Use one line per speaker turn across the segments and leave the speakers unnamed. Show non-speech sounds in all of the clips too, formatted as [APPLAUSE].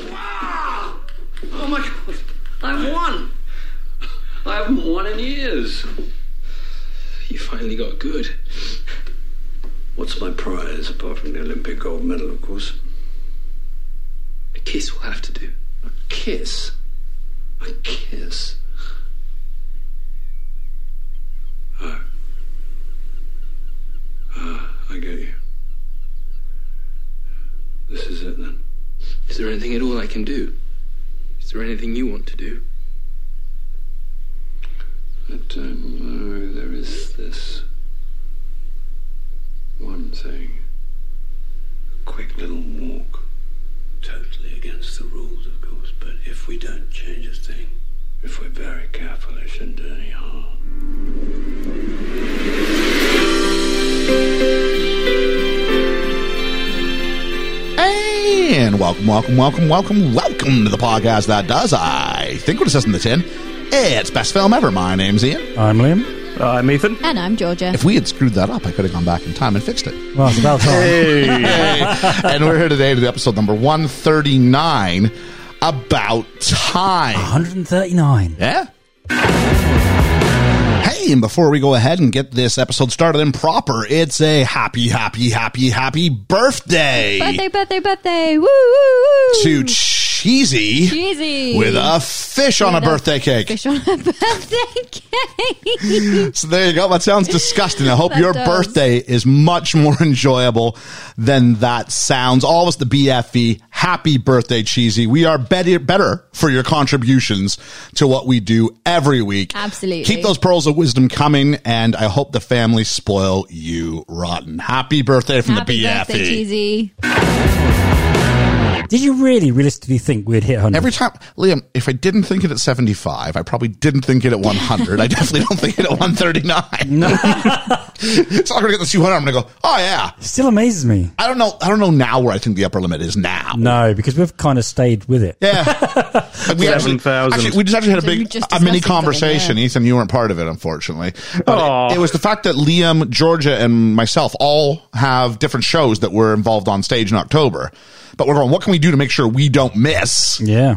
Oh, I won. I haven't won in years.
You finally got good.
What's my prize apart from the Olympic gold medal, of course?
A kiss will have to do.
A kiss. A kiss. Oh. Ah, I get you. This is it then.
Is there anything at all I can do? Is there anything you want to do?
I don't know. um, oh, There is this one thing. A quick little walk.
Totally against the rules, of course, but if we don't change a thing,
If we're very careful, it shouldn't do any harm.
And welcome, welcome, welcome, welcome, welcome to the podcast that does, I think, what it says in the tin. It's best film ever. My name's Ian.
I'm Liam.
I'm Ethan.
And I'm Georgia.
If we had screwed that up, I could have gone back in time and fixed it.
Well, it's about
[LAUGHS]
time.
and we're here today to the episode number 139 about time.
139.
Yeah? Hey, and before we go ahead and get this episode started and proper, it's a happy, happy, happy, happy birthday,
Birthday, birthday, birthday. Woo, woo, woo.
to Cheesy,
Cheesy.
with a fish on a
With a
birthday cake.
Fish on a [LAUGHS] birthday cake.
So there you go. That sounds disgusting. I hope
That
your
does.
birthday is much more [LAUGHS] enjoyable than that sounds. All of us, the BFE, happy birthday, Cheesy. We are better, better for your contributions to what we do every week.
Absolutely.
Keep those pearls of wisdom coming, and I hope the family spoil you rotten. Happy birthday from
Happy
the E. BFE.
birthday, Cheesy.
Did you really realistically think we'd hit 100?
Every time, Liam, if I didn't think it at 75, I probably didn't think it at 100. I definitely don't think it at 139. [LAUGHS] No. it's not going to get the 200. I'm going to go, oh, yeah.
Still amazes me.
I don't know. I don't know now where I think the upper limit is now.
No, because we've kind of stayed with it.
Yeah. Like, we actually-
7,000.
actually, We just actually had a
So you
big,
just
a mini
discussed something,
conversation.
yeah.
Ethan, you weren't part of it, unfortunately. But
Aw.
it, it was the fact that Liam, Georgia, and myself all have different shows that were involved on stage in October. But we're going, what can we do to make sure we don't miss
Yeah.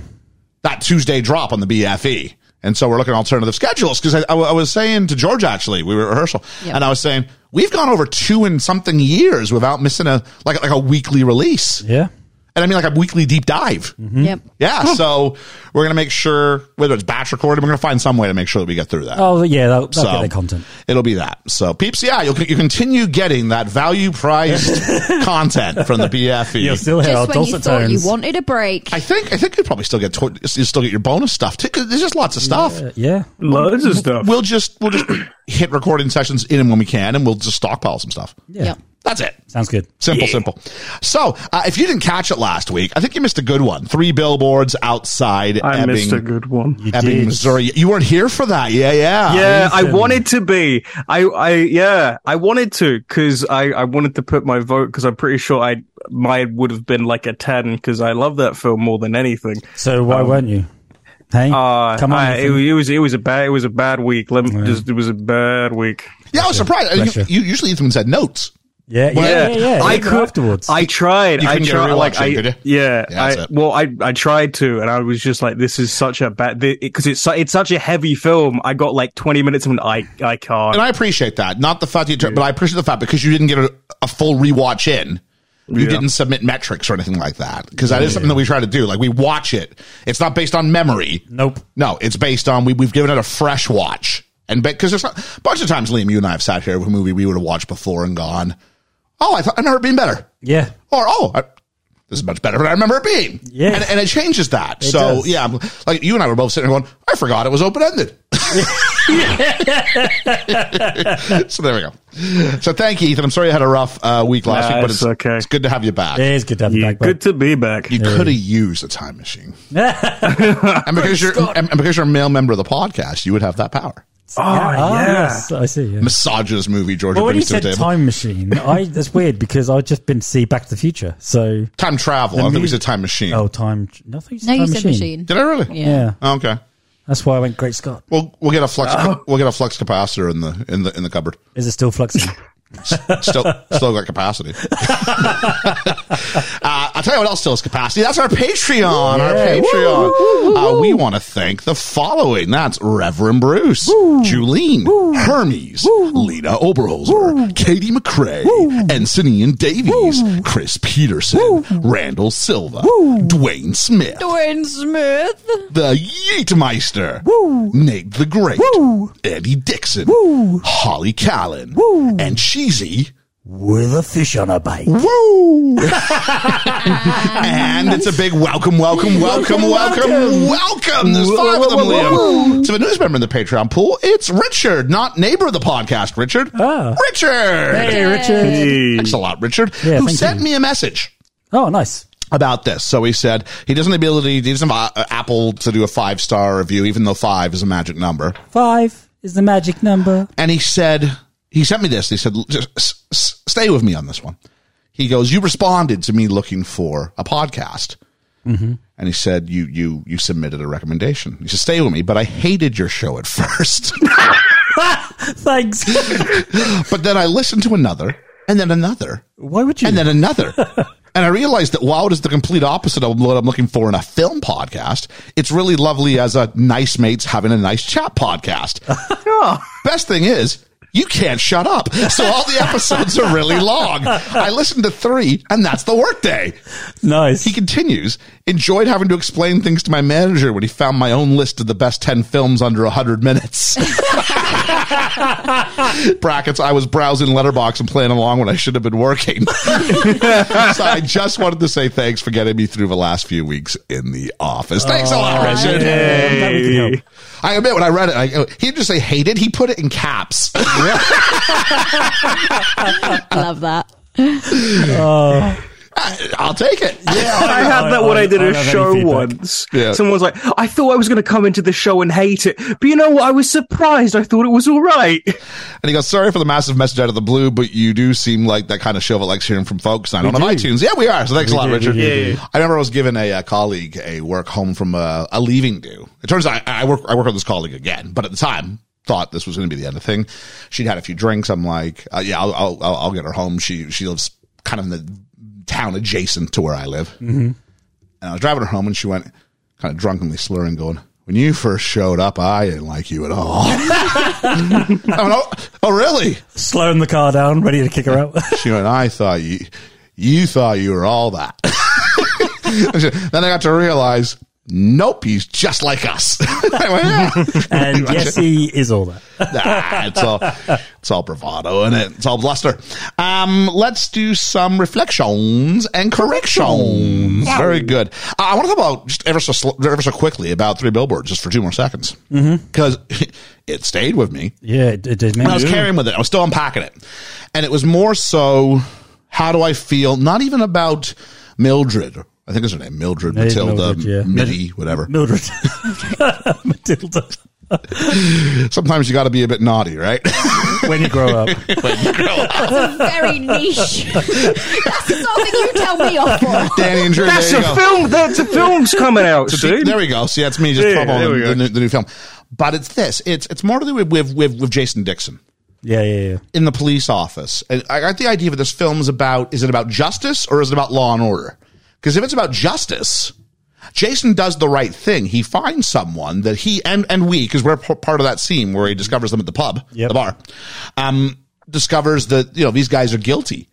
that Tuesday drop on the BFE. And so we're looking at alternative schedules because I, I w- I was saying to George, actually, we were at rehearsal
Yep.
and I was saying, we've gone over two and something years without missing a, like, like a weekly release.
Yeah.
And I mean like a weekly deep dive.
Mm-hmm.
Yep.
Yeah. So we're going to make sure whether it's batch recorded, we're going to find some way to make sure that we get through that.
Oh, yeah, they'll, they'll
So-
get the content.
It'll be that. So peeps, yeah, you'll you continue getting that value priced
[LAUGHS]
content from the BFE.
You'll still hear our
Just when you
dulcet
thought
tones.
you wanted a break.
I think I think you probably still get to, you still get your bonus stuff. too, 'cause There's just lots of stuff.
Uh, yeah.
Loads of stuff.
we'll just we'll just [CLEARS THROAT] hit recording sessions in them when we can, and we'll just stockpile some stuff.
Yeah.
Yep.
That's it.
Sounds good.
Simple, simple. So, uh, if you didn't catch it last week, I think you missed a good one. Three billboards outside
I
Ebbing,
missed a good one.
Ebbing,
did.
Missouri. You weren't here for that, yeah, yeah.
Yeah, I
Ethan.
wanted to be. I, I, yeah, I wanted to because I, I wanted to put my vote because I'm pretty sure I mine would have been like a ten because I love that film more than anything.
So why weren't you? Hey,
Uh,
come on.
I- it,
Ethan.
it was it was a bad it was a bad week. Let me just it was a bad week.
Yeah, I was surprised. You,
Pleasure.
you usually Ethan said notes.
yeah, yeah, yeah, yeah.
I
Even
could,
afterwards.
I tried.
You
I
couldn't get a
tried.
real
Like,
option,
I,
could you?
Yeah.
Yeah, that's
I,
it.
well, I I tried to, and I was just like, this is such a bad because it's su- it's such a heavy film. I got like twenty minutes, and I I can't.
And I appreciate that. Not the fact you, took, but I appreciate the fact because you didn't get a, a full rewatch in. You didn't submit metrics or anything like that because that is something that we try to do. Like we watch it. It's not based on memory.
nope.
No, it's based on we, we've given it a fresh watch, and because there's not, a bunch of times Liam, you and I have sat here with a movie we would have watched before and gone, oh, I thought I remember it being better,
Yeah.
or oh, I, this is much better than I remember it being.
Yeah.
and, and it changes that. so
does.
yeah, I'm- like you and I were both sitting there going, I forgot it was open ended. [LAUGHS] so there we go. So thank you, Ethan. I'm sorry you had a rough uh, week last
Nah,
week, but
it's
it's
okay.
It's good to have you back.
It is good to have you
Yeah,
back.
good to be back.
You could have used a time
[LAUGHS]
machine,
bud.
and because you're and and because you're a male member of the podcast, you would have that power.
oh
Ah,
yeah.
yes, I see. Yeah.
misogynist movie Georgia
Well, when you
brings to the
said
table. Time,
time machine, I that's weird because I've just been to see Back to the Future. So,
travel. I think we said time machine.
oh, time. No, I thought you said
No,
time
you said machine.
Did I really?
Yeah.
Oh, okay.
that's why I went. Great Scott,
We'll we'll get a flux we'll get a flux capacitor in the in the in the cupboard.
is it still fluxing?
S- Still, still got capacity. uh, I'll tell you what else still has capacity. That's our Patreon. Our
Yeah.
Patreon. Uh, we want to thank the following. That's Reverend Bruce, Julene, Hermes, Lena Oberholzer, Katie McCrae, Encinian Davies, Chris Peterson, Randall Silva, Dwayne Smith,
Dwayne Smith.
the Yeatmeister, Nate the Great, Eddie Dixon, Holly Callan, and Cheesy.
[LAUGHS] With a fish on a bite.
Woo!
Ah.
and it's a big welcome, welcome, welcome, welcome, welcome. There's five of them, Liam. To the newest member in the Patreon pool, it's Richard, not neighbor of the podcast, Richard.
Ah.
Richard!
Hey, Richard.
Thanks a lot, Richard,
Yeah,
who
thank
sent
you.
me a message
Oh, nice.
about this. So he said he doesn't have the ability, he doesn't have uh, Apple to do a five star review, even though five is a magic number.
Five is the magic number.
and he said he sent me this. He said, "Just s- s- "Stay with me on this one." He goes, "You responded to me looking for a podcast," and he said, "You you you submitted a recommendation." He said, "Stay with me," but I hated your show at [LAUGHS] first,
Thanks.
but then I listened to another, and then another,
[LAUGHS] Why would you?
and then another. And I realized that while it is the complete opposite of what I'm looking for in a film podcast, it's really lovely as a nice mates having a nice chat podcast. Best thing is, you can't shut up. So all the episodes are really long. I listened to three, and that's the workday.
nice.
He continues, enjoyed having to explain things to my manager when he found my own list of the best 10 films under 100 minutes. [LAUGHS] Brackets, I was browsing Letterbox and playing along when I should have been working. [LAUGHS] so I just wanted to say thanks for getting me through the last few weeks in the office. Thanks a lot, Richard.
I'm glad we could help.
I admit when I read it, I, oh, he didn't just say hated, he put it in caps. [LAUGHS]
Love that.
I, will take it. Yeah.
I had that when
I-
I, did
I
a
love any
show
feedback.
once.
Yeah.
Someone was like, I thought I was going to come into the show and hate it, but you know what? I was surprised. I thought it was all right.
And he goes, sorry for the massive message out of the blue, but you do seem like that kind of show that likes hearing from folks. And I don't on iTunes. Yeah, we are. So thanks a lot, Richard. I remember I was giving a, uh colleague a work home from uh, a leaving do. It turns out I, I work I work with this colleague again, but at the time thought this was going to be the end of the thing. She'd had a few drinks. I'm like, uh, yeah, I'll, I'll I'll I'll get her home. She she lives kind of in the town adjacent to where I live. Mm-hmm. And I was driving her home, and she went kind of drunkenly slurring, going. When you first showed up, I didn't like you at all. [LAUGHS] I went, oh, oh, really?
Slowing the car down, ready to kick her [LAUGHS] out.
She went, I thought you, you thought you were all that. [LAUGHS] I said, then I got to realize, nope, he's just like us. [LAUGHS] I went, "Yeah."
and yes, he is all that.
Nah, it's all, it's all bravado in it. It's all bluster. Um, let's do some reflections and corrections. Very good. Uh, I want to talk about just ever so sl- ever so quickly about three billboards just for two more seconds because [LAUGHS] it stayed with me.
Yeah, it, it did.
And I was carrying with it. I was still unpacking it. And it was more so how do I feel, not even about Mildred. I think is her name. Mildred,
Yeah,
Matilda,
Mildred, yeah.
Mitty, whatever.
Mildred. [LAUGHS] Matilda.
Sometimes you got to be a bit naughty, right? [LAUGHS]
When you grow up.
Very niche. That's the song that you tell me off for.
Danny and Drew,
That's
there
a
you go.
film. That's a film's coming out soon.
There we go. See, that's me just
Yeah, there
promoting
we go.
the, new- the new film. But it's this. It's it's more to do with with, with, with Jason Dixon.
[LAUGHS] Yeah, yeah, yeah.
in the police office. And I got the idea that this film is about is it about justice or is it about law and order? Because if it's about justice, Jason does the right thing. He finds someone that he and and we because we're p- part of that scene where he discovers them at the pub,
Yep.
the bar, um, discovers that you know these guys are guilty.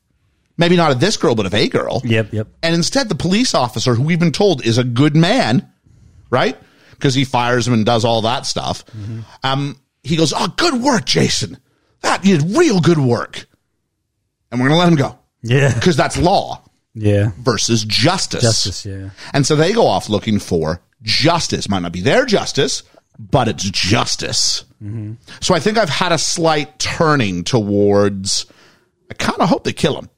Maybe not of this girl, but of a girl.
Yep, yep.
And instead, the police officer, who we've been told is a good man, right? Because he fires him and does all that stuff. Um, he goes, "Oh, good work, Jason. That you did real good work." And we're gonna let him go
Yeah.
because that's law
Yeah.
versus justice.
Justice, yeah.
And so they go off looking for justice. Might not be their justice, but it's justice. So I think I've had a slight turning towards. I kind of hope they kill him.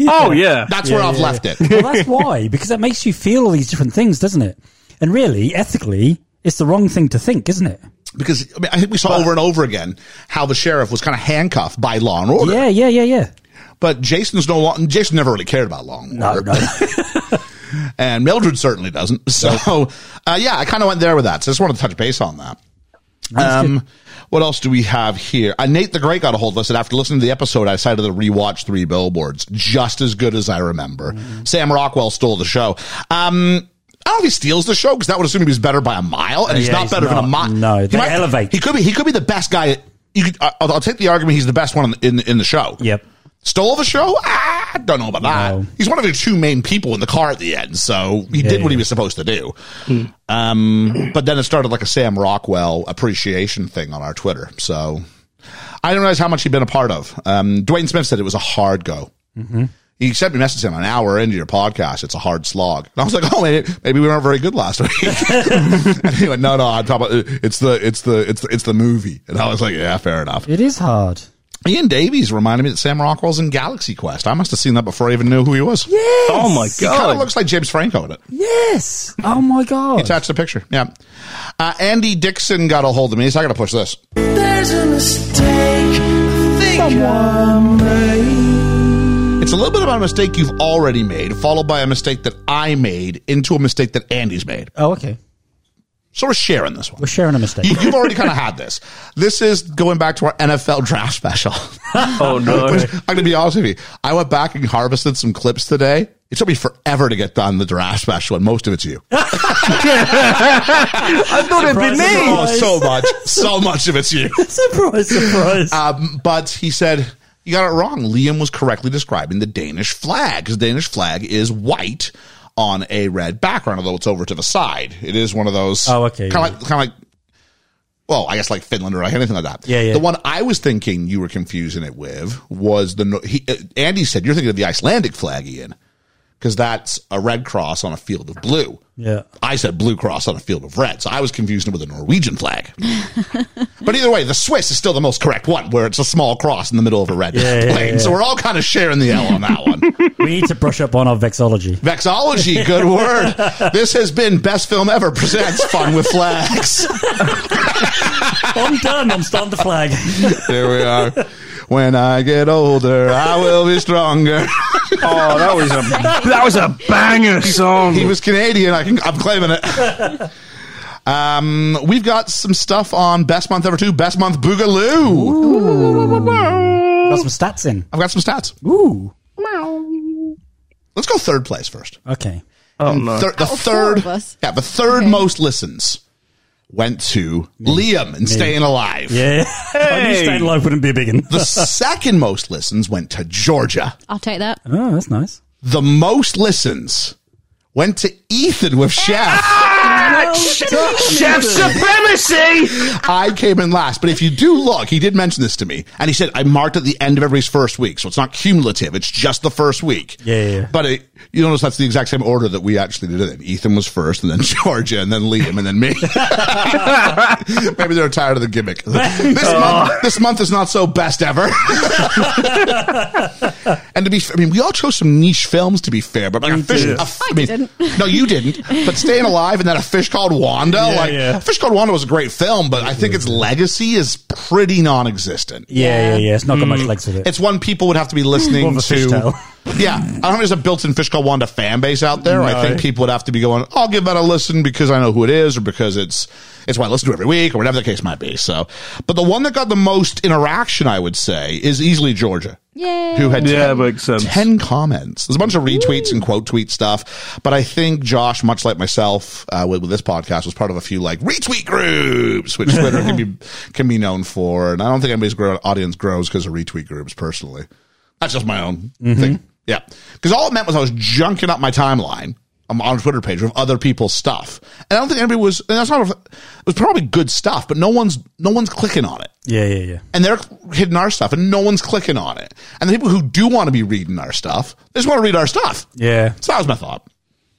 Oh, yeah.
That's where I've left it.
[LAUGHS] Well, that's why, because that makes you feel all these different things, doesn't it? And really, ethically, it's the wrong thing to think, isn't it?
because I, mean, I think we saw over and over again how the sheriff was kind of handcuffed by law and order.
Yeah, yeah, yeah, yeah.
But Jason's no law. Jason never really cared about law and
No,
order,
no.
[LAUGHS]
[LAUGHS]
and Mildred certainly doesn't. So, uh, yeah, I kind of went there with that. So I just wanted to touch base on that. Um, what else do we have here? Uh, Nate the Great got a hold of us, and after listening to the episode, I decided to rewatch Three Billboards. Just as good as I remember.
Mm-hmm.
Sam Rockwell stole the show. Um, I don't know if he steals the show because that would assume he was better by a mile, and he's
Uh, yeah,
not
he's
better than a
not.
mile.
No,
He
they elevate.
He could be. He could be the best guy. You could, I- I'll, I'll take the argument. He's the best one in the, in, the- in the show.
Yep.
Stole the show? Ah, I don't know about that.
No.
He's one of the two main people in the car at the end, so he did what he
yeah. Hmm.
was supposed to do. Um, but then it started like a Sam Rockwell appreciation thing on our Twitter. So I didn't realize how much he'd been a part of. Um, Dwayne Smith said it was a hard go.
Mm-hmm.
He sent me messages him an hour into your podcast. It's a hard slog. And I was like, oh, maybe, maybe we weren't very good last
[LAUGHS]
week. [LAUGHS] and he went, no, no, I'm talking about it's the it's the it's the, it's the movie. And I was like, yeah, fair enough.
It is hard.
Ian Davies reminded me that Sam Rockwell's in Galaxy Quest. I must have seen that before I even knew who he was. Yeah,
Oh my
he kind
god!
of looks like James Franco in it.
Yes. Oh my god.
Attached a picture. Yeah. Uh, Andy Dixon got a hold of me. He's not going to push this.
There's a mistake. I think I made.
It's a little bit about a mistake you've already made, followed by a mistake that I made into a mistake that Andy's made.
oh, okay.
So we're sharing this one.
We're sharing a mistake.
You- You've already kind of had this. This is going back to our NFL draft special. [LAUGHS]
oh no!
Which, I'm going to be honest with you. I went back and harvested some clips today. It took me forever to get done the draft special, and most of it's you.
I thought it'd be me.
Oh, so much, so much of it's you.
[LAUGHS] surprise, surprise.
Um, but he said you got it wrong. Liam was correctly describing the Danish flag. His Danish flag is white on a red background, although it's over to the side. It is one of those.
Oh, okay,
Kind
yeah.
of like, kind of like. Well, I guess like Finland or like anything like that.
Yeah, yeah.
The one I was thinking you were confusing it with was the Nor- he, uh, Andy said you're thinking of the Icelandic flag, Ian, because that's a red cross on a field of blue.
yeah.
I said blue cross on a field of red, so I was confusing it with a Norwegian flag. but either way, the Swiss is still the most correct one, where it's a small cross in the middle of a red
Yeah, yeah,
plane. So
yeah.
we're all kind of sharing the L on that
[LAUGHS]
one.
We need to brush up on our vexology.
Vexology, good word. This has been Best Film Ever presents Fun with Flags.
[LAUGHS] [LAUGHS] I'm done. I'm starting to flag.
There we are. When I get older, I will be stronger.
Oh, that was a that was a banger song.
He was Canadian. I can, I'm claiming it. Um, we've got some stuff on Best Month Ever too. Best Month Boogaloo.
Got some stats in.
I've got some stats.
Ooh.
Let's go third place first.
Okay.
oh no!
Thir- the
Out of four
third,
of us.
yeah, the third most listens went to Liam and Staying Alive.
Yeah. I knew
Hey!
staying alive wouldn't be a big one.
[LAUGHS]
The second most listens went to Georgia.
I'll take that.
Oh, that's nice.
The most listens went to Ethan with Chef. Ah,
Chef supremacy.
I came in last, but if you do look, he did mention this to me, and he said I marked at the end of everybody's first week, so it's not cumulative; it's just the first week.
Yeah, yeah, yeah.
But it, you notice that's the exact same order that we actually did it in. Ethan was first, and then [LAUGHS] Georgia, and then Liam, and
[LAUGHS]
then me. Maybe they're tired of the gimmick. This,
Oh.
month, this month is not so best
[LAUGHS]
ever. and to be, f- I mean, we all chose some niche films to be fair, but like a fish. A f- I mean, No, you didn't. But Staying Alive and then A Fish Called Wanda. like,
yeah.
A Oh, Fish Called Wanda was a great film, but I think its legacy is pretty non existent.
Yeah, yeah, yeah. Mm. It's not got much legs with it.
It's one people would have to be
More of
listening
a fish
to.
tale.
[LAUGHS] Yeah, I don't know if there's a built-in Fish Called Wanda fan base out there. I think people would have to be going. I'll give that a listen because I know who it is, or because it's it's what I listen to every week, or whatever the case might be. So, but the one that got the most interaction, I would say, is easily Georgia.
Yay.
Who had
Yeah,
10
makes sense.
10 comments. There's a bunch of retweets and quote tweet stuff, but I think Josh, much like myself uh, with, with this podcast, was part of a few like retweet groups, which Twitter can be can be known for. And I don't think anybody's grow, audience grows because of retweet groups. Personally, that's just my own thing. Yeah, because all it meant was I was junking up my timeline. on on a Twitter page with other people's stuff, and I don't think anybody was. And that's not. It was probably good stuff, but no one's no one's clicking on it
yeah, yeah, yeah.
and they're hitting our stuff and no one's clicking on it. And the people who do want to be reading our stuff, they just want to read our stuff.
Yeah.
So that was my thought.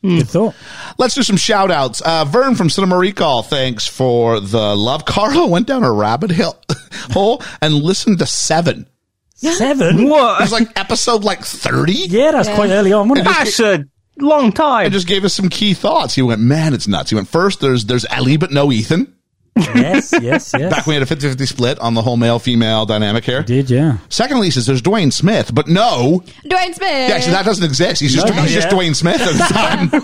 Good thought.
Let's do some shout outs. Uh, Vern from Cinema Recall, thanks for the love. Carlo went down a rabbit hill, [LAUGHS] hole and listened to seven.
Seven?
It
What?
was
[LAUGHS]
like episode like 30.
Yeah, that's quite early on, wasn't it?
That's a long
And
time.
just gave us some key thoughts. He went, man, it's nuts. He went, first, there's, there's Ellie, but no Ethan.
yes,
[LAUGHS]
yes, yes.
Back when we had a 50 50 split on the whole male female dynamic here.
Did, yeah.
[LAUGHS] Secondly, he says there's Dwayne Smith, but no.
Dwayne Smith.
Yeah, actually, that doesn't exist. He's just,
Eh? No, [LAUGHS]
he's just
yeah.
Dwayne Smith at the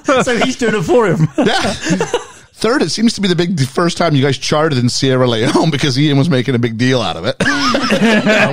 time.
so he's doing it for him.
Yeah. [LAUGHS] third, it seems to be the big the first time you guys charted in Sierra Leone [LAUGHS] because Ian was making a big deal out
[LAUGHS]
of it.
Oh, we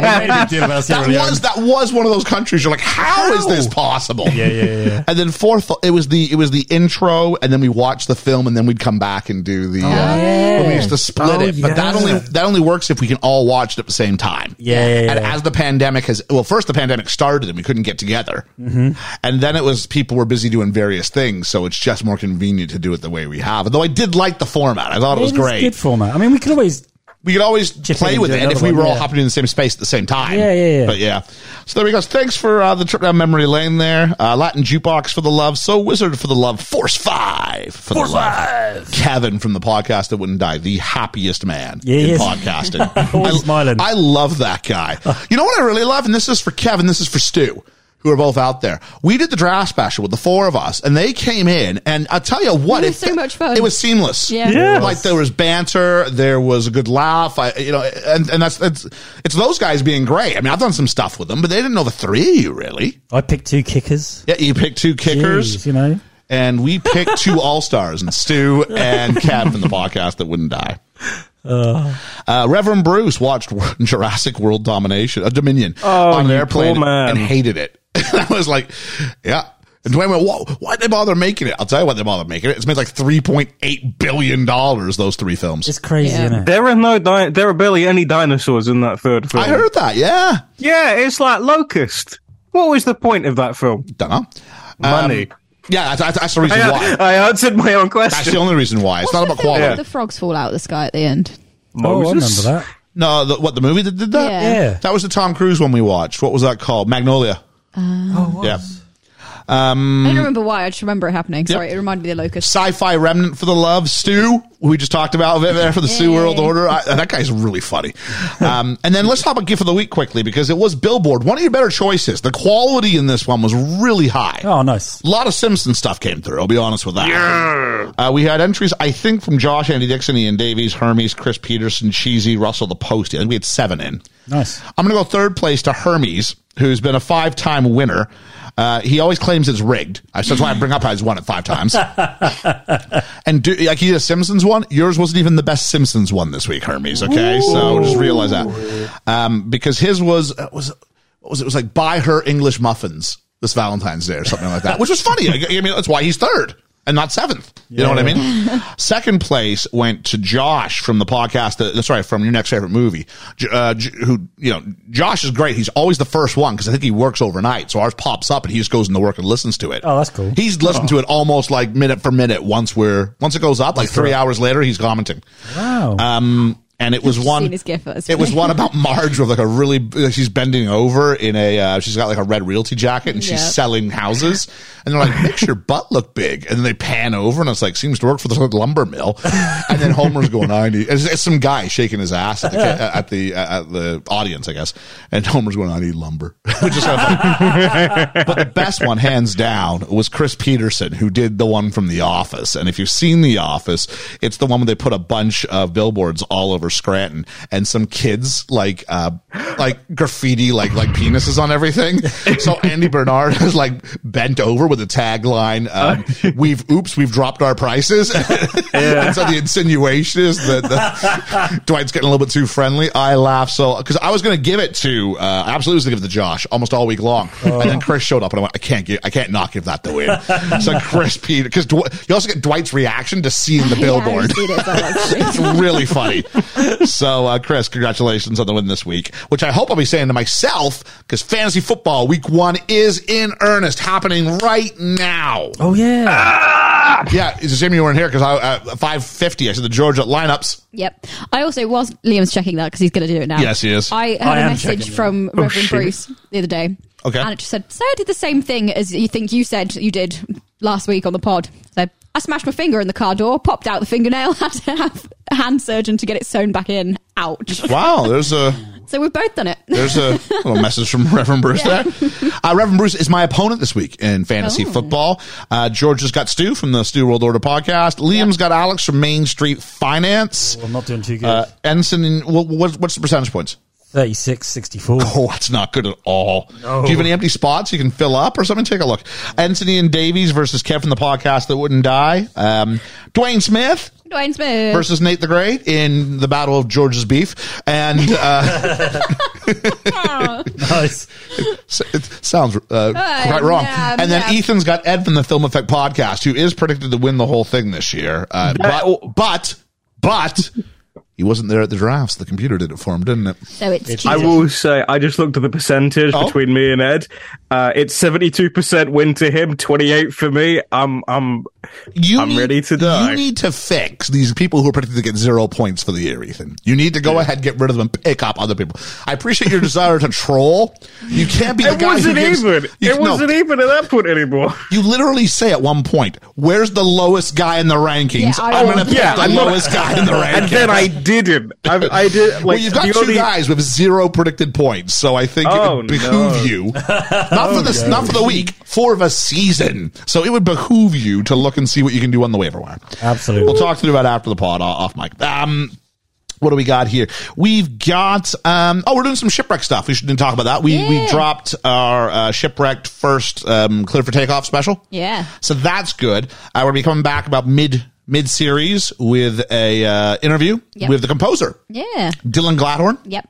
made a big deal about Sierra
that
Leone.
was that was one of those countries. You're like, how is this possible?
Yeah, yeah, yeah, yeah.
[LAUGHS] And then fourth, it was the it was the intro, and then we watched the film, and then we'd come back and do
Oh,
the. uh, when we used to split
Oh,
it, but that
yeah.
only that only works if we can all watch it at the same time.
Yeah, yeah,
And
yeah.
as the pandemic has, well, first the pandemic started and we couldn't get together, and then it was people were busy doing various things, so it's just more convenient to do it the way we have. Although I did like the format, I thought it was
It is
great.
Good format. I mean, we could always.
We could always
Chip in
play
and
with
do
it
another
if we
one,
were all
yeah.
hopping in the same space at the same time.
Yeah, yeah, yeah.
But yeah. So there we go. Thanks for uh, the trip down memory lane there. Uh, Latin Jukebox for the love. So Wizard for the love. Force 5 for the love. Kevin from the podcast that wouldn't die. The happiest man
Yeah,
in
yes.
podcasting.
[LAUGHS] Always
I-
smiling.
I love that guy. You know what I really love? And this is for Kevin, this is for Stu, who are both out there. We did the draft special with the four of us, and they came in, and I'll tell you what,
It was so much fun.
It was seamless.
Yeah. Yeah.
Like there was banter, there was a good laugh. I, you know, and, and that's, it's, it's those guys being great. I mean, I've done some stuff with them, but they didn't know the three of you really.
I picked two kickers.
Yeah, you picked two kickers
Jeez, you know.
and we picked
[LAUGHS]
two all stars and Stu and Kev from the podcast that wouldn't die. Uh, Reverend Bruce watched [LAUGHS] Jurassic World Domination, uh, Dominion,
Oh,
on an
you
airplane
poor man.
and hated it. [LAUGHS] I was like, yeah. And Dwayne went, Whoa, why'd they bother making it? I'll tell you why they bother making it. It's made like $3.8 billion, those three films.
It's crazy,
Yeah.
isn't it?
There are no di- there are barely any dinosaurs in that third film.
I heard that, yeah.
Yeah, it's like Locust. What was the point of that film?
Dunno.
Money.
Um, yeah, that's, that's the reason
I,
why.
I answered my own
That's the
question.
only reason why. It's
What's
not about
the film
quality.
where The frogs fall out of the sky at the end.
Oh, I remember
Moses?
that.
No, the, what, the movie that did that?
Yeah.
Yeah.
That was the Tom Cruise one we watched. What was that called? Magnolia.
Oh,
Yeah.
I don't remember why. I just remember it happening. Sorry,
Mm. Yep.
it reminded me of the locust.
Sci-fi remnant for the love, Stu, who we just talked about there for the Stu World Order. I, that guy's really funny. Um, and then let's hop a gift of the week quickly because it was Billboard. One of your better choices. The quality in this one was really high.
Oh, nice.
A lot of Simpson stuff came through. I'll be honest with that. Uh, we had entries, I think, from Josh, Andy Dixon, Ian Davies, Hermes, Chris Peterson, Cheesy, Russell, the Postie. I think we had seven in.
Nice.
I'm going to go third place to Hermes, who's been a five time winner. Uh, he always claims it's rigged. I- so That's why I bring up how he's won it five times. and do, like he did a Simpsons one. Yours wasn't even the best Simpsons one this week, Hermes. Okay, so just realize that um, because his was uh, was what was it? It was like buy her English muffins this Valentine's Day or something like that, which was funny. I, I mean, that's why he's third. And not seventh. You know what I mean? Second place went to Josh from the podcast. That, sorry, from your next favorite movie. J- Uh, J- who, you know, Josh is great. He's always the first one because I think he works overnight. So ours pops up and he just goes into work and listens to it.
Oh, that's cool.
He's listened to it almost like minute for minute. Once we're, once it goes up, like three hours later, he's commenting.
Wow.
Um, and it was one.
seen his gif, that's
It was
funny.
one about Marge with like a really. Like she's bending over in a. Uh, she's got like a red realty jacket and she's
Yeah.
selling houses. And they're like, "Makes your butt look big." And then they pan over and it's like, "Seems to work for the lumber mill." And then Homer's going, "I need." It's, it's some guy shaking his ass at the ca- at the, at the audience, I guess. And Homer's going, "I need lumber," [LAUGHS] which is kind of funny but the best one, hands down, was Chris Peterson, who did the one from The Office. And if you've seen The Office, it's the one where they put a bunch of billboards all over Scranton, and some kids like uh, like graffiti, like like penises on everything. So Andy Bernard is like bent over with a tagline: um, "We've oops, we've dropped our prices." [LAUGHS] and so the insinuation is that the, Dwight's getting a little bit too friendly. I laugh so because I was going to give it to uh, I absolutely was going to give it to Josh almost all week long, and then Chris showed up and I went, I can't give, I can't not give that the win. so Chris Peter because Dw- you also get Dwight's reaction to seeing [LAUGHS] the
[LAUGHS] Yeah, I
billboard.
haven't seen it, so I
[LAUGHS]
like it.
it's really funny. So uh, Chris, congratulations on the win this week, which I hope I'll be saying to myself because fantasy football week one is in earnest, happening right now.
oh, yeah.
Yeah, it's a shame you weren't here because I uh, five fifty. I said the Georgia lineups.
Yep. I also, whilst Liam's checking that, because he's going to do it now.
Yes, he is.
I
I
had a
am
message
checking Oh, it.
from Reverend
shit.
Bruce the other day.
Okay.
And it just said, So I did the same thing as you think you said you did last week on the pod. So I smashed my finger in the car door, popped out the fingernail, [LAUGHS] had to have a hand surgeon to get it sewn back in. Ouch.
Wow, there's a
So we've both done it. [LAUGHS]
there's a little message from [LAUGHS] Reverend Bruce there. Uh, Reverend Bruce is my opponent this week in fantasy football. Uh, George has got Stu from the Stu World Order podcast. Liam's got Alex from Main Street Finance.
I'm not doing too good.
Uh, Ensign, what, what, what's the percentage points?
36, 64.
Oh, that's not good at all. Do you have any empty spots you can fill up or something? Take a look. Anthony and Davies versus Kev from the podcast that wouldn't die. Um, Dwayne Smith
Dwayne Smith.
versus Nate the Great in the Battle of George's Beef, and uh,
Oh.
Nice.
s- it sounds uh,
Uh,
quite wrong.
yeah,
and then
yeah.
Ethan's got Ed from the Film Effect Podcast, who is predicted to win the whole thing this year. Uh, but but but he wasn't there at the drafts. The computer did it for him, didn't it?
So it's,
I
cheating.
will say, I just looked at the percentage
Oh.
between me and Ed. Uh, it's seventy-two percent win to him, twenty-eight for me. I'm, I'm.
You
I'm ready to die.
You need to fix these people who are predicted to get zero points for the year, Ethan. You need to go ahead, get rid of them, pick up other people. I appreciate your desire to troll. You can't be the
It
guy
wasn't
who gives,
even.
You,
it
no,
wasn't even at that point [LAUGHS] anymore.
You literally say at one point, "Where's the lowest guy in the rankings?"
Yeah, I
I'm
will-
going to pick
Yeah,
the
I'm not-
lowest guy [LAUGHS] in the rankings.
And then I didn't. I, I did. Like,
well, you've got
the
two
only-
guys with zero predicted points, so I think it
Oh,
would behoove
no. [LAUGHS]
you not for the not for the week, for the season. So it would behoove you to look and see what you can do on the waiver wire.
Absolutely.
We'll talk to you about after the pod o- off mic. Um, what do we got here? We've got um, oh, we're doing some shipwreck stuff. We shouldn't talk about that. We we
Yeah.
dropped our uh, shipwrecked first um, clear for takeoff special.
Yeah.
So that's good. Uh, we're gonna be coming back about mid mid series with a uh, interview
Yep.
with the composer
Yeah.
Dylan Gladhorn.
Yep.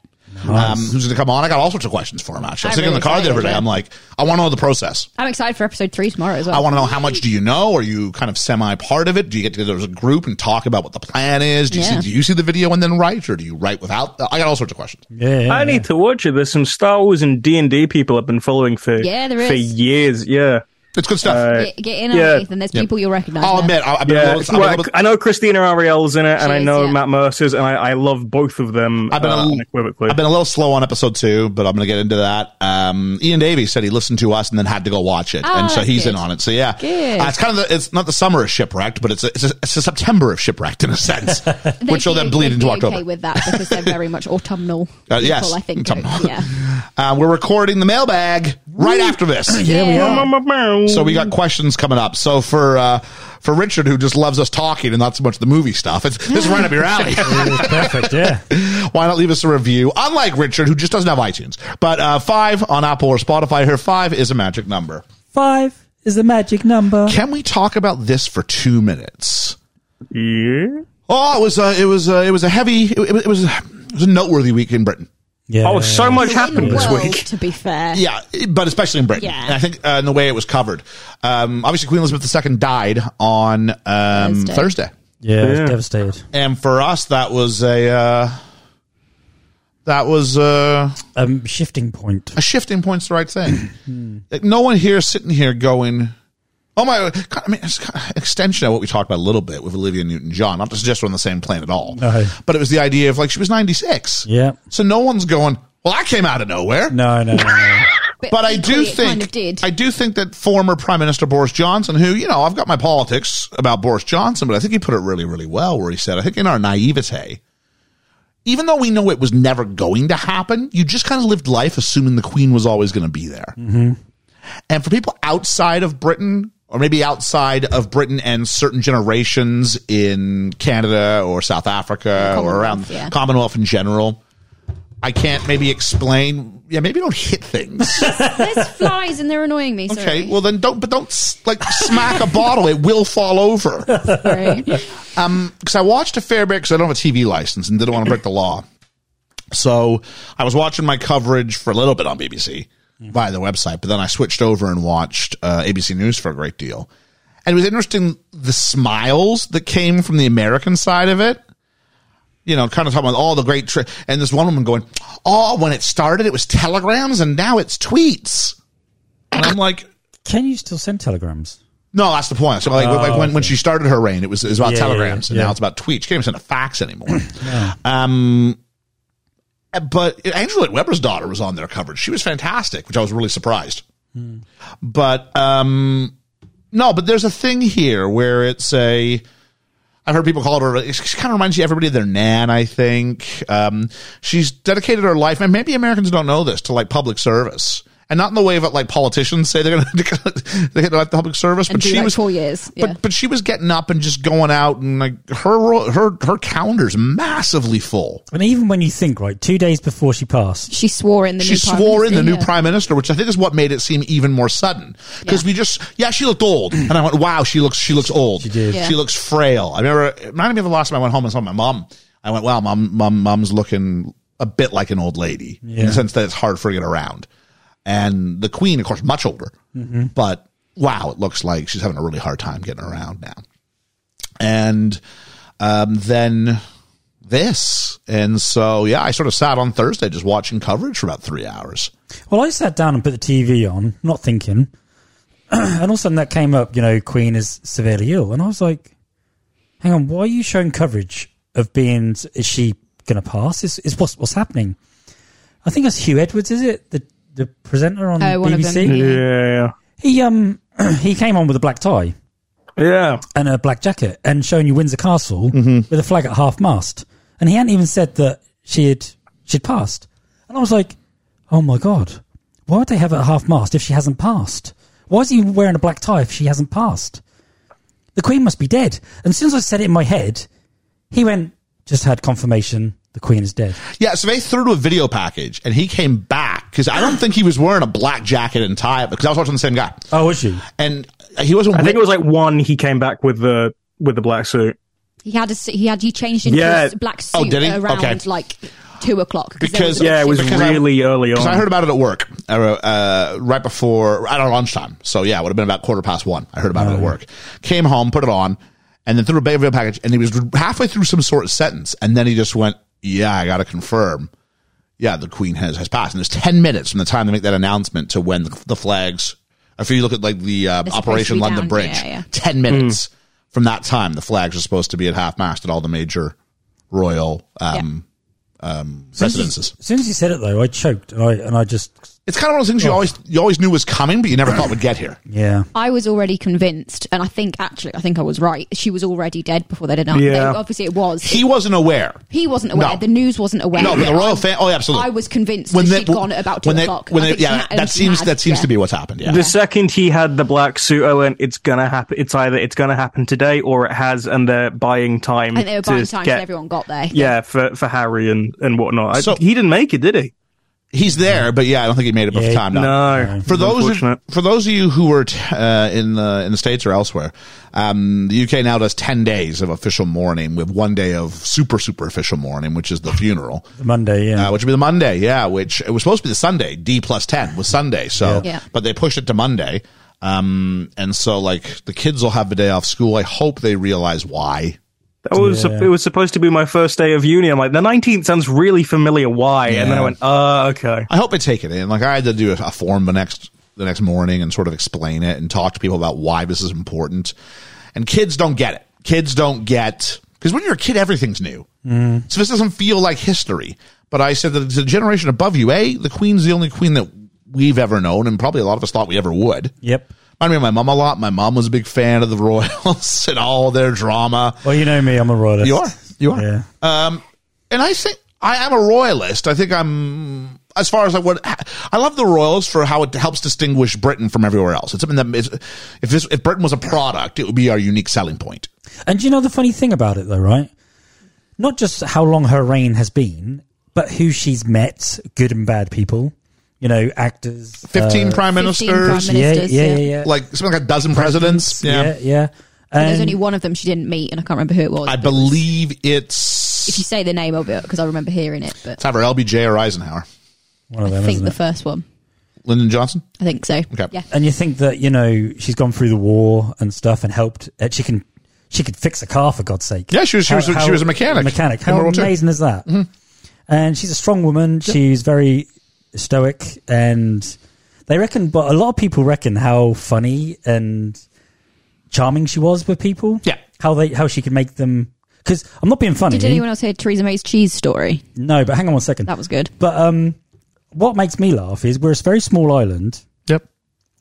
Um, who's going to come on? I got all sorts of questions for him. Actually, I was
I'm
sitting in
really
the car the
excited,
other day.
yeah.
I'm like, I want to know the process.
I'm excited for episode three tomorrow as well.
I want to know how much do you know? Are you kind of semi part of it? Do you get together as a group and talk about what the plan is? Do you,
Yeah.
see, do you see the video and then write, or do you write without? I got all sorts of questions.
Yeah, yeah,
I need to watch it. There's some Star Wars and D and D people I've been following for
Yeah, there
for
is.
years. Yeah,
It's good stuff.
get, get in on
Yeah.
it, and there's
Yeah.
people you'll recognise.
I'll
there.
admit, I, I've been a
Uh, yeah.
little- I've been a
well,
little-
I know Christina Ariel's in it, and I
She is,
know
yeah.
Matt Mercer's, and I, I love both of them
I've been,
uh,
a,
unequivocally.
I've been a little slow on episode two, but I'm going to get into that. Um, Ian Davies said he listened to us and then had to go watch it,
Oh,
and so
that's
he's
good.
in on it. So yeah,
Good.
Uh, it's kind of the, it's not the summer of shipwrecked, but it's a, it's a, it's a September of shipwrecked in a sense,
[LAUGHS] They'd
which will
be-
then bleed
they'd
into
be
October.
Okay with that because they're very much autumnal.
[LAUGHS] Uh,
people,
yes,
I think.
autumnal.
[LAUGHS]
Yeah.
Uh, we're recording the mailbag right after
[CLEARS THROAT]
this.
yeah, we are.
So we got questions coming up. So for uh, for Richard, who just loves us talking and not so much the movie stuff, it's this is right up your alley. [LAUGHS]
Perfect. Yeah.
Why not leave us a review? Unlike Richard, who just doesn't have iTunes, but uh, five on Apple or Spotify. Here, five is a magic number.
Five is the magic number.
Can we talk about this for two minutes?
yeah.
Oh, it was a, it was a, it was a heavy it, was- it was a, it was a noteworthy week in Britain.
Yeah.
Oh, so much
In
happened
the
this
world,
week.
to be fair.
Yeah, but especially in Britain.
Yeah.
And I think uh, in the way it was covered. Um, obviously, Queen Elizabeth II died on um,
Thursday.
Thursday.
Yeah,
Yeah.
it's devastated.
and for us that was a uh, that was uh,
Um, shifting point.
a shifting point's the right thing
[CLEARS THROAT]
like no one here sitting here going oh my i mean it's kind of extension of what we talked about a little bit with olivia newton-john not to suggest we're on the same plane at all
No.
but it was the idea of like she was 96
Yeah.
so no one's going well i came out of nowhere
No, no, no, no.
but I do
equally it
think
kind of did.
I do think that former Prime Minister Boris Johnson, who you know, I've got my politics about Boris Johnson, but I think he put it really, really well, where he said, I think in our naivete, even though we know it was never going to happen, you just kind of lived life assuming the Queen was always going to be there. And for people outside of Britain, or maybe outside of Britain and certain generations in Canada or South Africa or
Commonwealth,
around
yeah.
Commonwealth in general, I can't maybe explain. Yeah, maybe don't hit things.
[LAUGHS] There's flies and they're annoying me. Sorry.
Okay, well then don't, but don't s- like smack a bottle; it will fall over. [LAUGHS]
Sorry.
Because I watched a fair bit because I don't have a TV license and didn't want to break the law. So I was watching my coverage for a little bit on BBC via the website, but then I switched over and watched uh, ABC News for a great deal. And it was interesting the smiles that came from the American side of it. You know, kind of talking about all the great tri and this one woman going, "Oh, when it started, it was telegrams, and now it's tweets." And I'm like,
Can you still send telegrams?
No, that's the point. So like, like when, when she started her reign, it was, it was about
Oh, Yeah, yeah,
telegrams,
yeah,
and
yeah.
now it's about tweets. She can't even send a fax
[CLEARS THROAT]
anymore. Um, eh, but Angela Weber's daughter was on their coverage. She was fantastic, which I was really surprised. But um, no, but there's a thing here where it's a. I've heard people call her. It kind of reminds you everybody of their nan. I think um, she's dedicated her life, and maybe Americans don't know this to like public service. and not in the way that like politicians say [LAUGHS] they're going to they hit the public service,
and
but
do
she
like
was
four years. Yeah.
But but she was getting up and just going out and like her ro- her her calendar's massively full.
And even when you think, right, two days before she passed,
she swore in the
she
new Prime
swore in the
Minister,
new
yeah.
prime minister, which I think is what made it seem even more sudden. Because
Yeah.
we just yeah, she looked old, and I went, wow, she looks she looks old. She
did.
Yeah.
She looks frail. I remember it reminded me of the last time I went home and saw my mom. I went, wow, mom, mom, mom's looking a bit like an old lady in
Yeah.
the sense that it's hard for her to get around. And the queen, of course, much older,
Mm-hmm.
but wow, it looks like she's having a really hard time getting around now. And um, then this. And so, yeah, I sort of sat on Thursday just watching coverage for about three hours.
well, I sat down and put the TV on, not thinking, [CLEARS THROAT] and all of a sudden that came up. You know, Queen is severely ill, and I was like, "Hang on, why are you showing coverage of being? Is she going to pass? Is, is what's what's happening?" I think it's Hugh Edwards, is it the the presenter on
Oh, one of
BBC?
them.
Yeah,
He um [CLEARS THROAT] he came on with a black tie.
yeah.
and a black jacket and showing you Windsor Castle
Mm-hmm.
with a flag at half mast. And he hadn't even said that she had she'd passed. And I was like, Oh my god, why would they have it at half mast if she hasn't passed? Why is he wearing a black tie if she hasn't passed? The Queen must be dead. And as soon as I said it in my head, he went, Just had confirmation the Queen is dead.
Yeah, so they threw to a video package and he came back because I don't think he was wearing a black jacket and tie because I was watching the same guy.
Oh, was she?
And he wasn't.
I think it was like one. He came back with the with the black suit.
He had a, su- he had he changed into
Yeah.
a s- black suit
Oh, did he?
around
Okay.
like two o'clock there
Because-
a-
Yeah, it was
Because I-
really early on.
Because I heard about it at work, uh, uh, right before, I don't know, lunchtime. So yeah, it would have been about quarter past one. I heard about it at work. Came home, put it on, and then threw a video package. And he was halfway through some sort of sentence, and then he just went, "Yeah, I got to confirm. Yeah, the Queen has has passed." And there's ten minutes from the time they make that announcement to when the, the flags. If you look at like the uh,
supposed to
Operation
be
London
down.
Bridge,
Yeah, yeah.
ten minutes from that time, the flags are supposed to be at half mast at all the major royal um, um, residences.
As soon as he said it though, I choked and I and I just
It's kind of one of those things you always you always knew was coming, but you never thought would get here.
Yeah.
I was already convinced, and I think actually, I think I was right. She was already dead before they did not.
Yeah.
They, obviously, it was.
He wasn't aware.
He wasn't aware.
No.
The news wasn't aware.
No, but the royal
I-
fam- Oh, yeah, absolutely.
I was convinced that she'd gone at about two
when they,
o'clock.
When
I
they,
think she
yeah,
had- and
that
she
seems
had,
that seems
yeah.
to be what's happened. Yeah.
The second he had the black suit, I went, "It's gonna happen. It's either it's gonna happen today, or it has." And they're buying time.
And they were
to
buying time
get-
till everyone got there.
Yeah, for for Harry and and whatnot. I-
So-
he didn't make it, did he?
He's there, but yeah, I don't think he made it before
Yeah.
time. No.
No.
For those who,
Unfortunate.
for those of you who were t- uh, in the in the states or elsewhere, um, the UK now does ten days of official mourning with one day of super super official mourning, which is the funeral.
Monday, yeah.
uh, which would be the Monday. Yeah, which it was supposed to be the Sunday. D plus ten was Sunday, so
Yeah. Yeah.
but they pushed it to Monday. Um, and so like the kids will have the day off school. I hope they realize why.
That was it was supposed to be my first day of uni. I'm like, the 19th sounds really familiar. Why? And then I
Yeah.
went, uh, okay.
I hope they take it in. Like I had to do a, a form the next the next morning and sort of explain it and talk to people about why this is important. And kids don't get it. Kids don't get because when you're a kid, everything's new. So this doesn't feel like history. But I said that the generation above you, a the queen's the only queen that we've ever known, and probably a lot of us thought we ever would.
Yep.
Reminded me of my mom a lot. My mom was a big fan of the Royals [LAUGHS] and all their drama.
Well, you know me, I'm a royalist.
You are, you are. Um,
Yeah.
And I think I am a royalist. I think I'm as far as I would. I love the Royals for how it helps distinguish Britain from everywhere else. It's something that is, if this if Britain was a product, it would be our unique selling point.
And do you know the funny thing about it, though, right? Not just how long her reign has been, but who she's met, good and bad people, you know, actors.
Fifteen prime
15
ministers,
prime
yeah, yeah,
ministers,
yeah,
yeah.
yeah.
like something like a dozen presidents. Yeah.
yeah, yeah.
And there's
And-
only one of them she didn't meet, and I can't remember who it was.
I
but
believe it's
if you say the name of it, because I remember hearing it, but
it's either LBJ or Eisenhower,
one of
I
them,
think
isn't
the
it?
first one.
Lyndon Johnson.
I think so.
Okay.
Yeah.
and you think that you know she's gone through the war and stuff and helped. Uh, she can, she could fix a car for God's sake.
Yeah, she was- she was a- she was a mechanic
Mechanic.
in
How
World War Two. Mm-hmm.
amazing is that? And she's a strong woman. She's very stoic, and they reckon. But a lot of people reckon how funny and charming she was with people.
Yeah.
how they how she could make them. Because I'm not being funny.
eh?
Did anyone else hear Theresa May's cheese story?
No, but hang on one second.
That was good.
But um, what makes me laugh is we're a very small island
Yep.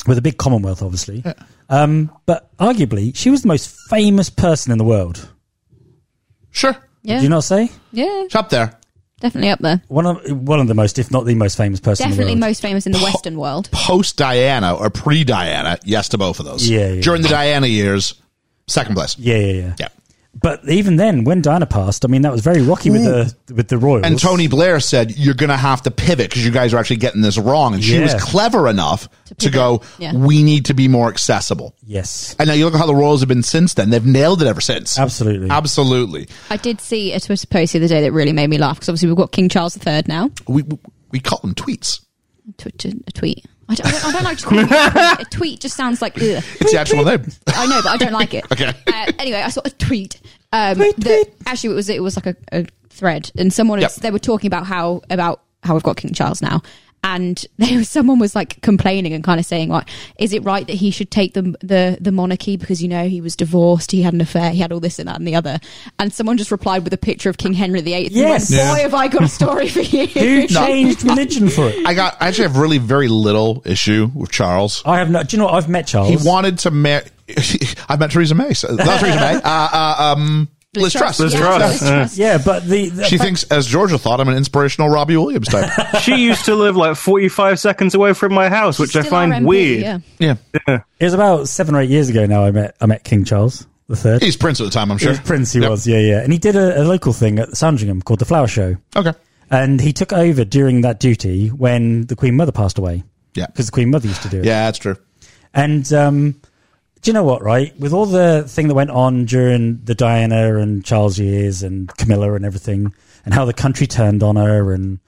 with a big Commonwealth, obviously. Um, but arguably, she was the most famous person in the world.
Sure.
Yeah.
Do you not say?
yeah.
It's up there.
Definitely up there.
One of one of the most, if not the most famous person.
Definitely
in the world.
most famous in the Western world.
Post Diana or pre Diana, yes to both of those.
Yeah, yeah.
During the Diana years, second place.
Yeah, yeah, yeah,
Yeah.
But even then, when Diana passed, I mean, that was very rocky with the with the royals.
And Tony Blair said, You're going to have to pivot because you guys are actually getting this wrong. And she was
Yeah.
clever enough to,
pivot,
go,
yeah.
We need to be more accessible.
yes,
And now you look at how the Royals have been since then. They've nailed it ever since.
absolutely.
Absolutely.
I did see a Twitter post the other day that really made me laugh because obviously we've got King Charles III now.
We, we, we call them tweets.
Tw- t- a tweet. I don't, I don't, I don't like to
[LAUGHS]
call it a tweet. A tweet just sounds like ugh.
It's the actual name.
I know, but I don't like it.
[LAUGHS] Okay.
Uh, anyway, I saw a tweet. Um, that actually it was it was like a, a thread, and someone
Yep.
they were talking about how about how we've got King Charles now, and [LAUGHS] there was someone was like complaining and kind of saying like, is it right that he should take the the the monarchy because you know he was divorced, he had an affair, he had all this and that and the other, and someone just replied with a picture of King Henry VIII. and
Yes.
went,
Yeah.
boy, have I got a story for you.
[LAUGHS]
[LAUGHS]
Who changed religion for it?
I got. I actually have really very little issue with Charles.
I have not. Do you know what? I've met Charles.
He wanted to marry. [LAUGHS] I met Theresa May. So, not Theresa May. Uh, uh, um, Liz Truss.
Liz
Liz
Truss.
Truss.
Liz Truss.
yeah, but the, the
[LAUGHS] She thinks, as Georgia thought, I'm an inspirational Robbie Williams type.
[LAUGHS] she used to live like 45 seconds away from my house, which I
Still
find
RMP,
weird.
yeah.
yeah,
it was about seven or eight years ago now. I met I met King Charles the Third.
he's Prince at the time. I'm
He
sure.
was Prince, he
Yep.
was, yeah, yeah. And he did a, a local thing at Sandringham called the Flower Show.
Okay.
And he took over during that duty when the Queen Mother passed away.
Yeah.
Because the Queen Mother used to do it.
Yeah, that's true.
And um, do you know what, right? With all the thing that went on during the Diana and Charles years and Camilla and everything, and how the country turned on her and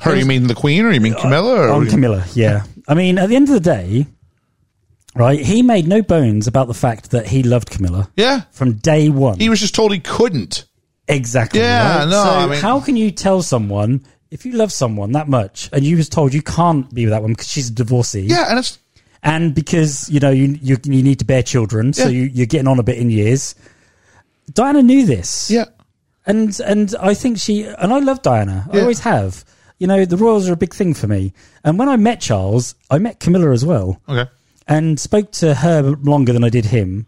Her, you mean the Queen, or you mean Camilla? Or
on Camilla, yeah. I mean, at the end of the day, right, he made no bones about the fact that he loved Camilla
Yeah,
from day one.
he was just told he couldn't.
Exactly.
Yeah,
right?
no,
So
I mean-
how can you tell someone if you love someone that much and you was told you can't be with that woman because she's a divorcee,
Yeah, and it's
and because you know you you, you need to bear children, so
Yeah.
you, you're getting on a bit in years. Diana knew this,
yeah.
and and I think she and I love Diana. I
Yeah.
always have. You know, the royals are a big thing for me. And when I met Charles, I met Camilla as well,
Okay.
and spoke to her longer than I did him.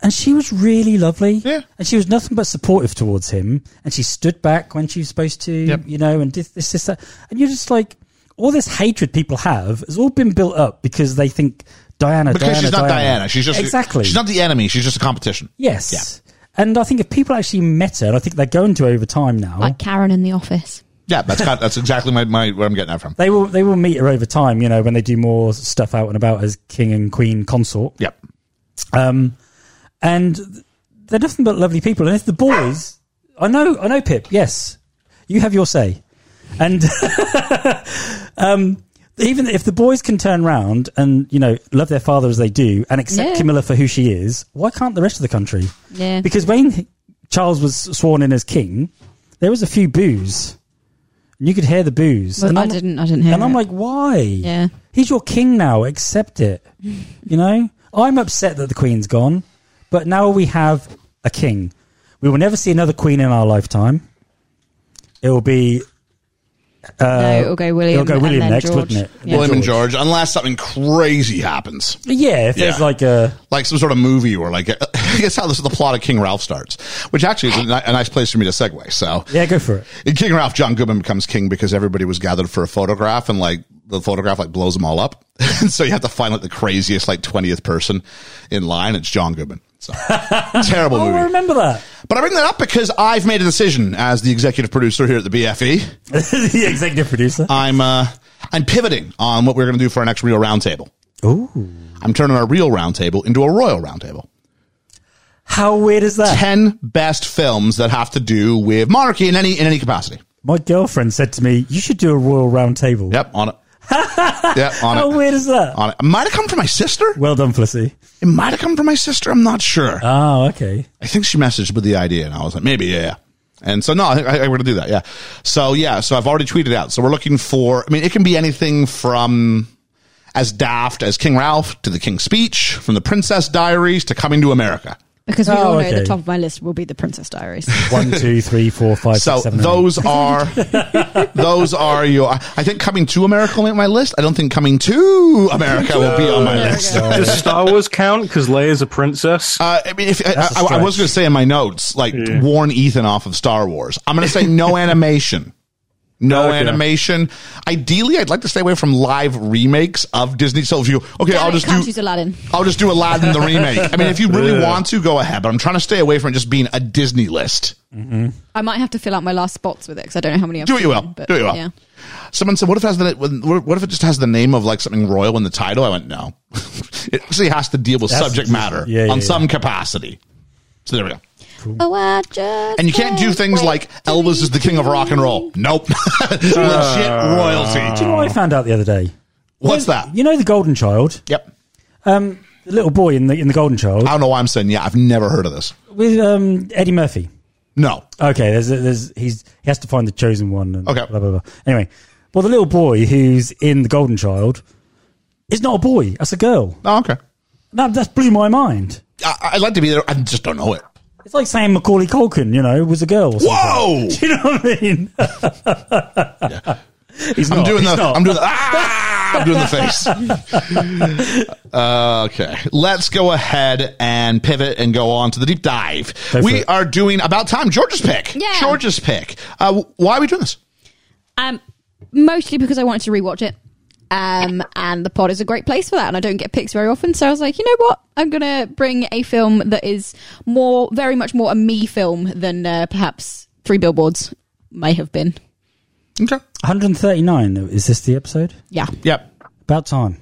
And she was really lovely.
Yeah.
And she was nothing but supportive towards him. And she stood back when she was supposed to,
Yep.
you know, and did this, this, that. And you're just like, all this hatred people have has all been built up because they think Diana,
Because
Diana,
she's not Diana.
Diana.
She's just
exactly.
She's not the enemy. She's just a competition.
Yes. And I think if people actually met her, and I think they're going to over time now.
Like Karen in The Office.
Yeah, that's got, that's exactly my, my where I'm getting that from.
they will they will meet her over time, you know, when they do more stuff out and about as king and queen consort.
Yep.
Um, and th- they're nothing but lovely people. And if the boys, I know, I know, Pip. Yes, you have your say. And [LAUGHS] um, even if the boys can turn round and you know love their father as they do and accept
Yeah.
Camilla for who she is, why can't the rest of the country?
Yeah.
Because when Charles was sworn in as king, there was a few boos. And you could hear the boos.
Well,
and
I
I'm-
didn't- I didn't hear
And I'm
it.
like, why?
Yeah.
He's your king now. Accept it. You know, I'm upset that the queen's gone, but now we have a king. We will never see another queen in our lifetime. It will be uh,
no, it'll go William.
it'll go
and
William
then
next,
George.
wouldn't it?
Yeah.
William and George, unless something crazy happens.
yeah. If there's
Yeah.
like a
like some sort of movie where like [LAUGHS] I guess how this is the plot of King Ralph starts, which actually is a, ni- a nice place for me to segue. So
yeah, go for it.
in King Ralph, John Goodman becomes king because everybody was gathered for a photograph and like the photograph like blows them all up. [LAUGHS] And so you have to find like the craziest like 20th person in line. It's John Goodman. So terrible
Oh, I
movie.
remember that. [LAUGHS]
But I bring that up because I've made a decision as the executive producer here at the BFE.
the executive producer.
I'm, uh, I'm pivoting on what we're going to do for our next real roundtable.
Ooh,
I'm turning our real roundtable into a royal roundtable.
how
[LAUGHS]
weird is that?
10 best films that have to do with monarchy in any in any capacity.
My girlfriend said to me, "You should do a royal round table."
Yep, on it. yep, on
How
it.
weird is that?
On it. It might have come from my sister.
Well done, Felicity.
It might have come from my sister. I'm not sure.
Oh, okay.
I think she messaged with the idea, and I was like, maybe, yeah. yeah. And so, no, I think I, I going to do that. Yeah. So, yeah. So I've already tweeted out. So we're looking for, I mean, it can be anything from as daft as King Ralph to the King's speech, from the Princess Diaries to coming to America.
because we
Oh,
all know
okay.
the top of my list will be the Princess
[LAUGHS]
Diaries.
One, two, three, four, five, six,
So
seven, eight. [LAUGHS]
those are those are your. I think coming to America will make my list. I don't think coming to America will be on my list.
Does Star Wars count? Because Leia's a princess.
Uh, I mean, if I,
That's
I,
a
I was
stretch.
going to say in my notes, like warn Ethan off of Star Wars. I'm going to say
[LAUGHS]
no animation. No
Okay.
animation. Ideally, I'd like to stay away from live remakes of Disney. So if you okay, I'll just
can't
do
choose Aladdin.
I'll just do Aladdin
[LAUGHS]
the remake. I mean, if you really want to, go ahead. But I'm trying to stay away from it just being a Disney list.
I might have to fill out my last spots with it because I don't know how many. I've
Do what you
seen,
will.
but
Do what you will.
Yeah.
Someone said, "What if it has the what if it just has the name of like something royal in the title?" I went, "No, [LAUGHS] it actually has to deal with
That's-
subject matter
yeah, yeah,
on
yeah.
some capacity." So there we go.
Oh, I just
And you can't do
can't
things
wait
like
to
Elvis is the king of rock and roll. Nope, [LAUGHS] legit
Do you
royalty.
know what I found out the other day?
Oh. What's
You know-
that?
You know the Golden Child,
Yep.
um, the little boy in the in the Golden Child
I don't know why I'm saying yeah. I've never heard of this.
with um, Eddie Murphy.
No.
Okay, there's there's he's he has to find the chosen one. And
Okay.
blah blah blah. Anyway, well, the little boy who's in the Golden Child is not a boy; that's a girl.
Oh, okay.
That that blew my mind.
I, I'd like to be there. I just don't know it.
It's like saying Macaulay Culkin, you know, was a girl. or something.
Whoa!
[LAUGHS] Do you know what I mean? he's not.
I'm doing
he's
the.
not.
I'm doing
[LAUGHS]
the. Ah, I'm doing the face. Uh, okay, let's go ahead and pivot and go on to the deep dive.
Go for
we
it.
are doing about time. George's pick.
Yeah.
George's pick. Uh, w- why are we doing this?
Um, mostly because I wanted to rewatch it. Um, and the pod is a great place for that. And I don't get picks very often. So I was like, you know what? I'm going to bring a film that is more, very much more a me film than uh, perhaps Three Billboards may have been.
Okay.
139. Is this the episode?
Yeah.
Yep.
About time.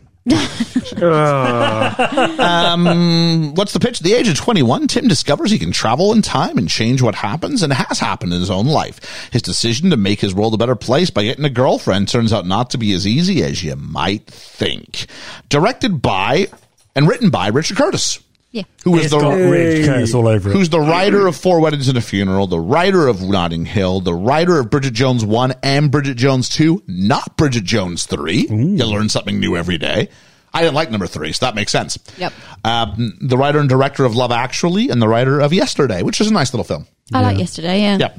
Um, what's the pitch? At the age of 21, Tim discovers he can travel in time and change what happens and has happened in his own life. His decision to make his world a better place by getting a girlfriend turns out not to be as easy as you might think. Directed by and written by Richard Curtis.
Yeah.
Who is
It's got
the
Ridge Curtis all over it.
who's the writer of Four Weddings and a Funeral, the writer of Notting Hill, the writer of Bridget Jones 1 and Bridget Jones 2, not Bridget Jones 3. You learn something new every day. I didn't like number 3, so that makes sense.
Yep.
Um, the writer and director of Love Actually and the writer of Yesterday, which is a nice little film.
I like yesterday. Yeah.
Yep.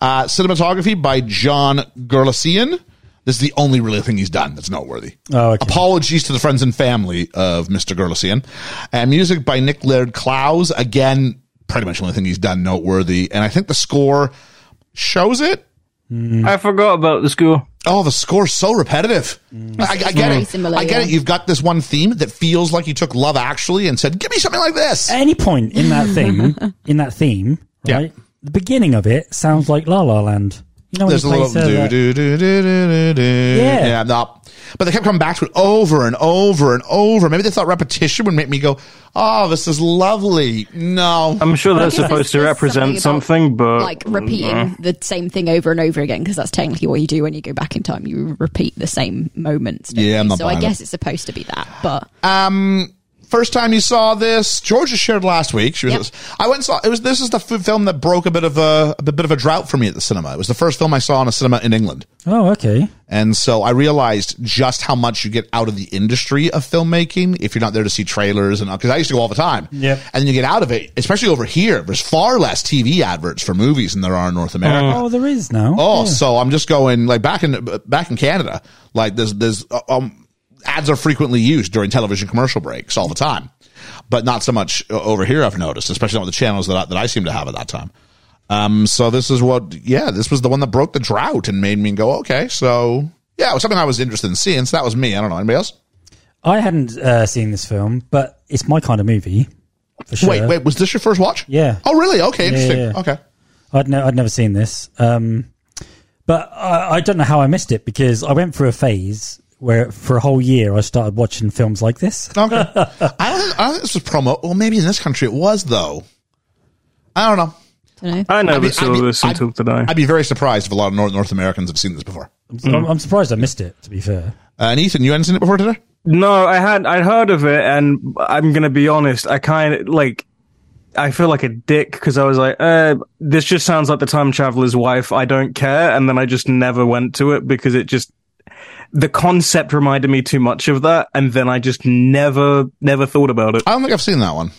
Uh, cinematography by John Gerlasian. This is the only really thing he's done that's noteworthy.
Oh, okay.
Apologies to the friends and family of Mr. Gerlasian. And music by Nick Laird Clowes. Again, pretty much the only thing he's done noteworthy. And I think the score shows it.
I forgot about the school.
Oh, the score's so repetitive. I, I get
Mm. very
it.
similar,
I get
yeah.
it. You've got this one theme that feels like you took Love Actually and said, "Give me something like this."
At any point in that theme, in that theme,
Yeah.
right? The beginning of it sounds like La La Land. You know when
There's a
he
little
plays uh,
do
that-
do do do do do do.
Yeah.
Yeah, no. But they kept coming back to it over and over and over. Maybe they thought repetition would make me go, "Oh, this is lovely." No,
I'm sure
I
that's
guess there's-
supposed to
there's something
represent something,
about,
but Mm-hmm.
like repeating the same thing over and over again because that's technically what you do when you go back in time. You repeat the same moments. don't
Yeah,
you?
I'm not
so I
buying
guess it's supposed to be that, but
first time you saw this, Georgia shared last week. She was,
Yep.
I went and saw it was this is the f- film that broke a bit of a, a bit of a drought for me at the cinema. It was the first film I saw in a cinema in England.
Oh, okay.
And so I realized just how much you get out of the industry of filmmaking if you're not there to see trailers and because I used to go all the time.
Yep.
And then you get out of it, especially over here. There's far less TV adverts for movies than there are in North America.
Oh, there is now.
Oh,
Yeah.
so I'm just going like back in back in Canada, like there's there's uh, um ads are frequently used during television commercial breaks all the time, but not so much o- over here. I've noticed, especially on the channels that I, that I seem to have at that time. Um, so this is what, yeah, this was the one that broke the drought and made me go, okay, so yeah, it was something I was interested in seeing. So that was me. I don't know anybody else.
I hadn't uh, seen this film, but it's my kind of movie. For sure.
Wait, wait, was this your first watch?
Yeah.
Oh, really? Okay, interesting.
yeah.
Okay.
I'd, ne- I'd never seen this. Um, but I, I don't know how I missed it because I went through a phase where for a whole year I started watching films like this.
Okay. [LAUGHS] I, don't, think- I don't think this was promo. Well, maybe in this country it was though. I don't know.
I don't know.
I never
I'd be-
saw
I'd be-
this until
I'd-
today.
I'd be very surprised if a lot of North, North Americans have seen this before.
So I'm, I'm surprised I missed it, to be fair.
Uh, and Ethan, you hadn't seen it before today?
no, I had I'd heard of it, and I'm gonna be honest. I kind of like. I feel like a dick because I was like, uh, this just sounds like the time traveler's wife. I don't care, and then I just never went to it because it just the concept reminded me too much of that, and then I just never never thought about it.
I don't think I've seen that one.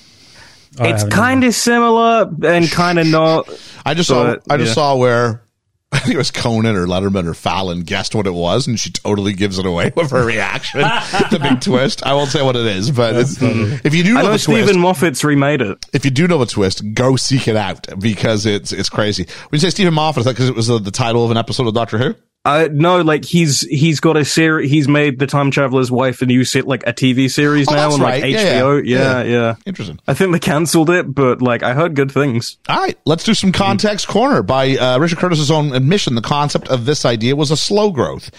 I
it's
haven't
kind of similar and kind of not.
I just saw
But,
I just
yeah.
saw where [LAUGHS] I think it was Conan or Letterman or Fallon guessed what it was, and she totally gives it away [LAUGHS] with her reaction. the
[LAUGHS]
big twist. I won't say what it is, but it's, if you do
I
know
know
the twist,
Stephen Moffat's remade it.
if you do know the twist, go seek it out because it's it's crazy. When you say Stephen Moffat, is that because it was the, the title of an episode of Doctor Who?
Uh, no, like he's he's got a series. He's made the Time Traveler's Wife a new se- like a TV series
Oh,
now
that's
on like
right. Yeah,
HBO.
yeah.
Yeah yeah,
Interesting.
I think they cancelled it, but like I heard good things.
All right, let's do some context corner. By uh, Richard Curtis's own admission, the concept of this idea was a slow growth.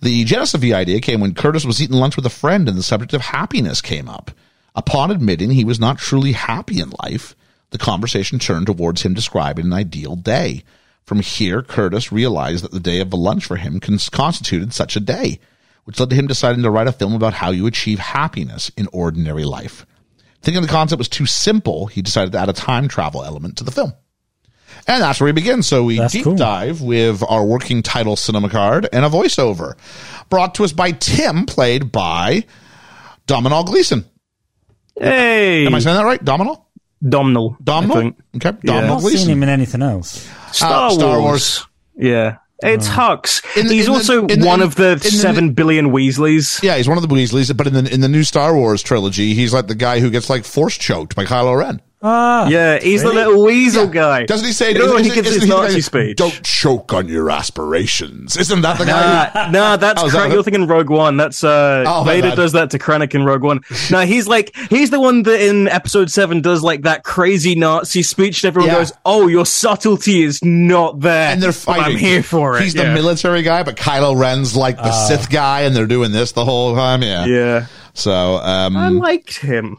The genesis of the idea came when Curtis was eating lunch with a friend and the subject of happiness came up. Upon admitting he was not truly happy in life, the conversation turned towards him describing an ideal day. From here, Curtis realized that the day of the lunch for him cons- constituted such a day, which led to him deciding to write a film about how you achieve happiness in ordinary life. Thinking the concept was too simple, he decided to add a time travel element to the film. And that's where we begin. So we
That's
deep
cool.
dive with our working title cinema card and a voiceover brought to us by Tim, played by Domino Gleason.
Hey,
Am I saying that right? Domino?
Domnall. I
Domino?
think.
Okay.
Yeah.
I've
Domino
not seen
Gleason.
him in anything else.
Star,
Uh,
Wars.
Star Wars. Uh.
Yeah, it's Hux.
In the-
He's
in the-
also
in the-
one
in-
of the
in the-
seven billion Weasleys.
Yeah, he's one of the Weasleys, but in the in the new Star Wars trilogy, he's like the guy who gets like force choked by Kylo Ren.
Ah,
Yeah, he's the little weasel guy.
Doesn't he say?
You know
isn't-
when he
isn't-
gives
isn't
his
the
Nazi
guy-
speech?
Don't choke on your aspirations. Isn't that the guy? who-
Nah, nah, that's
Oh, is that
Krennic.
what it-
you're thinking Rogue One. That's uh,
Oh, my
Vader
bad.
does that to Krennic in Rogue One. No, he's like he's the one that in Episode Seven does like that crazy Nazi speech, and everyone
Yeah.
goes, "Oh, your subtlety is not there."
and they're
but
fighting.
I'm here for it.
He's
yeah. Uh.
the military guy, but Kylo Ren's like the Sith guy, and they're doing this the whole time. Yeah.
Yeah,
So, um,
I liked him.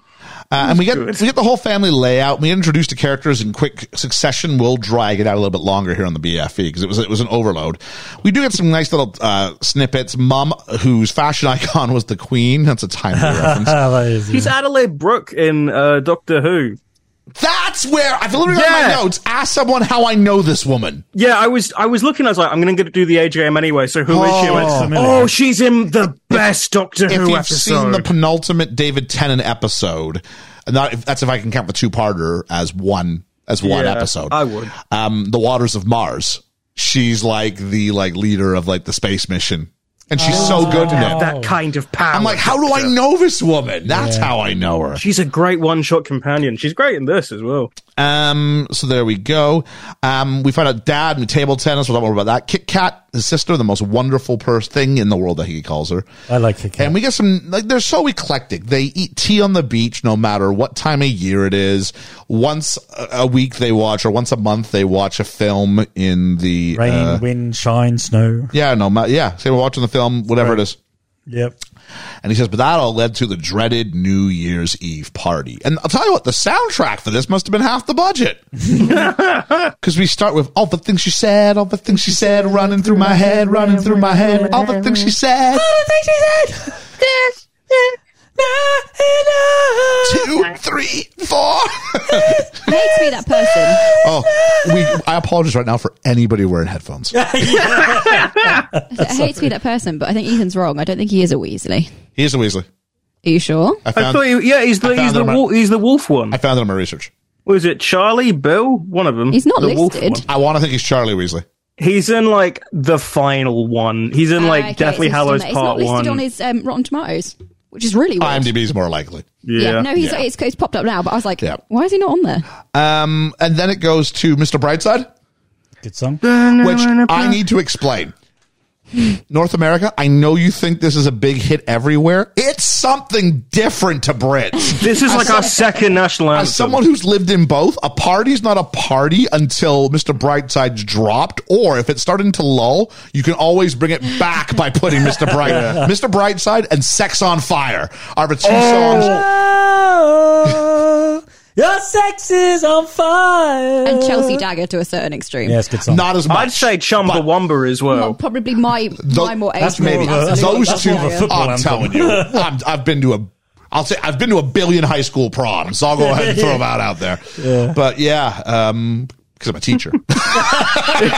uh, and we get
good.
we get the whole family layout. We introduce the characters in quick succession. We'll drag it out a little bit longer here on the BFE because it was it was an overload. We do get some nice little uh, snippets. Mum, whose fashion icon was the Queen. That's a
[LAUGHS]
timely reference.
ah, that is.
He's Adelaide Brooke in uh, Doctor Who.
That's where I've literally got
Yeah.
my notes. Ask someone how I know this woman.
Yeah, I was I was looking. I was like, I'm going to do the age game anyway. So who is she? I went,
Oh.
oh, she's in the best Doctor
if
Who
you've
episode.
seen the penultimate David Tennant episode, and not if, that's if I can count the two parter as one as one
Yeah,
episode.
I would.
Um, the Waters of Mars. She's like the like leader of like the space mission, and she's so good in it.
Oh, that kind of power.
I'm like, how do I know this woman? That's how I know her.
She's a great one shot companion. She's great in this as well.
Um, so there we go. Um, we found out dad and table tennis. We'll talk more about that. Kit Kat, his sister, the most wonderful purse thing in the world that he calls her.
I like Kit Kat.
And we get some, like, they're so eclectic. They eat tea on the beach no matter what time of year it is. Once a- a week they watch, or once a month they watch a film in the.
Rain,
uh,
wind, shine, snow.
yeah, no, ma- yeah. So we're watching the film, whatever it is.
Yep.
And he says, but that all led to the dreaded New Year's Eve party. And I'll tell you what, the soundtrack for this must have been half the [LAUGHS] budget. Because we start with all the things she said, all the things she said, running through my head, running through my head, all the things she said. Two, three, four. [LAUGHS]
Makes me that person.
[LAUGHS]
oh, we, I apologize right now for anybody wearing [LAUGHS] headphones.
I hate to be that person, but I think Ethan's wrong. I don't think he is a Weasley.
He is a Weasley.
Are you sure?
I
I
found,
thought, he, yeah, he's
I
the
found
he's the
them at-
wolf, he's the wolf one.
I found it in my research.
Was it Charlie, Bill, one of them?
He's not
the
listed.
one.
I want to think he's Charlie Weasley.
He's in like the final one. He's in like
Ah, okay,
Deathly
it's listed on
Hallows
there.
Part
It's not listed
One.
on his um, Rotten Tomatoes, which is really weird.
IMDb's more likely.
yeah.
yeah.
no, he's
Yeah.
it's, it's popped up now, but I was like,
Yeah.
why is he not on there?
Um, and then it goes to Mr. Brightside.
Good song.
which I need to explain. North America, I know you think this is a big hit everywhere. It's something different to
[LAUGHS]
Brits.
This is like our second national anthem.
As someone who's lived in both, a party's not a party until Mr. Brightside's dropped, or if it's starting to lull, you can always bring it back by putting Mr. Bright, Mr. Brightside, and Sex on Fire are the two songs.
Oh, your sex is on fire.
And
Uh,
Chelsea Dagger to a certain extreme.
Yeah, it's a good song.
Not as much.
I'd say Chumbawamba as
Well,
well.
probably my
Tho-
my more age.
That's
maybe
more of a-
those
that's
two.
more of a football
I'm
anthem.
telling you, I'm, I've been to a. I'll say I've been to a billion high
[LAUGHS]
school proms. So I'll go ahead and throw that out there. But yeah, um, because I'm a teacher. [LAUGHS]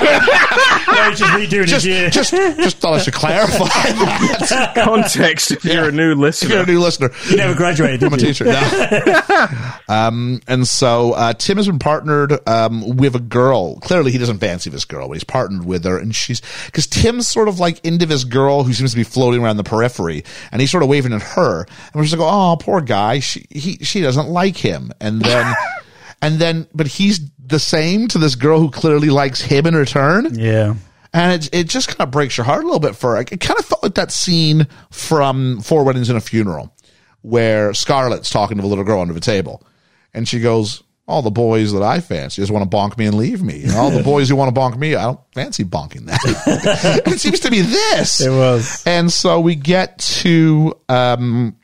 No, he's just redoing [LAUGHS]
Just,
his year.
just, just thought I should clarify. [LAUGHS] that.
[LAUGHS] Context if you're a new
if you're
listener.
a new listener,
you never graduated, did
I'm a
you?
teacher now. [LAUGHS] um, and so uh, Tim has been partnered um, with a girl. Clearly, he doesn't fancy this girl, but he's partnered with her, and she's because Tim's sort of like into this girl who seems to be floating around the periphery, and he's sort of waving at her, and we're just like, oh, poor guy, she he she doesn't like him, and then. And then, but he's the same to this girl who clearly likes him in return.
Yeah.
And it, it just kind of breaks your heart a little bit for her. It kind of felt like that scene from Four Weddings and a Funeral where Scarlett's talking to the little girl under the table. And she goes, all the boys that I fancy just want to bonk me and leave me. And all the boys who want to bonk me, I don't fancy bonking that. [LAUGHS] it seems to be this.
It was.
And so we get to, um,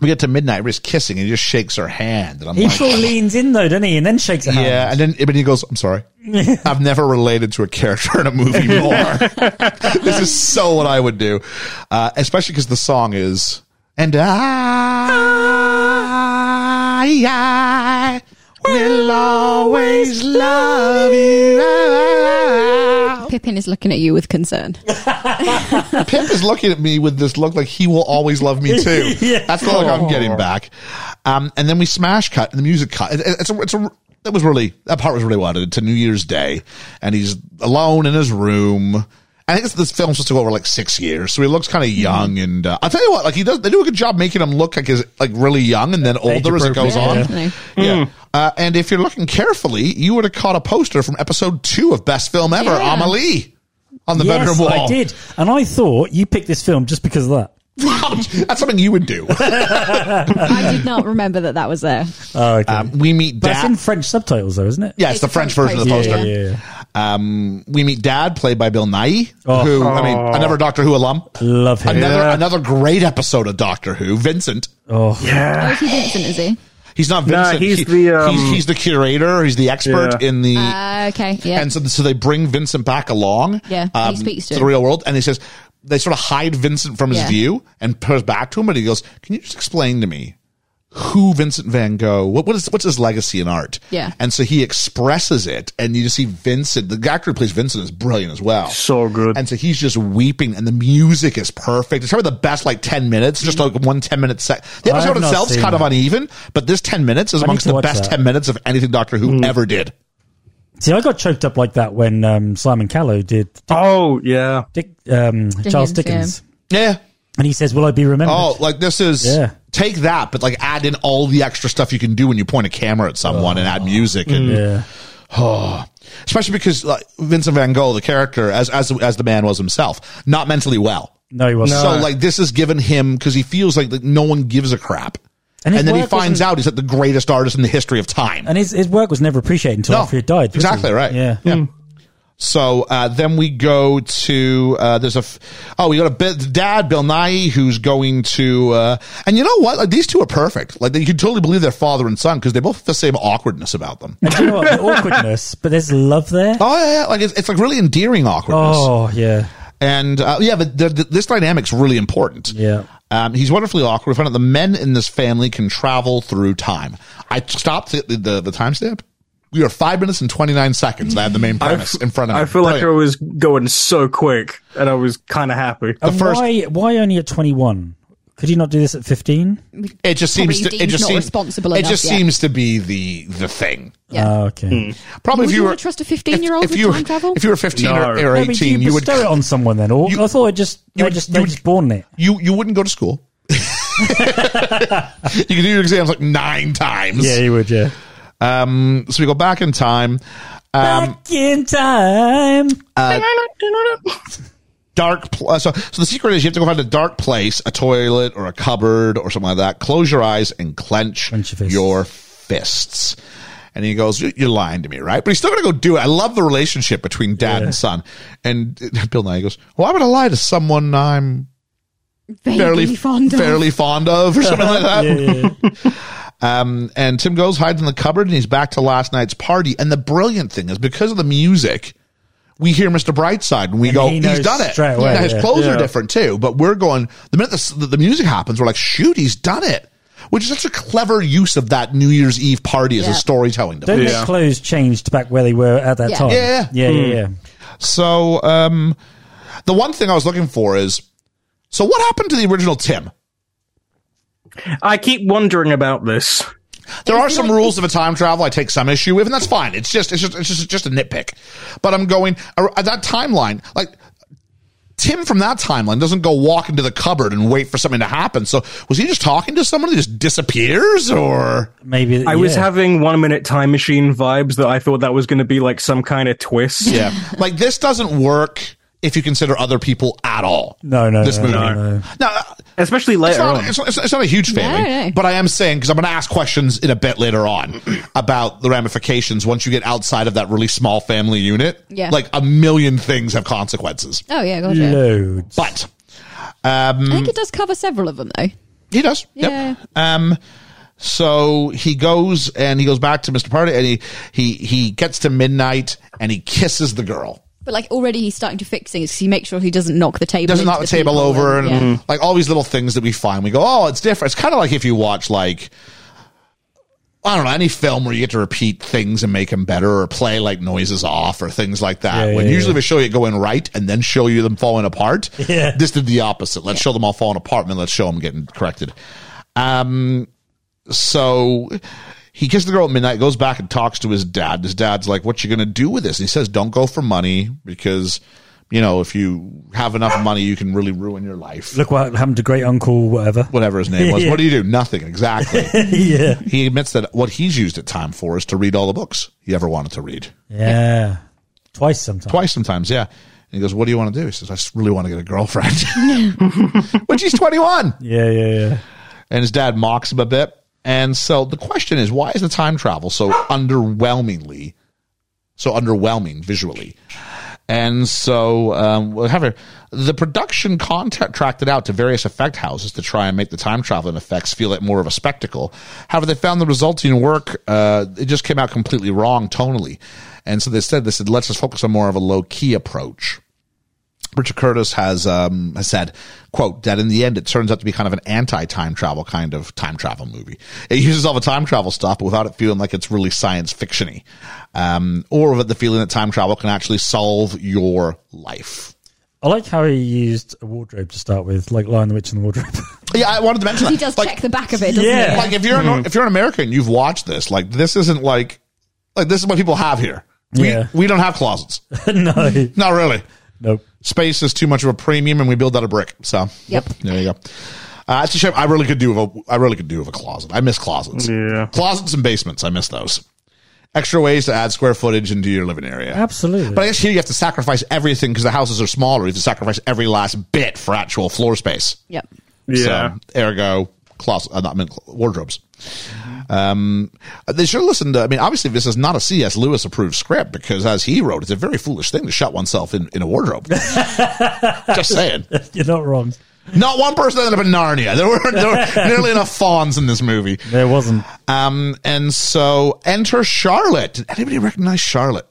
we get to midnight. We're just kissing, and he just shakes her hand, and I'm
He
like,
sort of leans in though, doesn't he? And then shakes a hand.
yeah, and then but he goes, "I'm sorry, I've never related to a character in a movie more. this is so what I would do, uh, especially because the song is and I, I will always love you."
Pippin is looking at you with
[LAUGHS]
concern.
Pimp is looking at me with this look like he will always love me too.
[LAUGHS] Yeah.
That's the look I'm getting back. Um, and then we smash cut and the music cut. It- it's a, it's a, that was really, that part was really well. It's a New Year's Day and he's alone in his room. I think it's- this film's supposed to go over like six years, so he looks kind of
Mm-hmm.
young. And uh, I'll tell you what, like he does, they do a good job making him look like his like really young and then older as it goes
appropriate,
on.
yeah.
Definitely.
Yeah.
Mm.
Uh, and if you're looking carefully, you would have caught a poster from episode two of Best Film Ever,
Yeah.
Amelie, on the
yes,
bedroom wall.
I did. And I thought you picked this film just because of that.
That's something you would do.
[LAUGHS]
I did not remember that that was there.
Oh, okay.
Um, we meet
That's in
dad.
French subtitles though, isn't it?
Yeah, it's the French version of the
Yeah,
poster.
Yeah, yeah, yeah.
Um, we meet dad, played by Bill Nye,
Oh.
who I mean, another Doctor Who alum,
Love him.
another another great episode of Doctor Who. Vincent.
Oh,
Oh, is he Vincent, is he?
He's not
Nah,
Vincent.
he's the, um,
he's, he's the curator. He's the expert
Yeah.
in the.
Uh, okay, yeah.
and so, so they bring Vincent back along. um,
Yeah, he speaks to
the
him.
real world, and he says they sort of hide Vincent from his
Yeah.
view and put back to him, and he goes, "Can you just explain to me who Vincent Van Gogh? What, what is what's his legacy in art?"
Yeah.
and so he expresses it, and you just see Vincent. The actor who plays Vincent is brilliant as well.
So good.
And so he's just weeping, and the music is perfect. It's probably the best like ten minutes, just like one 10 minute sec. The
I have
episode
not
itself's
seen
kind of
that.
uneven, but this ten minutes is
need
amongst
to
the
watch
best
that. Mm.
ten minutes of anything Doctor Who ever did.
see, I got choked up like that when um, Simon Callow did
Oh, yeah.
Dick, um, Charles
Dickens,
Dickens,
Yeah.
and he says, "Will I be remembered?"
Oh, like this is
Yeah.
take that, but like add in all the extra stuff you can do when you point a camera at someone and add music and
yeah,
oh.
Mm-hmm.
especially because like Vincent Van Gogh, the character as as as the man was himself, not mentally well.
no, he wasn't.
So like this is given him because he feels like, like no one gives a crap, and,
And his
then he
work
finds
wasn't-
out he's like the greatest artist in the history of time.
and his his work was never appreciated until
No,
after he died. was he?
exactly right. [LAUGHS]
Yeah,
So uh, then we go to uh, there's a f- oh we got a bit dad Bill Nye who's going to uh, and you know what like these two are perfect like you can totally believe they're father and son because they both have the same awkwardness about them
and do you know what? The awkwardness, but there's love there.
oh yeah, yeah. like it's, it's like really endearing awkwardness
Oh yeah,
and uh, yeah but the, the, this dynamic's really important
yeah.
um, he's wonderfully awkward we found out the men in this family can travel through time I stopped the the, the timestamp we are five minutes and twenty nine seconds and I have the main premise in front of me
I feel like I
Brilliant.
was going so quick and I was kind of happy.
and
first-
why why only at 21? Could you not do this at 15?
It just
Probably
seems to, it
deemed
just
not
seems
responsible
It
enough
just
yet.
seems to be the the thing.
yeah.
Oh, okay.
Probably if
Would you
you were
wanna trust a 15-year-old
if
with
you were-
time travel?
If you were fifteen or,
No.
or
No, but do
eighteen,
you
you would
bestow it on someone then, or
You-
I thought it just
you
they
would-
just
you
they
would-
just born it.
you you wouldn't go to school. [LAUGHS] you could do your exams like nine times.
you would. Yeah.
Um. So we go back in time. Um. Uh,
Back in time.
dark pl- uh, so so the secret is you have to go find a dark place a toilet or a cupboard or something like that close your eyes and clench
Clench your fists.
your fists and he goes "You- you're lying to me right but he's still gonna go do it i love the relationship between dad and son and [LAUGHS] uh, bill nye goes why would i lie to someone i'm
Vaguely
fairly
fond of.
fairly fond of or something like that
Yeah, [LAUGHS] yeah, yeah.
um, and Tim goes, hides in the cupboard, and he's back to last night's party. And the brilliant thing is because of the music, we hear Mr. Brightside and we
And
go,
he
he's
knows
done it.
straight away,
Now, his
yeah.
clothes are
Yeah.
different too, but we're going, the minute the, the music happens, we're like, shoot, he's done it. which is such a clever use of that New Year's Eve party as
Yeah.
a storytelling device.
Don't
Yeah.
their clothes change to back where they were at that
Yeah.
time?
Yeah.
yeah, yeah. yeah.
So, um, the one thing I was looking for is so what happened to the original Tim?
I keep wondering about this.
There are some rules of a time travel I take some issue with, and that's fine. It's just it's just it's just, just a nitpick. But I'm going ar- at that timeline, like Tim from that timeline doesn't go walk into the cupboard and wait for something to happen. So was he just talking to someone who just disappears, or
Maybe
I was
yeah.
having one minute time machine vibes that I thought that was going to be like some kind of twist.
yeah, [LAUGHS] like this doesn't work if you consider other people at all.
No, no,
this
no,
movie.
no, no.
Now,
Especially
it's
later
not,
on.
it's, not- it's not a huge failing,
No, no.
but I am saying because I'm going to ask questions in a bit later on [CLEARS THROAT] about the ramifications once you get outside of that really small family unit.
Yeah.
like a million things have consequences.
Oh yeah, gotcha.
loads.
But
I think it does cover several of them though.
he does.
Yeah.
Yep. Um. So he goes and he goes back to Mr. Party and he he he gets to midnight and he kisses the girl.
But like already he's starting to fix things 'cause he makes sure he doesn't knock the table.
He doesn't
into
knock the table
people
over and
yeah.
like all these little things that we find. We go, oh, it's different. It's kind of like if you watch like. I don't know any film where you get to repeat things and make them better, or play like noises off, or things like that.
Yeah,
when
yeah,
usually
yeah.
we show you it going right and then show you them falling apart.
[LAUGHS] Yeah.
This did the opposite. Let's show them all falling apart and then let's show them getting corrected. Um, so he kisses the girl at midnight, goes back and talks to his dad. His dad's like, What you gonna do with this? He says, Don't go for money because you know, if you have enough money you can really ruin your life.
Look what happened to great uncle, whatever.
Whatever his name was.
[LAUGHS] Yeah.
What do you do? Nothing, exactly.
[LAUGHS] yeah,
he admits that what he's used at time for is to read all the books he ever wanted to read.
yeah. Twice sometimes.
Twice sometimes, yeah. And he goes, What do you want to do? He says, I just really want to get a girlfriend. [LAUGHS] Which he's twenty one.
Yeah, yeah, yeah.
and his dad mocks him a bit. And so the question is, why is the time travel so underwhelmingly, so underwhelming visually? And so, um, well, however, the production contracted out to various effect houses to try and make the time traveling effects feel like more of a spectacle. However, they found the resulting work, uh, it just came out completely wrong tonally. And so they said, they said, let's just focus on more of a low key approach. Richard Curtis has um, has said, "quote that in the end it turns out to be kind of an anti time travel kind of time travel movie. It uses all the time travel stuff but without it feeling like it's really science fictiony, um, or with the feeling that time travel can actually solve your life."
I like how he used a wardrobe to start with, like Lion the Witch in
[LAUGHS]
the Wardrobe.
Yeah, I wanted to mention that.
He does
Like-
check the back of it. Doesn't
Yeah. [LAUGHS]
He?
like if you're an, if you're an American, and you've watched this. Like this isn't like like this is what people have here. We
Yeah.
we don't have closets.
no,
Not really.
nope.
space is too much of a premium, and we build out a brick. So,
Yep.
there you go. Uh, it's a shame. I really could do with a. I really could do with a closet. I miss closets.
Yeah.
closets and basements. I miss those. Extra ways to add square footage into your living area.
Absolutely.
But I guess here you have to sacrifice everything because the houses are smaller. You have to sacrifice every last bit for actual floor space.
Yep.
Yeah.
So, ergo, closet. Uh, not I mean, cl- wardrobes. Um, they should listen to. I mean, obviously, this is not a C.S. Lewis approved script because, as he wrote, it's a very foolish thing to shut oneself in, in a
[LAUGHS]
wardrobe. Just saying.
You're not wrong.
Not one person ended up in Narnia. There were, there were nearly enough fawns in this movie.
There wasn't.
Um, and so enter Charlotte. Did anybody recognize Charlotte?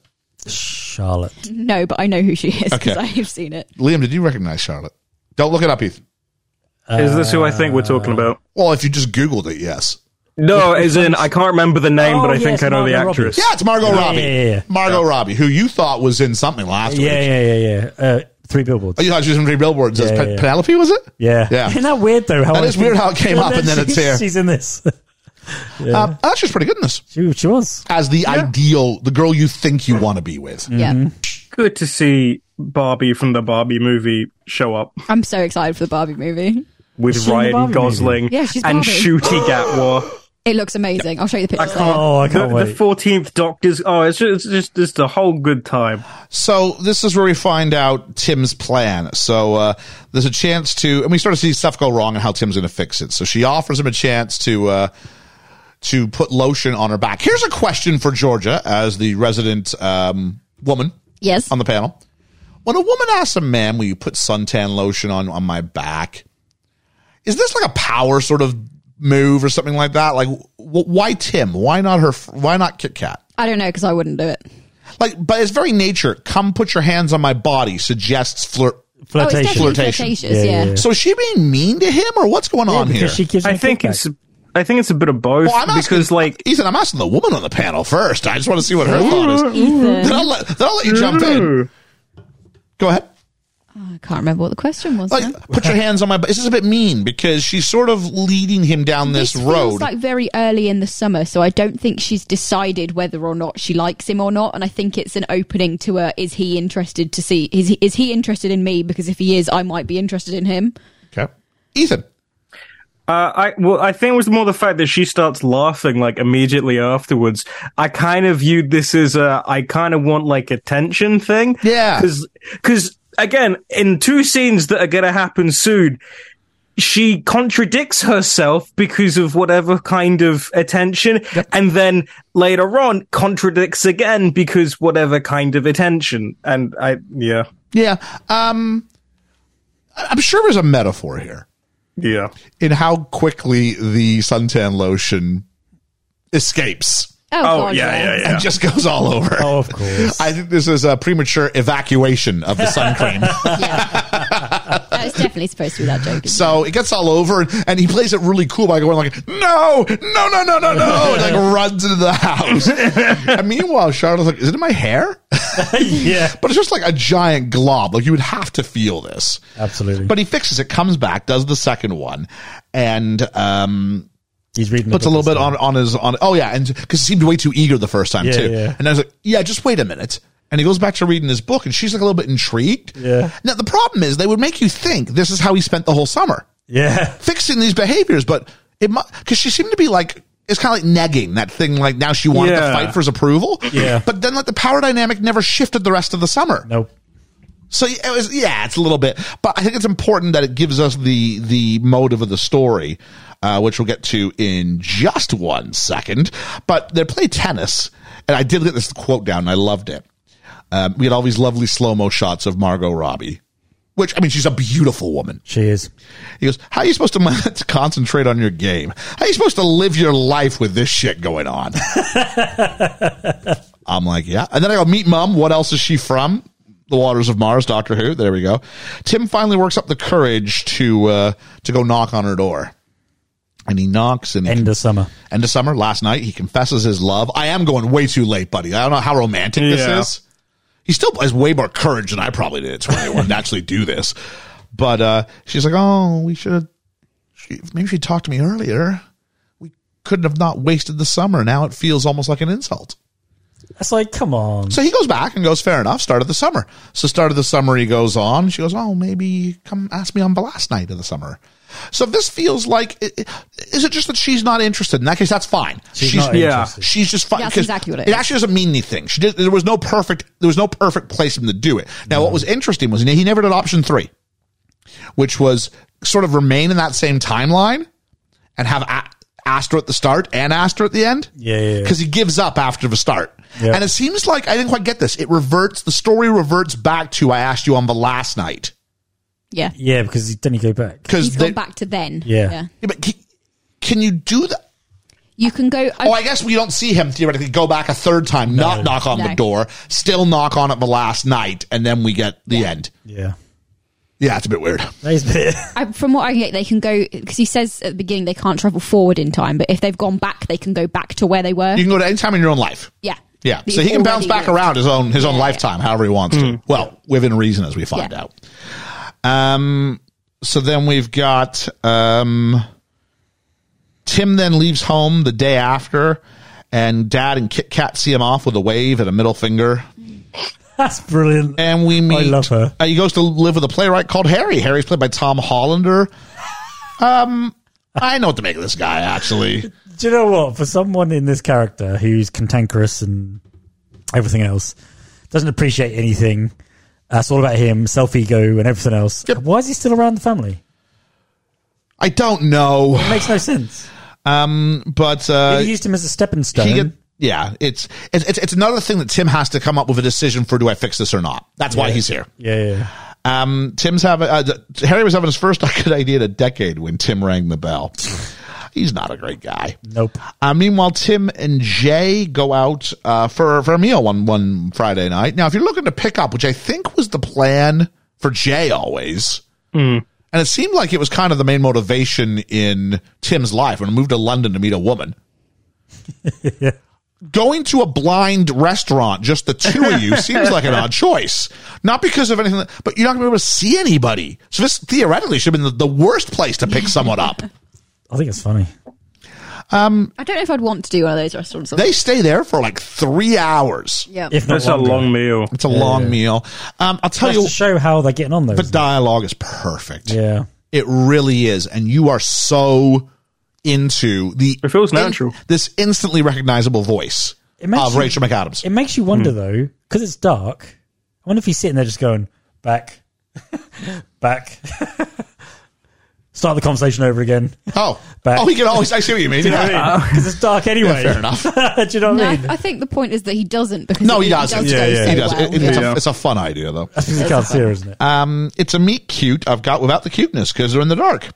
Charlotte.
No, but I know who she is
Okay.
because I've seen it.
Liam, did you recognize Charlotte? Don't look it up, Ethan.
Is this who I think we're
Oh.
talking about?
Well, if you just Googled it, yes.
No, as in I can't remember the name,
Oh,
but I
yes,
think I know the
Margot
actress.
Yeah, it's Margot Robbie.
yeah, yeah, yeah.
Margot Robbie, who you thought was in something last week.
Yeah, yeah, yeah, yeah. Uh, three billboards.
Oh, you thought she was in three billboards. as
Yeah,
Pen-
yeah.
Penelope, was it?
yeah.
Yeah.
[LAUGHS] Isn't that weird though? How
That
I
is weird how it came
[LAUGHS]
up and then it's
she's-
here.
She's in this. [LAUGHS]
Um, I thought she was pretty good in this.
she, she was.
As the ideal, the girl you think you want to be with.
Yeah.
Good to see Barbie from the Barbie movie show up
I'm so excited for the Barbie movie.
with
in the
Ryan
Barbie
Gosling
movie?
Yeah, she's
and
Barbie.
[GASPS]
Shooty Gatwa.
It looks amazing. I'll show you the pictures. later.
Oh, I can't
the,
wait.
the 14th Doctor's. Oh, it's just, it's just it's the whole good time.
So this is where we find out Tim's plan. So uh, there's a chance to, and we sort of see stuff go wrong and how Tim's going to fix it. So she offers him a chance to uh, to put lotion on her back. Here's a question for Georgia, as the resident um, woman
Yes.
on the panel. When a woman asks a man, "Will you put suntan lotion on on my back?" Is this like a power sort of move or something like that? Like, wh- why Tim? Why not her? Why not Kit Kat?
I don't know because I wouldn't do it.
like by its very nature, come put your hands on my body suggests flirt.
Oh, it's
Flirtation.
definitely
Flirtation.
flirtatious. Yeah.
Yeah, yeah, yeah.
So is she being mean to him, or what's going on here?
Because she gives him
I
a
think
kickback.
it's. I think it's a bit of both
Well, I'm asking,
because like
Ethan, I'm asking the woman on the panel first. I just want to see what her thought is. Then
Ethan.
I'll let, then I'll let you jump in. Go ahead.
I can't remember what the question was.
Like,
now.
put your hands on my. butt. This is a bit mean because she's sort of leading him down this,
feels
road.
like very early in the summer, so I don't think she's decided whether or not she likes him or not. And I think it's an opening to her. Is he interested to see? Is he, is he interested in me? Because if he is, I might be interested in him.
okay, Ethan.
Uh, I well, I think it was more the fact that she starts laughing like immediately afterwards. I kind of viewed this as a I kind of want like attention thing.
Yeah.
because again, in two scenes that are gonna happen soon, she contradicts herself because of whatever kind of attention, and then later on contradicts again because whatever kind of attention. And I yeah
Yeah. Um, I- I'm sure there's a metaphor here
yeah
in how quickly the suntan lotion escapes
Oh,
oh
God,
yeah yeah yeah.
and just goes all over.
Oh, of
[LAUGHS]
course.
I think this is a premature evacuation of the sun [LAUGHS] cream.
That's definitely supposed to be that joke. isn't
So it gets all over, and, and he plays it really cool by going like, "No, no, no, no, no, no!" and like runs into the [LAUGHS] house. and meanwhile, Charlotte's like, "Is it in my hair?"
yeah.
But it's just like a giant glob. Like you would have to feel this.
Absolutely.
But he fixes it, comes back, does the second one, and um,
He's reading.
puts a little bit on on his on. Oh yeah, and because he seemed way too eager the first time
Yeah,
too.
yeah.
And I was like, "Yeah, just wait a minute." And he goes back to reading his book, and she's like a little bit intrigued.
Yeah.
Now the problem is, they would make you think this is how he spent the whole summer
Yeah.
fixing these behaviors, but it might because she seemed to be like it's kind of like negging that thing. Like now she wanted to
Yeah.
fight for his approval,
Yeah.
But then like the power dynamic never shifted the rest of the summer.
Nope.
So it was yeah, it's a little bit, but I think it's important that it gives us the the motive of the story, uh, which we'll get to in just one second. But they play tennis, and I did get this quote down, and I loved it. Um, we had all these lovely slow mo shots of Margot Robbie, which I mean, she's a beautiful woman.
She is.
He goes, How are you supposed to, man- [LAUGHS] to concentrate on your game? How are you supposed to live your life with this shit going on? I'm like, Yeah. And then I go, Meet mom. What else is she from? The Waters of Mars, Doctor Who. There we go. Tim finally works up the courage to uh, to go knock on her door. And he knocks and he
End of summer.
end of summer last night. He confesses his love. I am going way too late, buddy. I don't know how romantic
Yeah.
this is. He still has way more courage than I probably did. It's when I would [LAUGHS] naturally do this. But uh, she's like, oh, we should have. She, maybe she talked to me earlier. We couldn't have not wasted the summer. Now it feels almost like an insult.
That's like, come on.
So he goes back and goes, fair enough, start of the summer. So start of the summer, he goes on. She goes, oh, maybe come ask me on the last night of the summer. So this feels like, i- i- is it just that she's not interested? In that case, that's fine.
She's, not
yeah.
interested.
She's just fine.
That's
'cause
exactly what it
It
is.
actually doesn't mean anything. She did, there was no perfect. There was no perfect place for him to do it. Now, what was interesting was he never did option three, which was sort of remain in that same timeline and have a- Astro at the start and Astro at the end.
Yeah, yeah, yeah.
Because he gives up after the start.
Yeah.
And it seems like I didn't quite get this. It reverts. The story reverts back to I asked you on the last night
it? Yeah.
Yeah, because he didn't go back.
because
He's gone back to then.
Yeah.
But can, can you do that?
You can go.
Oh, I guess we don't see him theoretically go back a third time, not knock on the
No.
door, still knock on it the last night, and then we get the end.
Yeah.
Yeah, it's a bit weird.
That is a bit.
I, from what I get, they can go because he says at the beginning they can't travel forward in time, but if they've gone back, they can go back to where they were.
You can go to any time in your own life.
yeah,
Yeah,
That
so
you've
he can bounce
already
back
lived.
around his own his own
Yeah, yeah.
lifetime, however he wants
Mm.
to. Well, within reason, as we find
Yeah.
out. Um. So then we've got um. Tim then leaves home the day after, and Dad and Kit Kat see him off with a wave and a middle finger.
[LAUGHS] That's brilliant.
and we meet.
love her.
Uh, he goes to live with a playwright called Harry. Harry's played by Tom Hollander. Um, I know what to make of this guy. Actually,
Do you know what? For someone in this character who's cantankerous and everything else, doesn't appreciate anything. That's all about him, self ego, and everything else.
Yep.
Why is he still around the family?
I don't know,
It makes no sense.
but uh,
they used him as a stepping stone.
he get- yeah, it's it's it's- it's another thing that Tim has to come up with a decision for. Do I fix this or not? That's why he's here.
yeah, yeah, yeah.
Um, Tim's having uh, th- Harry was having his first [LAUGHS] good idea in a decade when Tim rang the bell. He's not a great guy.
Nope.
Uh, meanwhile, Tim and Jay go out uh, for for a meal one one Friday night. Now, if you're looking to pick up, which I think was the plan for Jay always, And it seemed like it was kind of the main motivation in Tim's life when he moved to London to meet a woman. Going to a blind restaurant, just the two of you, seems like an odd choice. Not because of anything, but you're not going to be able to see anybody. So this theoretically should have been the, the worst place to pick someone up.
I think it's funny.
I don't know if I'd want to do one of those restaurants.
They stay there for like three hours.
yeah.
If not
That's a
longer.
long meal.
It's a long meal. Um, I'll tell
Just
you,
to show how they're getting on though.
the
isn't it?
dialogue is perfect.
Yeah.
It really is. And you are so into the.
It feels natural.
this instantly recognizable voice
It makes
of
you-
Rachel McAdams.
It makes you wonder
Hmm.
though, because it's dark. I wonder if he's sitting there just going back, [LAUGHS] back. [LAUGHS] Start the conversation over
[LAUGHS]
again
oh.
Back.
Oh, he can always. I see what you mean.
because [LAUGHS] it's dark anyway.
fair enough.
[LAUGHS] Do you know what
No,
I
I,
mean?
I think the point is that he doesn't because
No,
it-
he doesn't.
Does go So
He does.
Well.
It- it's,
Yeah.
a, it's a fun idea, though.
That's because you can't see her, isn't it?
Um, it's a meet cute I've got without the cuteness because they're in the dark.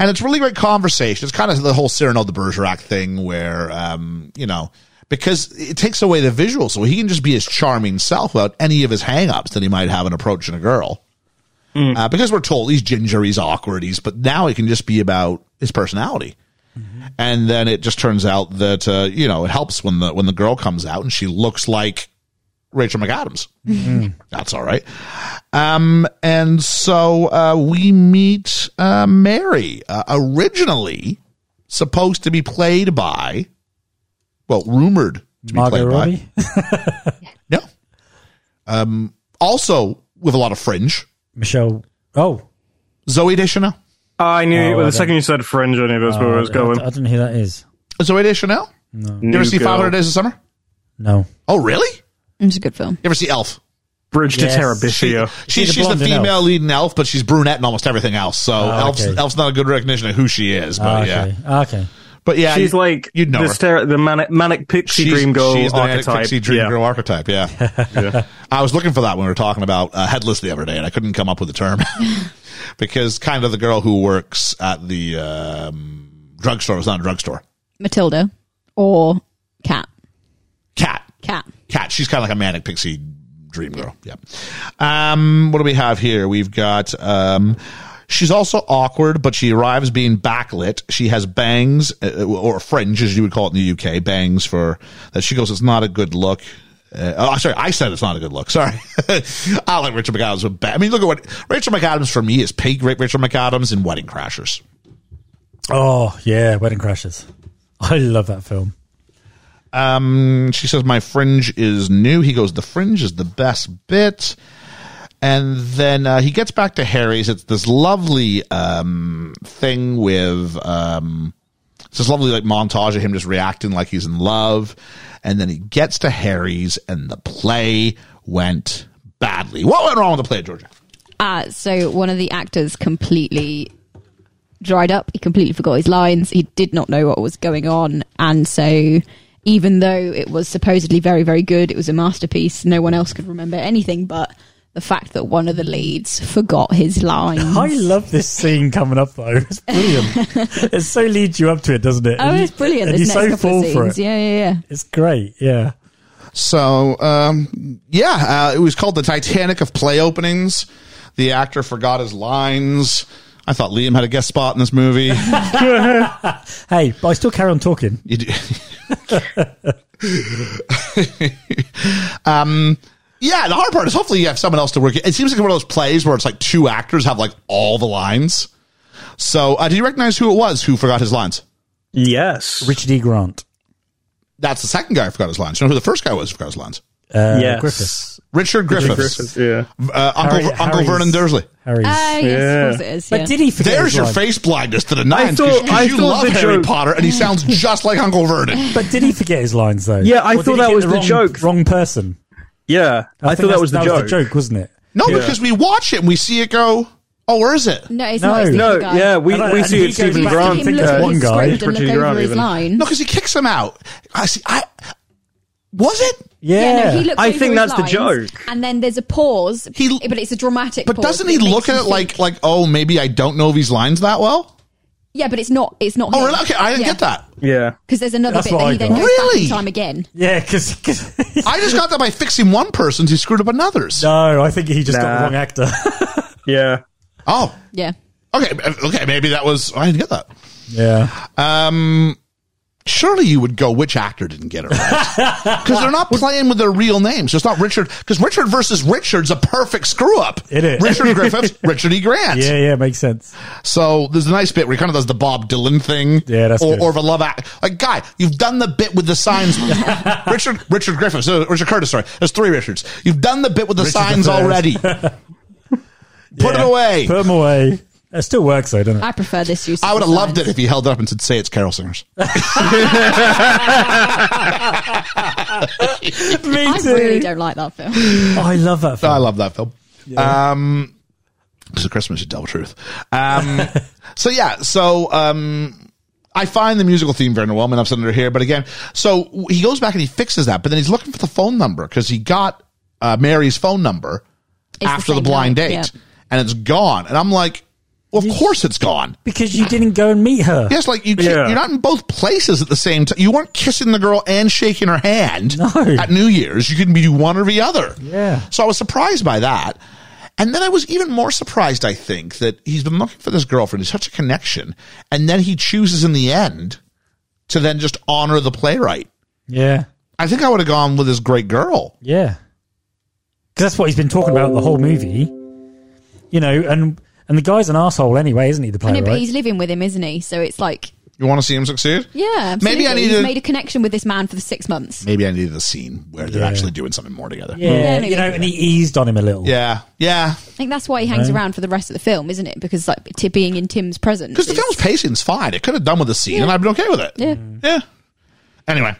And it's really great conversation. It's kind of the whole Cyrano de Bergerac thing where, um, you know, because it takes away the visual. So he can just be his charming self without any of his hang ups that he might have in approaching a girl. Uh, because we're told he's ginger, he's awkward, he's, but now it can just be about his personality. And then it just turns out that, uh, you know, it helps when the, when the girl comes out and she looks like Rachel McAdams.
Mm-hmm.
That's all right. Um, and so uh, we meet uh, Mary, uh, originally supposed to be played by, well, rumored to be played
Margot Robbie.
[LAUGHS] by. No. Um, also with a lot of fringe,
Michelle. Oh,
Zoe Deschanel.
Ah, I knew
Oh,
well,
I
the second you said fringe, I knew that's where I was going.
I, I don't know who that is.
Zoe Deschanel? You ever
New
see
girl.
500 Days of Summer?
No.
Oh, really? You
It's a good film.
ever see Elf?
Bridge
Yes.
to Terabithia.
She,
She's a
she's the
blonde in
female
Elf.
lead in Elf, but she's brunette in almost everything else. So Elf's,
okay.
Elf's not a good recognition of who she is. But
Ah, okay.
Oh, yeah,
Ah, Okay.
but yeah,
She's like
you'd know
the,
her.
stero- the manic, manic pixie
She's-
dream girl
she's the manic
archetype.
pixie dream
yeah.
girl archetype. Yeah.
[LAUGHS]
I was looking for that when we were talking about uh, headless the other day, and I couldn't come up with the term [LAUGHS] because kind of the girl who works at the um, drugstore it's not a drugstore.
Matilda or Cat.
Cat,
Cat.
cat. She's kind of like a manic pixie dream girl. Yeah. Um, what do we have here? We've got. Um, She's also awkward, but she arrives being backlit. She has bangs uh, or fringe, as you would call it in the UK, bangs for that. She goes, "It's not a good look." Uh, oh, sorry, I said it's not a good look. [LAUGHS] Sorry, I like Rachel McAdams with. Ba- I mean, look at what Rachel McAdams for me is. Pay great Rachel McAdams in Wedding Crashers.
Oh yeah, Wedding Crashers. [LAUGHS] I love that film.
And Um, she says, My fringe is new. He goes, The fringe is the best bit. And then uh, he gets back to Harry's. It's this lovely um, thing with um, it's this lovely like montage of him just reacting like he's in love. And then he gets to Harry's, and the play went badly. What went wrong with the play, Georgia?
Uh, so one of the actors completely dried up. He completely forgot his lines. He did not know what was going on. And so, even though it was supposedly very, very good, it was a masterpiece. No one else could remember anything but the fact that one of the leads forgot his lines.
[LAUGHS] I love this scene coming up though. It's brilliant.
[LAUGHS]
it so leads you up to it, doesn't it?
Oh,
And you-
it's brilliant!
And
this
you're
next
so
couple
full
of
for
scenes.
it.
Yeah, yeah, yeah.
It's great. Yeah.
So, um, yeah, uh, it was called the Titanic of play openings. The actor forgot his lines. I thought Liam had a guest spot in this movie.
[LAUGHS] Hey, but I still carry on talking.
You do. um, Um, yeah, the hard part is hopefully you have someone else to work. It It seems like one of those plays where it's like two actors have like all the lines. So, uh, do you recognize who it was who forgot his lines?
Yes.
Richard E. Grant.
That's the second guy who forgot his lines. You know who the first guy was who forgot his lines?
Uh,
yes.
Griffiths.
Richard Griffiths,
Griffiths, yeah.
Uh, Uncle,
Harry-
Uncle
Harry's-
Vernon Dursley.
Harry's.
Ah, yes,
Yeah.
of course it is.
but
yeah.
did he forget?
There's
his
your
line?
face blindness to the nines
thought- I
because you
thought
love
the
Harry
joke-
Potter and he sounds just like Uncle Vernon.
But did he forget his lines though?
Yeah, I
Or
thought
did he
that
get
was the
wrong,
joke.
Wrong person.
Yeah. I,
think
thought that
that's-
was the joke.
wasn't it?
No, because we watch it and we see it go, oh, where is it?
No, it's
No.
not. It's the
No,
other guy.
yeah, we,
And I-
we
and
see
he
it
goes
Stephen
back to
Grant
Grant.
him
him
think
look
that's
at
one
his
guy.
script and look
Richard E.
over
Grant
his
even.
line.
No, because he kicks him out. I see. I was it,
Yeah.
Yeah, no, he looks
I
over
think
his
that's the
lines,
joke.
And then there's a pause.
He-
but it's a dramatic.
but
pause,
doesn't
so
he
makes
look at
you
it like
think-
like oh maybe I don't know these lines that well?
Yeah, but it's not. It's not.
Oh, really? okay, I didn't get that.
Yeah.
because there's another
That's
bit
what
that
I
he then
got.
goes back
Really?
in time again.
Yeah, [LAUGHS] because
I just got that by fixing one person's, he screwed up another's.
[LAUGHS] no, I think he just got the
Nah.
wrong actor.
Yeah.
Oh,
Yeah,
Okay, okay, maybe that was. I didn't get that.
Yeah.
Surely you would go, which actor didn't get it right?
[LAUGHS]
Because they're not playing with their real names. It's not Richard. Because Richard versus Richard's a perfect screw up.
It is. [LAUGHS]
Richard Griffith, Richard E. Grant.
Yeah, yeah, makes sense.
So there's a nice bit where he kind of does the Bob Dylan thing.
Yeah, that's
or,
good.
or the love act. Like, guy, you've done the bit with the
[LAUGHS]
signs. Richard Richard Griffiths, uh, Richard Curtis. Sorry, there's three Richards. You've done the bit with the
Richard
signs
the third. [LAUGHS]
already. Put it
Yeah.
away.
Put them away. It still works though, doesn't it?
I prefer this use. of
I would have
the
loved it
signs.
if he held it up and said, "Say it's Carol Singers."
Me
I really don't like that film.
Oh, I love that film.
I love that film. Um, because Christmas is double truth. Um, so yeah, so um, I find the musical theme very overwhelming. I've said it here, but again, so w- he goes back and he fixes that, but then he's looking for the phone number because he got uh, Mary's phone number
the
after the,
same
blind
night,
date,
yeah.
and it's gone. And I'm like, well, of course it's gone.
Because you didn't go and meet her.
Yes, like you, can't-
Yeah.
you're not in both places at the same time. You weren't kissing the girl and shaking her hand at New Year's. You couldn't be do one or the other.
Yeah.
So I was surprised by that. And then I was even more surprised, I think, that he's been looking for this girlfriend. He's such a connection. And then he chooses in the end to then just honor the playwright.
Yeah.
I think I would have gone with this great girl.
Yeah. Because that's what he's been talking about the whole movie. You know, and and the guy's an asshole anyway, isn't he? The
I
player,
know, but
right?
he's living with him, isn't he? So it's like,
You want to see him succeed?
yeah,
Maybe I
absolutely.
need
He's
to-
made a connection with this man for six months.
Maybe I needed a scene where they're
Yeah.
actually doing something more together.
yeah,
Yeah, no,
you know,
yeah.
and he eased on him a little.
Yeah. Yeah.
I think that's why he hangs
Right.
around for the rest of the film, isn't it? Because like to being in Tim's presence.
Because the
is-
film's pacing's fine. It could have done with a scene, and I've been okay with it.
Yeah.
Yeah. Anyway.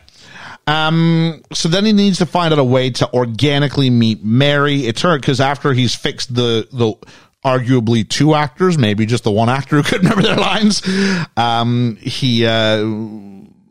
Um, so then he needs to find out a way to organically meet Mary. It turned because after he's fixed the the arguably two actors, maybe just the one actor who [LAUGHS] couldn't remember their lines. Um, he uh,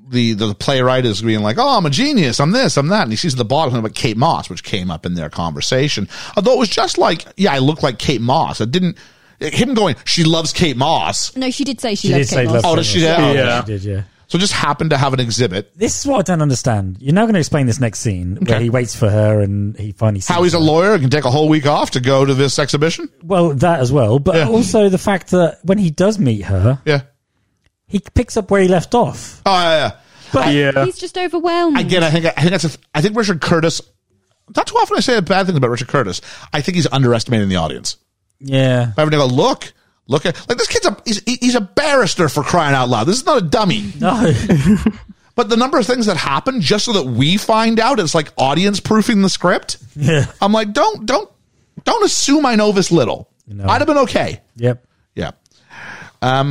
the the playwright is being like, "Oh, I'm a genius. I'm this. I'm that," and he sees the bottom of Kate Moss, which came up in their conversation. Although it was just like, "Yeah, I look like Kate Moss." It didn't him going, "She loves Kate Moss."
no, she did say she,
She
loved
did say
Kate
love.
Moss.
Oh,
so
does she-
much.
yeah.
Oh,
Yeah.
she did, yeah.
So just happened to have an exhibit.
This is what I don't understand. You're now going to explain this next scene where
Okay.
he waits for her and he finally sees
How he's a
her.
lawyer and can take a whole week off to go to this exhibition.
Well, that as well, but
Yeah.
also the fact that when he does meet her,
Yeah.
he picks up where he left off.
Oh, yeah, yeah.
Yeah.
He's just overwhelmed.
Again, I think I think that's a, I think Richard Curtis. Not too often I say bad things about Richard Curtis. I think he's underestimating the audience.
Yeah.
Having to go look, look at like this kid's a he's, he- he's a barrister for crying out loud. This is not a dummy.
No. [LAUGHS]
But the number of things that happen just so that we find out, it's like audience proofing the script.
yeah.
I'm like, don't don't don't assume I know this little. I'd have been okay.
Yep.
Yeah. Um.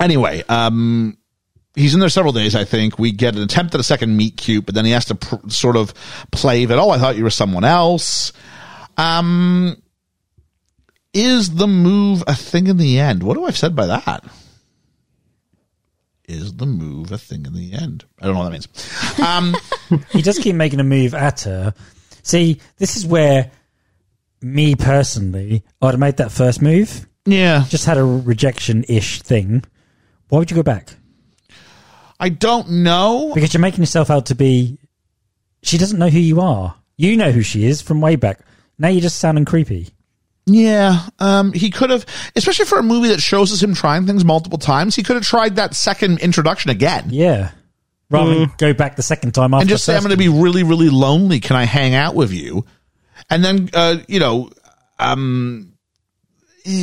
Anyway, um, he's in there several days. I think we get an attempt at a second meet cute, but then he has to pr- sort of play that. Oh, I thought you were someone else. Um, is the move a thing in the end? What do I've said by that? Is the move a thing in the end? I don't know what that means. Um,
he does keep making a move at her. See, this is where me personally, I'd have made that first move.
yeah,
Just had a rejection ish thing. Why would you go back?
I don't know.
Because you're making yourself out to be. She doesn't know who you are. You know who she is from way back. Now you're just sounding creepy.
Yeah, um, he could have, especially for a movie that shows us him trying things multiple times. He could have tried that second introduction again
Yeah. Rather than go back the second time
Mm.
after.
and just
the
say, "I'm
first
going to be really, really lonely. Can I hang out with you?" And then, uh, you know, um,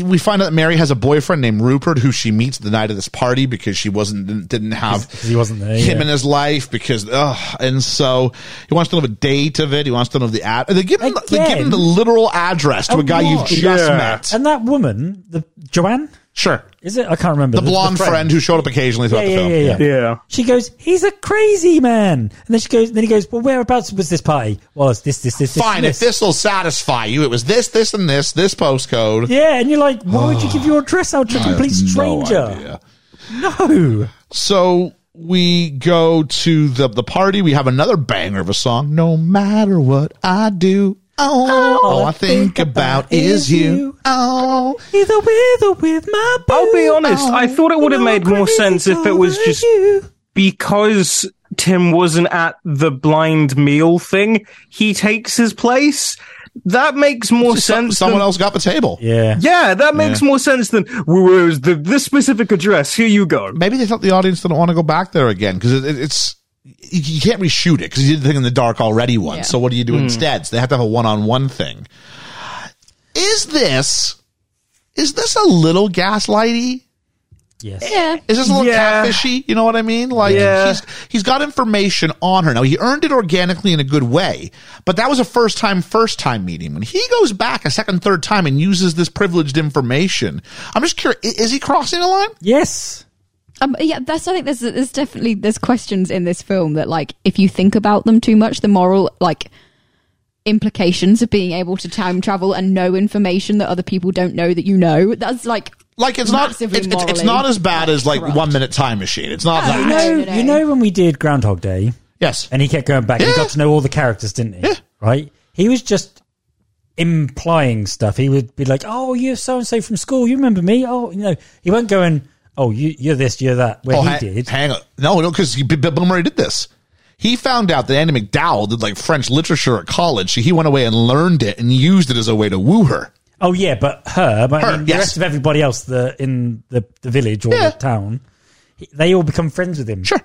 we find out that Mary has a boyfriend named Rupert, who she meets the night of this party because she wasn't didn't have
'Cause he wasn't there,
him
yeah.
in his life because ugh, and so he wants to know the date of it. He wants to know the ad. They give him they give him
Again?
the literal address to
Oh,
a guy you've
what?
just
Yeah.
met.
And that woman, the Joanne,
Sure.
is it? I can't remember.
the blonde friend. who showed up occasionally
Yeah,
throughout the
yeah,
film.
yeah, yeah.
Yeah.
She goes, he's a crazy man. And then she goes, then he goes, well, whereabouts was this party? Well, it's this, this, this, this.
Fine,
and
if this will satisfy you, it was this, this, and this, this postcode.
Yeah, and you're like, why would you give your address out to a complete [LAUGHS] stranger?
idea.
No.
So we go to the the party. We have another banger of a song. No matter what I do, oh, all, I think about is you. Oh,
Either with or with my boo.
I'll be honest, I thought it would have
I'm
made more
crazy
sense if it was
over
just-
you.
because Tim wasn't at the blind meal thing, he takes his place. that makes more
So-
sense.
someone
than-
else got the table.
Yeah.
Yeah, that makes more sense than we were the this specific address. Here you go.
Maybe they thought the audience didn't want to go back there again because it, it, it's you, you can't reshoot it because you did the thing in the dark already once.
Yeah.
So what do you
Hmm.
do instead? So they have to have a one-on-one thing. Is this is this a little gaslighty?
Yes.
Yeah.
Is this a little
Yeah.
catfishy? You know what I mean? Like
Yeah.
he's he's got information on her. Now he earned it organically in a good way, but that was a first time, first time meeting. When he goes back a second, third time and uses this privileged information, I'm just curious: i- is he crossing a line?
Yes.
Um, yeah, that's. I think there's there's definitely there's questions in this film that like if you think about them too much, the moral like implications of being able to time travel and know information that other people don't know that you know. That's like
Like it's not
Massively
it's, it's, it's
morally,
not as bad as like
corrupt.
one minute time machine. It's not that.
You know,
no, no.
you know when we did Groundhog Day
Yes,
and he kept going back,
Yeah.
he got to know all the characters, didn't he? Right? He was just implying stuff. He would be like, "Oh, you're so and so from school. You remember me? Oh, you know." He won't go and, "Oh, you, you're this, you're that." Where
Oh,
he
ha-
did.
Hang on, no, no, because Bill Murray did this. He found out that Andy McDowell did like French literature at college. So he went away and learned it and used it as a way to woo her.
Oh yeah, but her, but I
Her,
mean,
yes.
the rest of everybody else the, in the, the village or
Yeah.
the town, he- they all become friends with him.
Sure.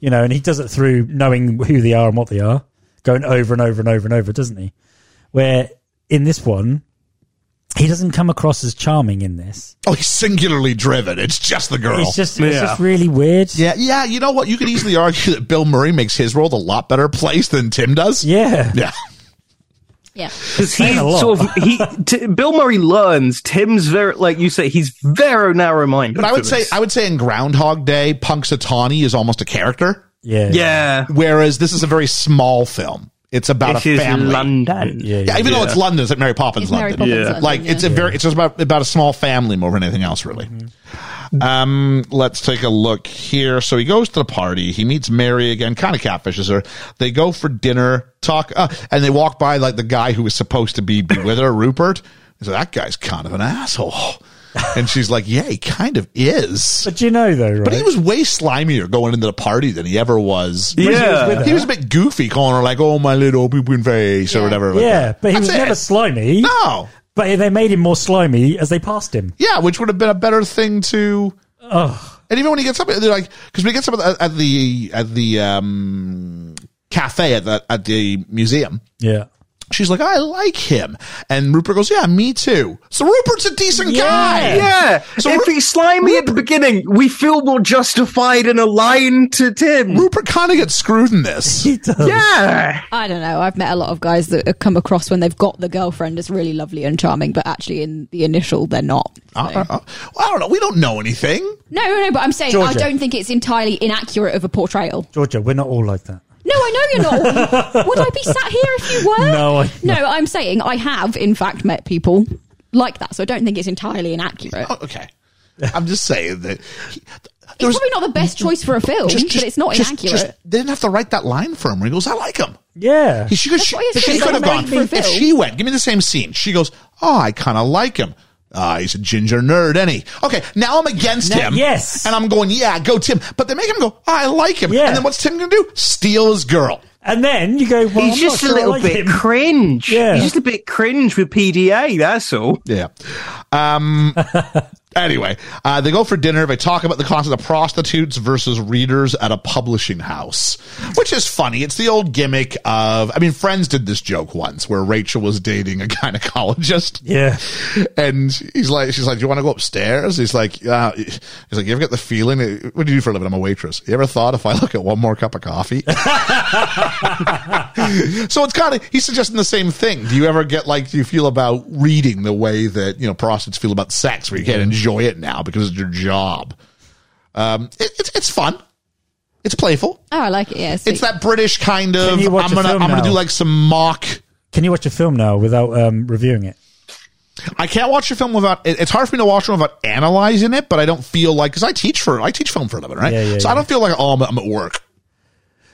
You know, and he does it through knowing who they are and what they are, going over and over and over and over, doesn't he? Where in this one, he doesn't come across as charming in this.
Oh, he's singularly driven. It's just the girl.
It's just it's
Yeah.
just really weird.
yeah, yeah. You know what? You could easily argue that Bill Murray makes his world a lot better place than Tim does.
Yeah.
Yeah.
yeah.
Because he
Saying a lot.
sort of he t- Bill Murray learns. Tim's very like you say he's very narrow minded.
But I would say I would say in Groundhog Day, Punxsutawney is almost a character,
Yeah.
yeah,
whereas this is a very small film. It's about
this
a
is
family.
London.
Yeah,
Yeah, even though it's London, it's like Mary Poppins
It's Mary
London.
Poppins London,
Like
yeah.
it's a very it's just about about a small family more than anything else, really. Um, let's take a look here. So he goes to the party. He meets Mary again, kind of catfishes her. They go for dinner, talk, uh, and they walk by like the guy who was supposed to be, be with her, Rupert. So that guy's kind of an asshole. And she's like, "Yeah, he kind of is."
But you know though, right?
But he was way slimier going into the party than he ever was.
Yeah.
He was a bit goofy, calling her like, "Oh, my little pooping face" or
Yeah.
whatever. like
yeah,
that.
but he
That's
was never
it.
slimy.
No.
But they made him more slimy as they passed him.
Yeah, which would have been a better thing to. And even when he gets up, they're like, because we get up at the at the, at the um, cafe at the at the museum.
Yeah.
She's like, I like him, and Rupert goes, Yeah, me too. So Rupert's a decent
Yeah.
guy.
Yeah,
So
if
Ru-
he's slimy at the beginning, we feel more justified in a line to Tim.
Rupert kind of gets screwed in
[LAUGHS]
this.
He does.
yeah,
I don't know. I've met a lot of guys that have come across when they've got the girlfriend as really lovely and charming, but actually in the initial they're not.
Uh, uh, uh, well, I don't know. We don't know anything.
No, no, no. But I'm saying
Georgia.
I don't think it's entirely inaccurate of a portrayal.
Georgia, we're not all like that.
No, I know
[LAUGHS]
you're not. Would I be sat here if you were?
No, I-
no. I'm saying I have, in fact, met people like that, so I don't think it's entirely inaccurate.
Oh, okay, I'm just saying that. he-
it's probably not the best choice for a film, but it's not
just-
inaccurate.
just- they didn't have to write that line for him. Where he goes, I like him.
Yeah.
He, she could,
That's
she,
why it's
she
just
could have
like
gone.
made for
If
Phil.
she went, give me the same scene. She goes, Oh, I kind of like him. Ah, he's a ginger nerd, ain't he? Okay, now I'm against
Now-
him.
yes.
And I'm going, Yeah, go Tim. But they make him go, "Ah, I like him.
Yeah.
And then what's Tim going to do? Steal his girl.
And then you go, well,
he's
I'm
just
not
a
sure I
little
like
bit
him.
cringe.
Yeah.
he's just a bit cringe with PDA. That's all.
Yeah.
[LAUGHS]
Um, anyway, uh, they go for dinner. They talk about the concept of prostitutes versus readers at a publishing house, which is funny. It's the old gimmick of, I mean, Friends did this joke once where Rachel was dating a gynecologist.
Yeah.
And he's like, she's like, do you want to go upstairs? He's like, uh, he's like, you ever get the feeling? What do you do for a living? I'm a waitress. You ever thought if I look at one more cup of coffee? [LAUGHS] so it's kind of he's suggesting the same thing. Do you ever get like, do you feel about reading the way that you know prostitutes feel about sex, where you can't enjoy it now because it's your job? Um, it, it's it's fun. It's playful.
oh, I like it. Yeah, sweet.
It's that British kind of.
Can you watch
I'm
a
gonna I'm
film
gonna
now?
do like some mock
Can you watch a film now without um, reviewing it?
I can't watch a film without. it- It's hard for me to watch one without analyzing it, but I don't feel like because I teach for I teach film for a living, right?
Yeah, yeah,
so I
yeah.
don't feel like oh I'm, I'm at work.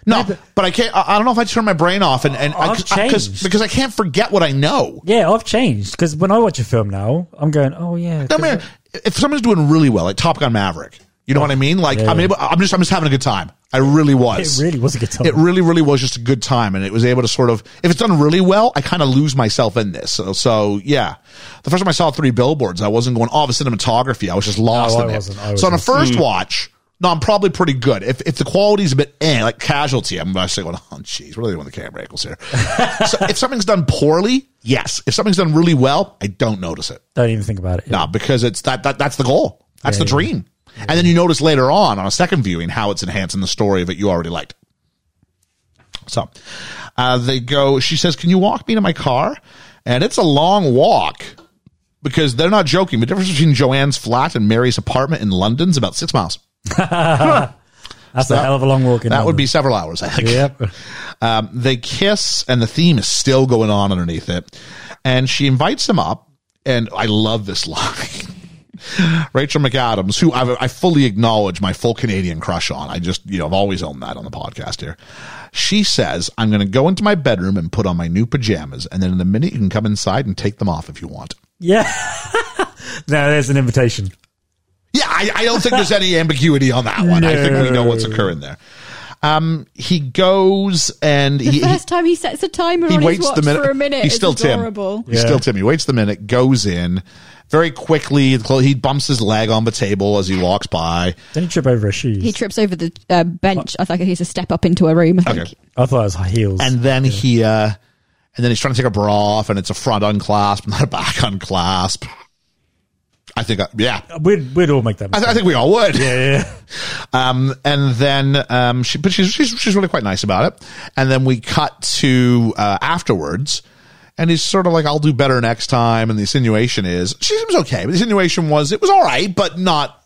No, but, I can't. I, I don't know if I turn my brain off and and I,
I've
because
changed.
because I can't forget what I know.
Yeah, I've changed because when I watch a film now, I'm going, oh yeah.
No
'cause
matter if someone's doing really well, like Top Gun Maverick, you know what I mean? Like I'm able, I'm just I'm just having a good time. I really was.
It really was a good time.
It really, really was just a good time, and it was able to sort of. If it's done really well, I kind of lose myself in this. So, so yeah, the first time I saw three billboards, I wasn't going all the cinematography. I was just lost
No,
in
I
it.
wasn't. I
so on a
wasn't.
first watch, no, I'm probably pretty good. If if the quality's a bit eh, like Casualty, I'm actually going, oh [LAUGHS] jeez, what are they doing with the camera
[LAUGHS]
angles here? so if something's done poorly, yes. If something's done really well, I don't notice it.
Don't even think about it.
No, because it's that, that that's the goal. That's
Yeah,
the
yeah.
dream. And then you notice later on on a second viewing how it's enhancing the story of it you already liked. So uh, they go, she says, Can you walk me to my car? And it's a long walk because they're not joking. The difference between Joanne's flat and Mary's apartment in London's about six miles.
That's a hell of a long walk. In
That would
London.
be several hours, I think.
Yep.
[LAUGHS] Um, they kiss, and the theme is still going on underneath it. And she invites him up, and I love this line. [LAUGHS] Rachel McAdams, who I, I fully acknowledge my full Canadian crush on. I just, you know, I've always owned that on the podcast here. She says, I'm going to go into my bedroom and put on my new pajamas. And then in a minute, you can come inside and take them off if you want.
Yeah. [LAUGHS] now there's an invitation.
Yeah, I, I don't think there's
[LAUGHS]
any ambiguity on that one. I think we know what's occurring there. Um, he goes and
The
he, he-
first time he sets a timer
he
on
waits
his watch
the minute
for a minute.
He's
it's
still
adorable.
Tim. He's still Tim. He waits the minute, goes in very quickly. clo- He bumps his leg on the table as he walks by.
Don't you trip over his shoes?
He trips over the uh, bench. I think he's a step up into a room. I think.
Okay.
I thought it was heels.
And then he, uh, and then he's trying to take a bra off, and it's a front unclasp, [LAUGHS] not a back unclasp. I think, I, yeah,
we'd we'd all make that.
I,
Mistake.
th- I think we all would.
yeah, yeah.
[LAUGHS] Um, and then um, she, but she's, she's she's really quite nice about it. And then we cut to uh, afterwards, and he's sort of like, "I'll do better next time." And the insinuation is she seems okay, but the insinuation was it was all right, but not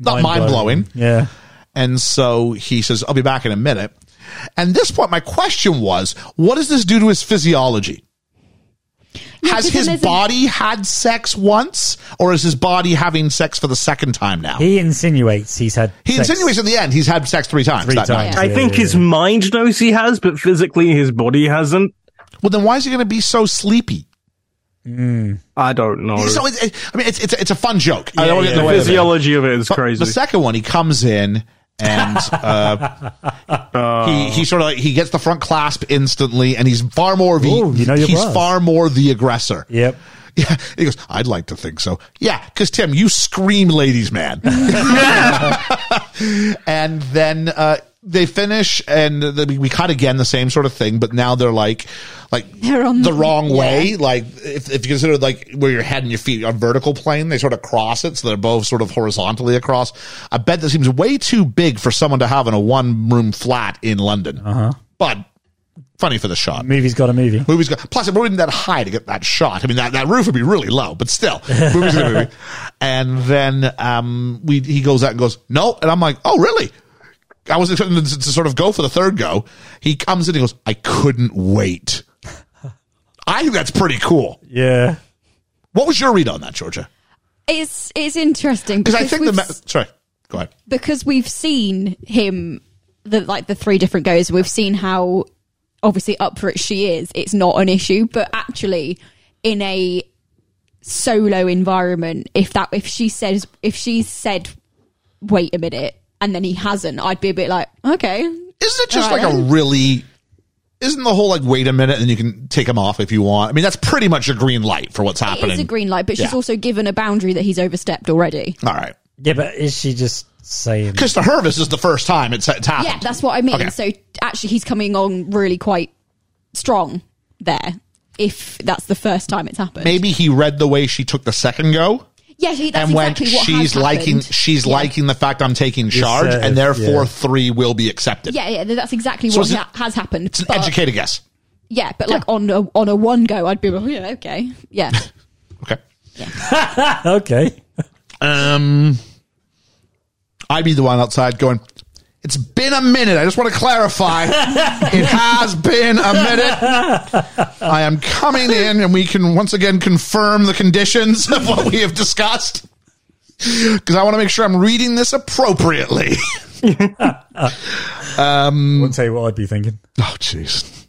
not mind blowing.
Yeah.
And so he says, "I'll be back in a minute." And this point, my question was, what does this do to his physiology?
Yeah,
Has
'cause then
his
there's a-
body had sex once, or is his body having sex for the second time now? He,
He insinuates he's had. sex
insinuates at the end he's had sex three times.
three
that
times.
night.
I
Yeah,
think
yeah,
his
yeah.
mind knows he has, but physically his body hasn't.
Well, then why is he going to be so sleepy?
I don't know.
So it, it- I mean, it's it's a, it's a fun joke. I
Yeah,
don't wanna get in the
yeah,
the
way of it.
physiology of it is
But
crazy.
The second one, he comes in
[LAUGHS]
and uh,
Oh.
he he sort of like, he gets the front clasp instantly, and he's far more the
Ooh, you know your
he's
bras.
far more the aggressor.
Yep.
[LAUGHS] Yeah, he goes. I'd like to think so. Yeah, because Tim, you scream, ladies, man. [LAUGHS] and then uh, they finish, and the, we cut again the same sort of thing, but now they're like, like
They're on
the
the-
wrong
yeah.
way. Like if, if you consider like where your head and your feet are vertical plane, they sort of cross it, so they're both sort of horizontally across. A bed that seems way too big for someone to have in a one room flat in London. Uh-huh. But funny for the shot
Movie's got a movie.
movie's got plus it wouldn't that high to get that shot. I mean that, that roof would be really low, but
[LAUGHS]
still, movie's gonna movie. And then um, we he goes out and goes no, and I'm like oh really? I was expecting to, to sort of go for the third go. He comes in and goes I couldn't wait. I think that's pretty cool.
Yeah.
What was your read on that, Georgia?
It's it's interesting
Because
because
I think the
we've
ma-
s-
sorry, go ahead.
because we've seen him the like the three different goes we've seen how obviously up for it she is it's not an issue but actually in a solo environment if that if she says if she said wait a minute and then he hasn't i'd be a bit like okay
Isn't it just
All right.
like a really? Isn't the whole like wait a minute and you can take him off if you want? I mean that's pretty much a green light for what's
it
happening.
is a green light but she's
Yeah.
also given a boundary that he's overstepped already
All right.
Yeah, but is she just saying?
Because to her, this is the first time it's, it's happened.
yeah that's what i mean
Ah. Okay.
so actually he's coming on really quite strong there if that's the first time it's happened
Maybe he read the way she took the second go
Yeah, he,
and
that's exactly
went,
what has
she's liking,
happened.
she's liking the fact I'm taking charge,
uh,
and therefore
yeah.
three will be accepted.
Yeah, yeah, that's exactly
So
what
it's an-
ha- has happened.
It's an
but-
educated guess.
Yeah, but like on a, on a one go, I'd be like, "Oh, yeah, okay, yeah.
Okay.
Okay.
Um, I'd be the one outside going, it's been a minute. I just want to clarify. it has been a minute. I am coming in and we can once again confirm the conditions of what we have discussed. Because I want to make sure I'm reading this appropriately.
I won't tell you what I'd be thinking.
Oh, jeez.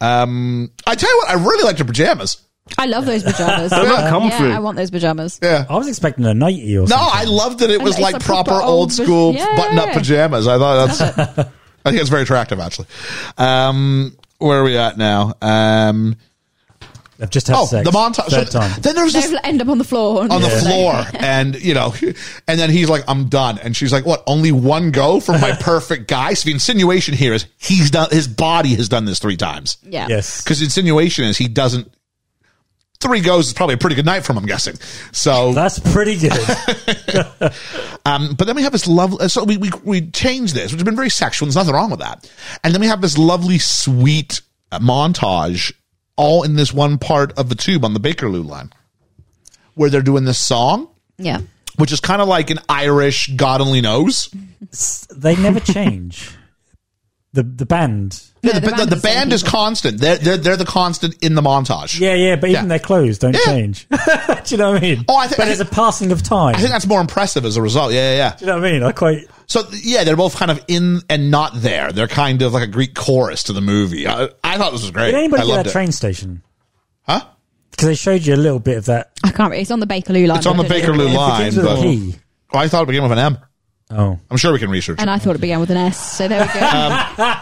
Um, I tell you what, I really like your pajamas.
I love those pajamas.
They're not comfy.
Yeah, I want those pajamas.
Yeah.
I was expecting a nighty or
No,
something.
I loved that it was
it's
like
a
proper,
proper
old
old
school
bus- Yeah.
button up pajamas. I thought
[LAUGHS]
that's, I think it's very attractive actually. Um, where are we at now? Um,
I've just had
oh,
sex.
the montage.
Third
so
time.
Then there's
They
this
end up on the floor.
on the
Yeah.
floor
[LAUGHS]
and you know and then he's like i'm done and she's like what only one go from
[LAUGHS]
my perfect guy so the insinuation here is he's done his body has done this three times
Yeah.
Yes.
because insinuation is he doesn't three goes is probably a pretty good night for him i'm guessing so
That's
[LAUGHS]
pretty good.
um, but then we have this lovely so we, we we change this which has been very sexual there's nothing wrong with that and then we have this lovely sweet uh, montage all in this one part of the tube on the bakerloo line where they're doing this song
Yeah.
which is kind of like an Irish God only knows.
they never change. The the band.
Yeah, the,
the
the- the
band
band,
is the same
is constant. They're, they're, they're the constant in the montage.
Yeah, yeah, but even
Yeah.
their clothes don't
Yeah.
change. [LAUGHS] Do you know what I mean?
Oh, I think-
but
I
there's a
think-
passing of time.
I think that's more impressive as a result. Yeah, yeah, yeah.
Do you know what I mean? I quite.
So, yeah, they're both kind of in and not there. They're kind of like a Greek chorus to the movie. I, I thought this was great.
Did anybody
I
get
loved
that
it.
train station?
Huh?
Because they showed you a little bit of that.
I can't. re- It's on the Bakerloo line.
It's on the
I don't know.
Bakerloo
It
line,
begins with a
but
P.
Oh, I thought it began with an M.
Oh,
I'm sure we can research.
And
it.
I thought it began with an S. So there
[LAUGHS]
we go.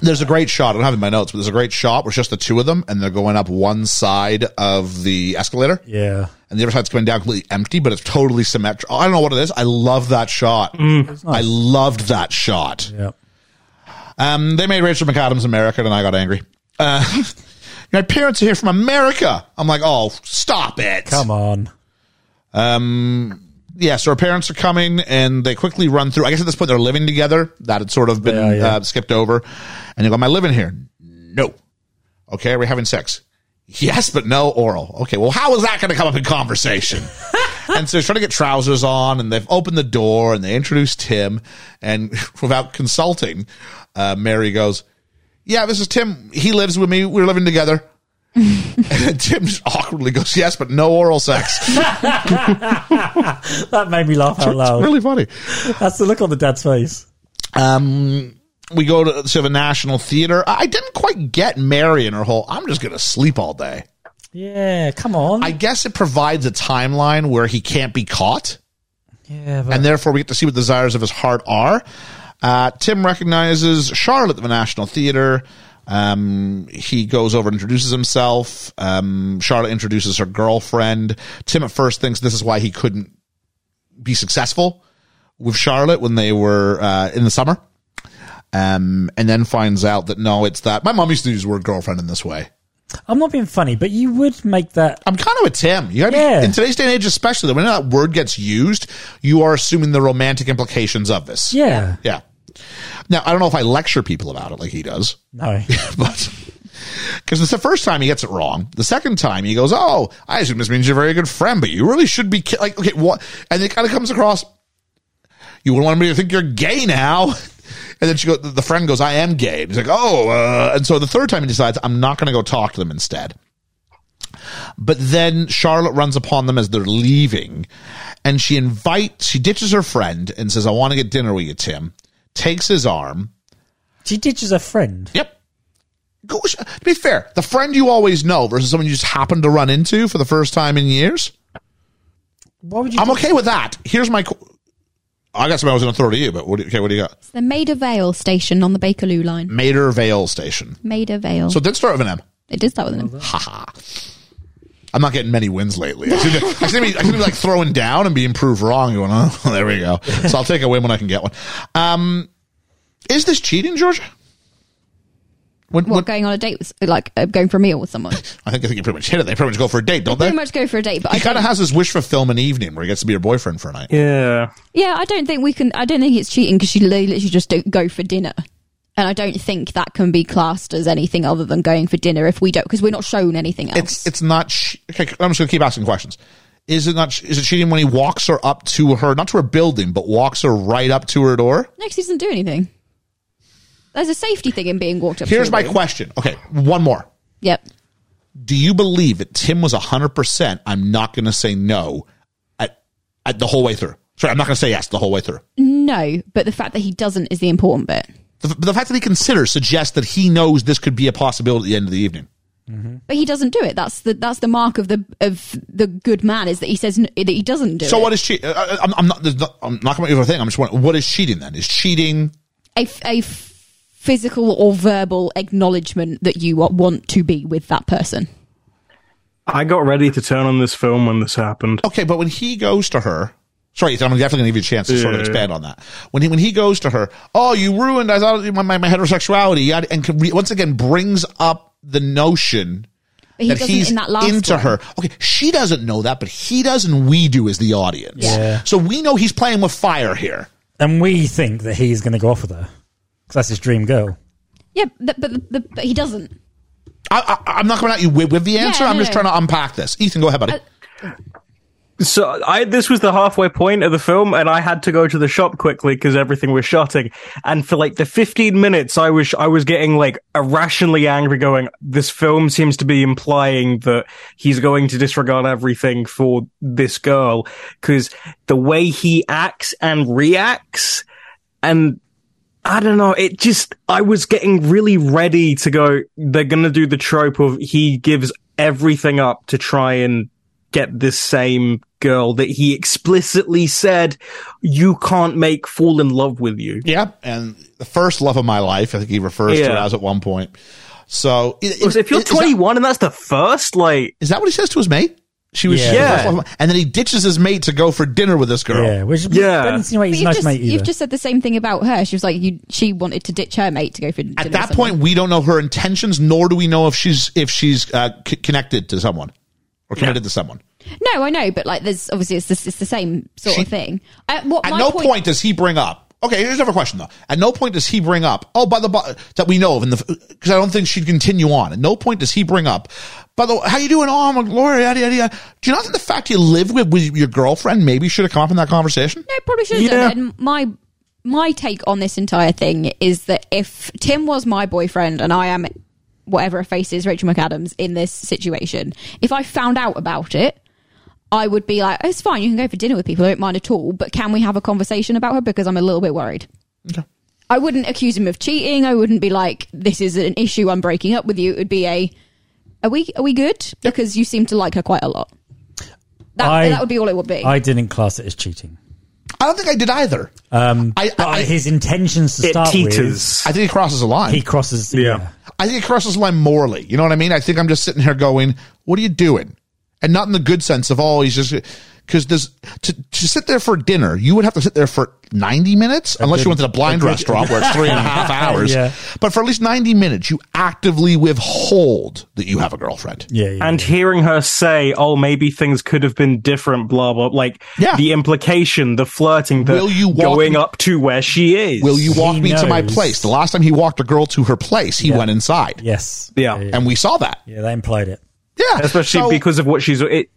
There's a great shot. I don't have it in my notes, but there's a great shot where it's just the two of them, and they're going up one side of the escalator.
yeah.
and the other side's coming down completely empty, but it's totally symmetrical. I don't know what it is. I love that shot. I loved that shot.
Yeah.
Um, they made Rachel McAdams American, and I got angry. Uh, [LAUGHS] my parents are here from America. I'm like, oh, stop it.
Come on.
Yeah, so her parents are coming, and they quickly run through. I guess at this point they're living together. That had sort of been
Yeah, yeah.
Uh, skipped over. And they go, am I living here? No. Okay, are we having sex? Yes, but no oral. Okay, well, how is that going to come up in
[LAUGHS]
conversation? and so he's trying to get trousers on, and they've opened the door, and they introduced Tim. And [LAUGHS] without consulting, uh, Mary goes, Yeah, this is Tim. He lives with me. We're living
[LAUGHS]
together. and Tim just awkwardly goes, Yes, but no oral sex.
That made me laugh out
it's
loud.
[LAUGHS] really funny.
That's the look on the dad's face.
Um, we go to, to the National Theater. I I didn't quite get Mary in her whole, I'm just going to sleep all day.
Yeah, come on.
I guess it provides a timeline where he can't be caught,
yeah, but
and therefore we get to see what the desires of his heart are. Uh, Tim recognizes Charlotte at the National Theater. Um, he goes over and introduces himself. Um, Charlotte introduces her girlfriend. Tim at first thinks this is why he couldn't be successful with Charlotte when they were uh, in the summer. Um, and then finds out that no, it's that my mom used to use the word girlfriend in this way.
I'm not being funny, but you would make that.
I'm kind of with Tim. You gotta,
Yeah.
In today's day and age, especially, when that word gets used, you are assuming the romantic implications of this.
Yeah.
Yeah. Now, I don't know if I lecture people about it like he does,
No.
[LAUGHS] but because it's the first time he gets it wrong. The second time he goes, Oh, I assume this means you're a very good friend, but you really should be ki-. like, okay, what? And it kind of comes across, You wouldn't want me to think you're gay now. [LAUGHS] And then she goes, the friend goes, I am gay. And he's like, Oh, uh, and so the third time he decides, I'm not going to go talk to them instead. But then Charlotte runs upon them as they're leaving and she invites, she ditches her friend and says, I want to get dinner with you, Tim. Takes his arm.
She ditches a friend.
Yep. Go, to be fair, the friend you always know versus someone you just happen to run into for the first time in years.
Why would you?
I'm okay with that. Here's my. qu- I got something I was going to throw to you, but what do, okay, what do you got?
It's the Maida Vale station on the Bakerloo line.
Mater Vale Station.
Maida Vale.
Mm. So it did start with an M.
it did start with an M.
I'm not getting many wins lately. I seem to, I seem to, be, I seem to be like throwing down and being proved wrong. You know, [LAUGHS] there we go. So I'll take a win when I can get one. Um, is this cheating, Georgia? When,
What,
when,
going on a date with, like, uh, going for a meal with someone?
I think I think you pretty much hit it. They pretty much go for a date, don't they?
Pretty much go for a date, but
He
I
kind of
don't,
has his wish fulfillment evening where he gets to be your boyfriend for a night.
Yeah.
yeah, I don't think we can, I don't think it's cheating because you li- literally just don't go for dinner. And I don't think that can be classed as anything other than going for dinner if we don't, because we're not shown anything else.
It's it's not. Sh- okay, I'm just gonna keep asking questions. Is it not? sh- Is it cheating when he walks her up to her, not to her building, but walks her right up to her door?
no, 'cause he doesn't do anything. There's a safety thing in being walked up. to
Here's
a
my
room.
question. Okay, one more.
Yep.
Do you believe that Tim was 100? percent I'm not gonna say no at at the whole way through. Sorry, I'm not gonna say yes the whole way through.
No, but the fact that he doesn't is the important bit.
The, the fact that he considers suggests that he knows this could be a possibility at the end of the evening.
But he doesn't do it. That's the that's the mark of the of the good man is that he says n- that he doesn't do
So
it.
what is cheating? I'm, I'm not. there's not- I'm not coming up with a thing. I'm just wondering what is cheating then? Is cheating?
a, f- a f- physical or verbal acknowledgement that you wa- want to be with that person.
I got ready to turn on this film when this happened.
Okay, but when he goes to her, sorry, I'm definitely gonna give you a chance to sort of
Yeah.
expand on that. When he when he goes to her, oh, you ruined. I thought my, my, my heterosexuality, yada- and can re- once again brings up the notion
But he
that
doesn't
he's
in that last
into
one.
her. Okay, she doesn't know that, but he does, and we do as the audience.
Yeah.
So we know he's playing with fire here.
And we think that he's going to go off with her because that's his dream girl.
Yeah, but, but, but, but he doesn't.
I, I, I'm not coming at you with, with the answer.
Yeah,
I'm
no,
just
no. Uh,
trying to unpack this. Ethan, go ahead, buddy.
So I this was the halfway point of the film, and I had to go to the shop quickly because everything was shutting. And for like the fifteen minutes, I was I was getting like irrationally angry, going, "This film seems to be implying that he's going to disregard everything for this girl," because the way he acts and reacts, and I don't know. It just, I was getting really ready to go. They're going to do the trope of he gives everything up to try and get this same girl that he explicitly said, you can't make fall in love with you.
Yeah, and the first love of my life, I think he refers to
Yeah.
her as at one point. So, i-
Because if you're
is that-
21 and that's the first, like,
is that what he says to his mate? She was
Yeah.
she was the
Yeah.
first love of my- and then he ditches his mate to go for dinner with this girl.
Yeah, which
Yeah.
don't insinuate
But
he's a
you've,
nice
just,
mate either.
you've just said the same thing about her. She was like, you, she wanted to ditch her mate to go for dinner.
At
with
that
someone.
point, we don't know her intentions, nor do we know if she's if she's uh, c- connected to someone or committed to someone.
no, I know, but like, there's obviously it's the, it's the same sort
She-
of thing. At, what,
At
my
no point, does he bring up. Okay, here's another question though. At no point does he bring up. Oh, by the by, that we know of, in the because I don't think she'd continue on. At no point does he bring up. By the way, how you doing? Oh, I'm a Gloria. Yada, yada, yada. Do you not think the fact you live with, with your girlfriend maybe should have come up in that conversation?
No, probably should have
Yeah.
done. it. And my my take on this entire thing is that if Tim was my boyfriend and I am whatever her face is, Rachel McAdams, in this situation, if I found out about it, I would be like, "Oh, it's fine, you can go for dinner with people, I don't mind at all, but can we have a conversation about her because I'm a little bit worried. I wouldn't accuse him of cheating. I wouldn't be like, this is an issue, I'm breaking up with you. It would be a, are we, are we good? Because you seem to like her quite a lot. That,
I-
that would be all it would be.
I didn't class it as cheating.
I don't think I did either.
Um,
I-
but
I-
his intentions to
it
start with,
teeters.
I think he crosses a line.
he crosses. Yeah.
Yeah.
I think it crosses the line morally. You know what I mean? I think I'm just sitting here going, "What are you doing?" And not in the good sense of all. he's just because there's to, to sit there for dinner. You would have to sit there for 90 minutes, unless you went to the blind restaurant where it's three and a
[LAUGHS]
half hours.
Yeah.
But for at least 90 minutes, you actively withhold that you have a girlfriend.
Yeah, yeah,
And
yeah.
hearing her say, "Oh, maybe things could have been different," blah blah, like
Yeah.
the implication, the flirting, the
Will you walk
going
me-
up to where she is.
Will you walk
He
me to my
knows.
place? The last time he walked a girl to her place, he went inside,
yes,
Yeah.
yeah,
and we saw that.
yeah, they implied it.
Yeah,
especially
So-
because of what she's it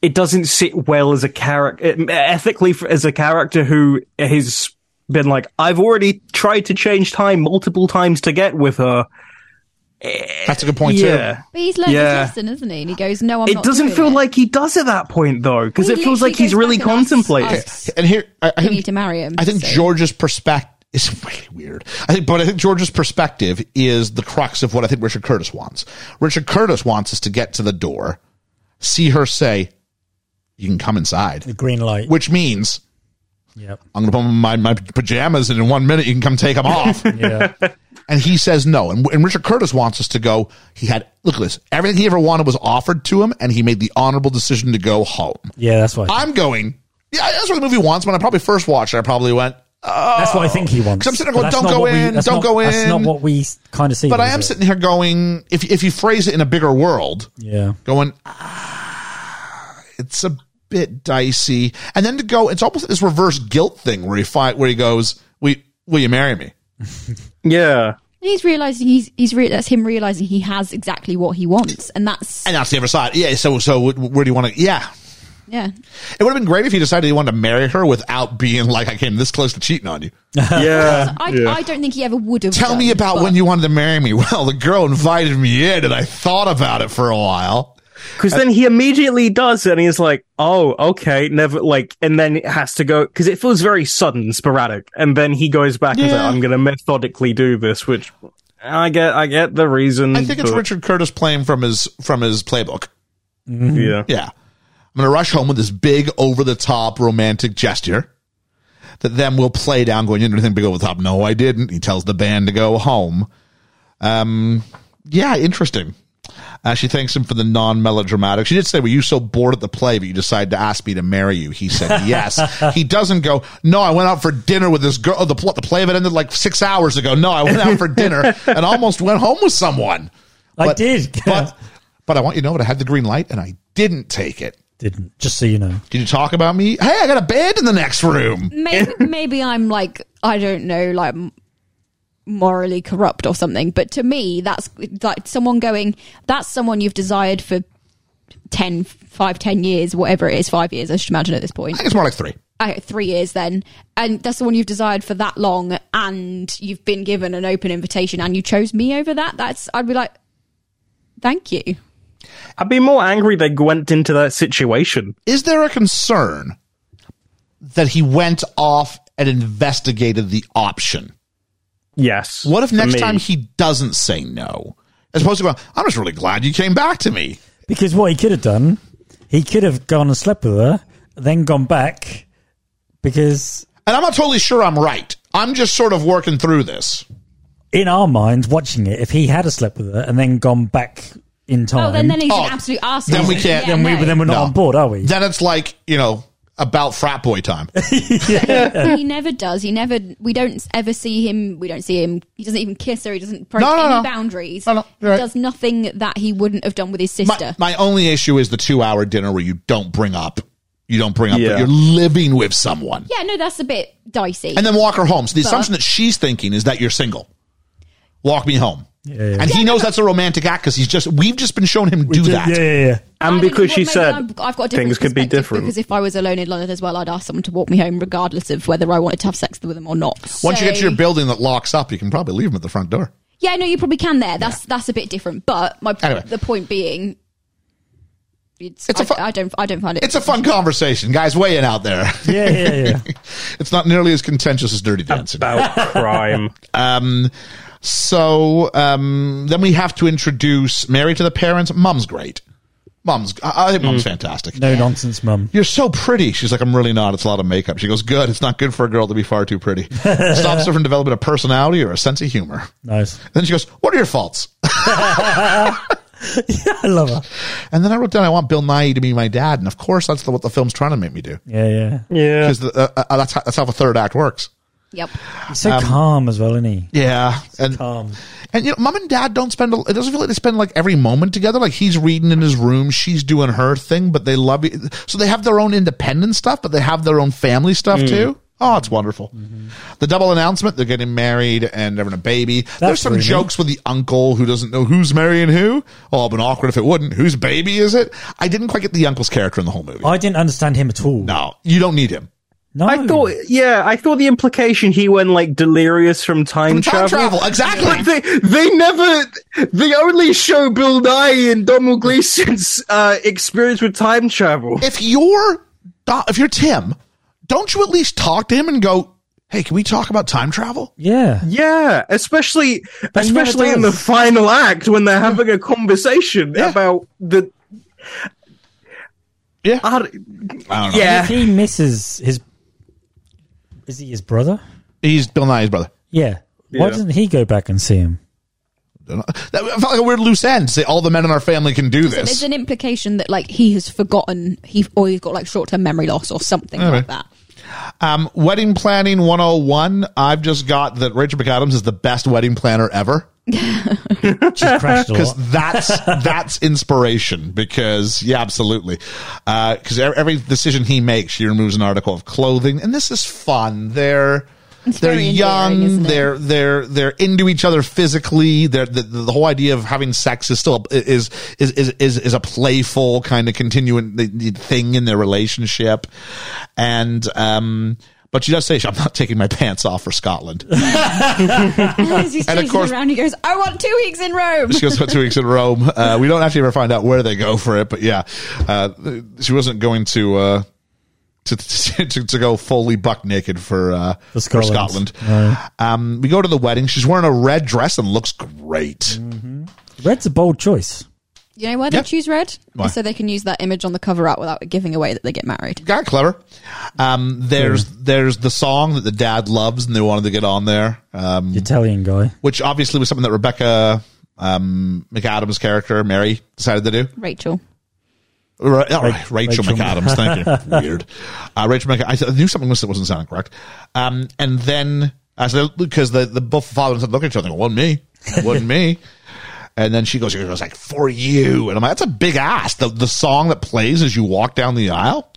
it doesn't sit well as a character ethically for, as a character who has been like i've already tried to change time multiple times to get with her
that's a good point too.
yeah
But he's learned
Yeah.
his lesson, isn't he? And he goes, "No, I'm
it
not."
doesn't
doing
feel
it."
like he does at that point though because
He
it feels
literally
like he's
goes
really
back and asks-
contemplating
asks-
And here, I, I
We
think-
need to marry him,
I think
so-
George's perspective is really weird. I think, but I think George's perspective is the crux of what I think Richard Curtis wants. Richard Curtis wants us to get to the door, see her say, "You can come inside,"
The green light.
which means
Yep.
I'm going to put my, my pajamas and in one minute you can come take them off.
Yeah.
and he says no. And, and Richard Curtis wants us to go. He had look at this. Everything he ever wanted was offered to him, and he made the honorable decision to go home.
yeah,
[LAUGHS]
that's what I,
I'm going. Yeah, that's what the movie wants. When I probably first watched it, I probably went.
that's what I think he wants.
'Cause I'm sitting there going,
But that's
"Don't
not
go
what we-
in,
that's
don't
not-
go
That's not
in."
what we kind of see.
But I
is
am
it?
sitting here going, if if you phrase it in a bigger world,
Yeah.
going, "Ah, it's a bit dicey. And then to go, it's almost this reverse guilt thing where he fight where he goes, "We will you marry me?"
yeah
He's realizing he's he's re- that's him realizing he has exactly what he wants, and that's
And that's the other side. Yeah. So so wh- wh- where do you want to? Yeah.
yeah.
It would have been great if he decided he wanted to marry her without being like, I came this close to cheating on you.
[LAUGHS] yeah
I, I don't think he ever would have.
Tell
done,
me about
but-
when you wanted to marry me. [LAUGHS] Well, the girl invited me in and I thought about it for a while.
Because then he immediately does it and he's like, oh, okay, never, like, and then it has to go, because it feels very sudden, sporadic. And then he goes back and says,
Yeah.
I'm going to methodically do this, which. I get, I get the reason.
Mm,
I think it's
but-
Richard Curtis playing from his from his playbook.
Yeah.
Yeah. I'm going to rush home with this big over the top romantic gesture that then will play down going, you did anything big over the top. No, I didn't. He tells the band to go home. Um, yeah, interesting. Uh, she thanks him for the non melodramatic. She did say, Were you so bored at the play, but you decided to ask me to marry you? He said, Yes. he doesn't go, No, I went out for dinner with this girl. Oh, the, pl- the play event ended like six hours ago. No, I went out for dinner and almost went home with someone.
I did. [LAUGHS]
but, but I want you to know that I had the green light and I didn't take it.
Didn't. Just so you know.
Did you talk about me? Hey, I got a band in the next room.
maybe, maybe I'm like I don't know, like m- morally corrupt or something. But to me, that's like someone going. That's someone you've desired for 10, 5, 10 years, whatever it is, five years. I should imagine at this
I
point,
think it's more like three.
I, uh, three years then, and that's the one you've desired for that long, and you've been given an open invitation, and you chose me over that. That's I'd be like, thank
Oh,
you.
I'd be more angry they went into that situation.
Is there a concern that he went off and investigated the option?
Yes.
What if
for
next
me.
time he doesn't say no? As opposed to going, I'm just really glad you came back to me.
Because what he could have done, he could have gone and slept with her, then gone back because
And I'm not totally sure I'm right. I'm just sort of working through this.
in our minds, watching it, if he had a slept with her and then gone back in time,
Oh, then then he's
Oh,
an absolute arsehole.
then we can't-
then we then we're not
No.
on board, are we?
Then it's like, you know, about frat boy
[LAUGHS]
time.
he never does. He never. We don't ever see him. We don't see him. He doesn't even kiss her. He doesn't break
No, no,
any
no.
boundaries.
No, no,
he
you're right.
does nothing that he wouldn't have done with his
my,
sister.
my only issue is the two hour dinner where you don't bring up, you don't bring up
Yeah.
that you're living with someone.
yeah, no, that's a bit dicey.
and then walk her home. So the
But-
assumption that she's thinking is that you're single. Walk me home.
yeah.
And he knows that's a romantic act because he's just we've just been shown him do that.
Yeah, yeah, yeah.
And
I mean,
because she
maybe
said
I'm- I've got a different
things could be
perspective
different.
Because if I was alone in London as well, I'd ask someone to walk me home, regardless of whether I wanted to have sex with them or not.
Once you get to
So-
your building that locks up, you can probably leave him at the front door.
yeah, no, you probably can there. That's that's a bit different. But my
Anyway.
the point being, it's,
It's a
I,
fu-
I don't I don't find it.
It's a fun conversation, guys. Weigh in out there. [LAUGHS]
Yeah, yeah, yeah.
it's not nearly as contentious as Dirty Dancing. Um,
about
[LAUGHS]
crime.
So um, then we have to introduce Mary to the parents. Mum's great. Mum's I, I think Mum's
Mm.
fantastic.
No nonsense, mum.
You're so pretty. She's like, I'm really not. It's a lot of makeup. She goes, Good. It's not good for a girl to be far too pretty. Stops her from developing a personality or a sense of humor.
Nice.
Then she goes, What are your faults?
[LAUGHS]
[LAUGHS]
I love her.
And then I wrote down, I want Bill Nye to be my dad. And of course, that's the, what the film's trying to make me do.
Yeah, yeah.
yeah.
Because uh, uh, that's, how, that's how the third act works.
yep.
He's so calm as well, isn't he?
Yeah. And,
Calm.
and, you know, mom and dad don't spend, a- it doesn't feel like they spend like every moment together. Like he's reading in his room, she's doing her thing, but they love it. So they have their own independent stuff, but they have their own family stuff too. Oh, it's wonderful. The double announcement, they're getting married and having a baby. There's some
really neat.
jokes with the uncle who doesn't know who's marrying who. Oh, it'd been awkward if it wouldn't. Whose baby is it? I didn't quite get the uncle's character in the whole movie.
I didn't understand him at all.
No, you don't need him.
No.
I thought, yeah, I thought the implication he went like delirious from time,
From time travel,
But
exactly.
they, they never, they only show Bill Nye and Donald Gleason's uh, experience with time travel.
if you're Do- if you're Tim, don't you at least talk to him and go, "Hey, can we talk about time travel?"
Yeah.
Yeah, especially
he never
especially in the
does.
final act when they're having a conversation about the
Yeah.
I don't-
I don't know.
If
yeah.
he misses his. Is he his brother?
He's Bill Nye's brother.
Yeah. Why
Yeah.
doesn't he go back and see him?
That I felt like a weird loose end. to Say all the men in our family can do
There's
this.
an implication that like he has forgotten he or he's got like short term memory loss or something like that.
Um, wedding planning 101. I've just got that Rachel McAdams is the best wedding planner ever.
[LAUGHS]
She's crashed a lot.
because
[LAUGHS]
that's that's inspiration because yeah absolutely because every decision he makes she removes an article of clothing and this is fun they're they're
very endearing,
young
isn't it?
they're they're they're into each other physically they're, the, the whole idea of having sex is still a, is, is is is is a playful kind of continuing the- the thing in their relationship and um but she does say i'm not taking my pants off for scotland
[LAUGHS] As he's
And of
chasing
course-
around, he goes, "I want two weeks in Rome."
she goes for two weeks in Rome. Uh, we don't actually ever find out where they go for it, but yeah, uh, she wasn't going to. Uh, to [LAUGHS] to, to go fully buck naked for uh,
For
for
Scotland.
Scotland. Um, we go to the wedding. She's wearing a red dress and looks great.
Red's a bold choice.
[LAUGHS] You know why they
Yeah.
choose red?
Why?
So they can use that image on the cover art without giving away that they get married.
Got clever. Um, there's there's the song that the dad loves and they wanted to get on there, um,
The Italian guy.
which obviously was something that Rebecca um, McAdams' character Mary decided to do.
Rachel.
Ra- all right, Rachel,
Rachel
McAdams. Thank
[LAUGHS]
you. Weird. Uh, Rachel McAdams. I knew something was, that wasn't sounding correct. Um, and then I said because the the both father and son look at each other. and go, Wasn't me. Wasn't
[LAUGHS]
me. And then she goes, she goes like for you, and I'm like, that's a big ass. The the song that plays as you walk down the aisle.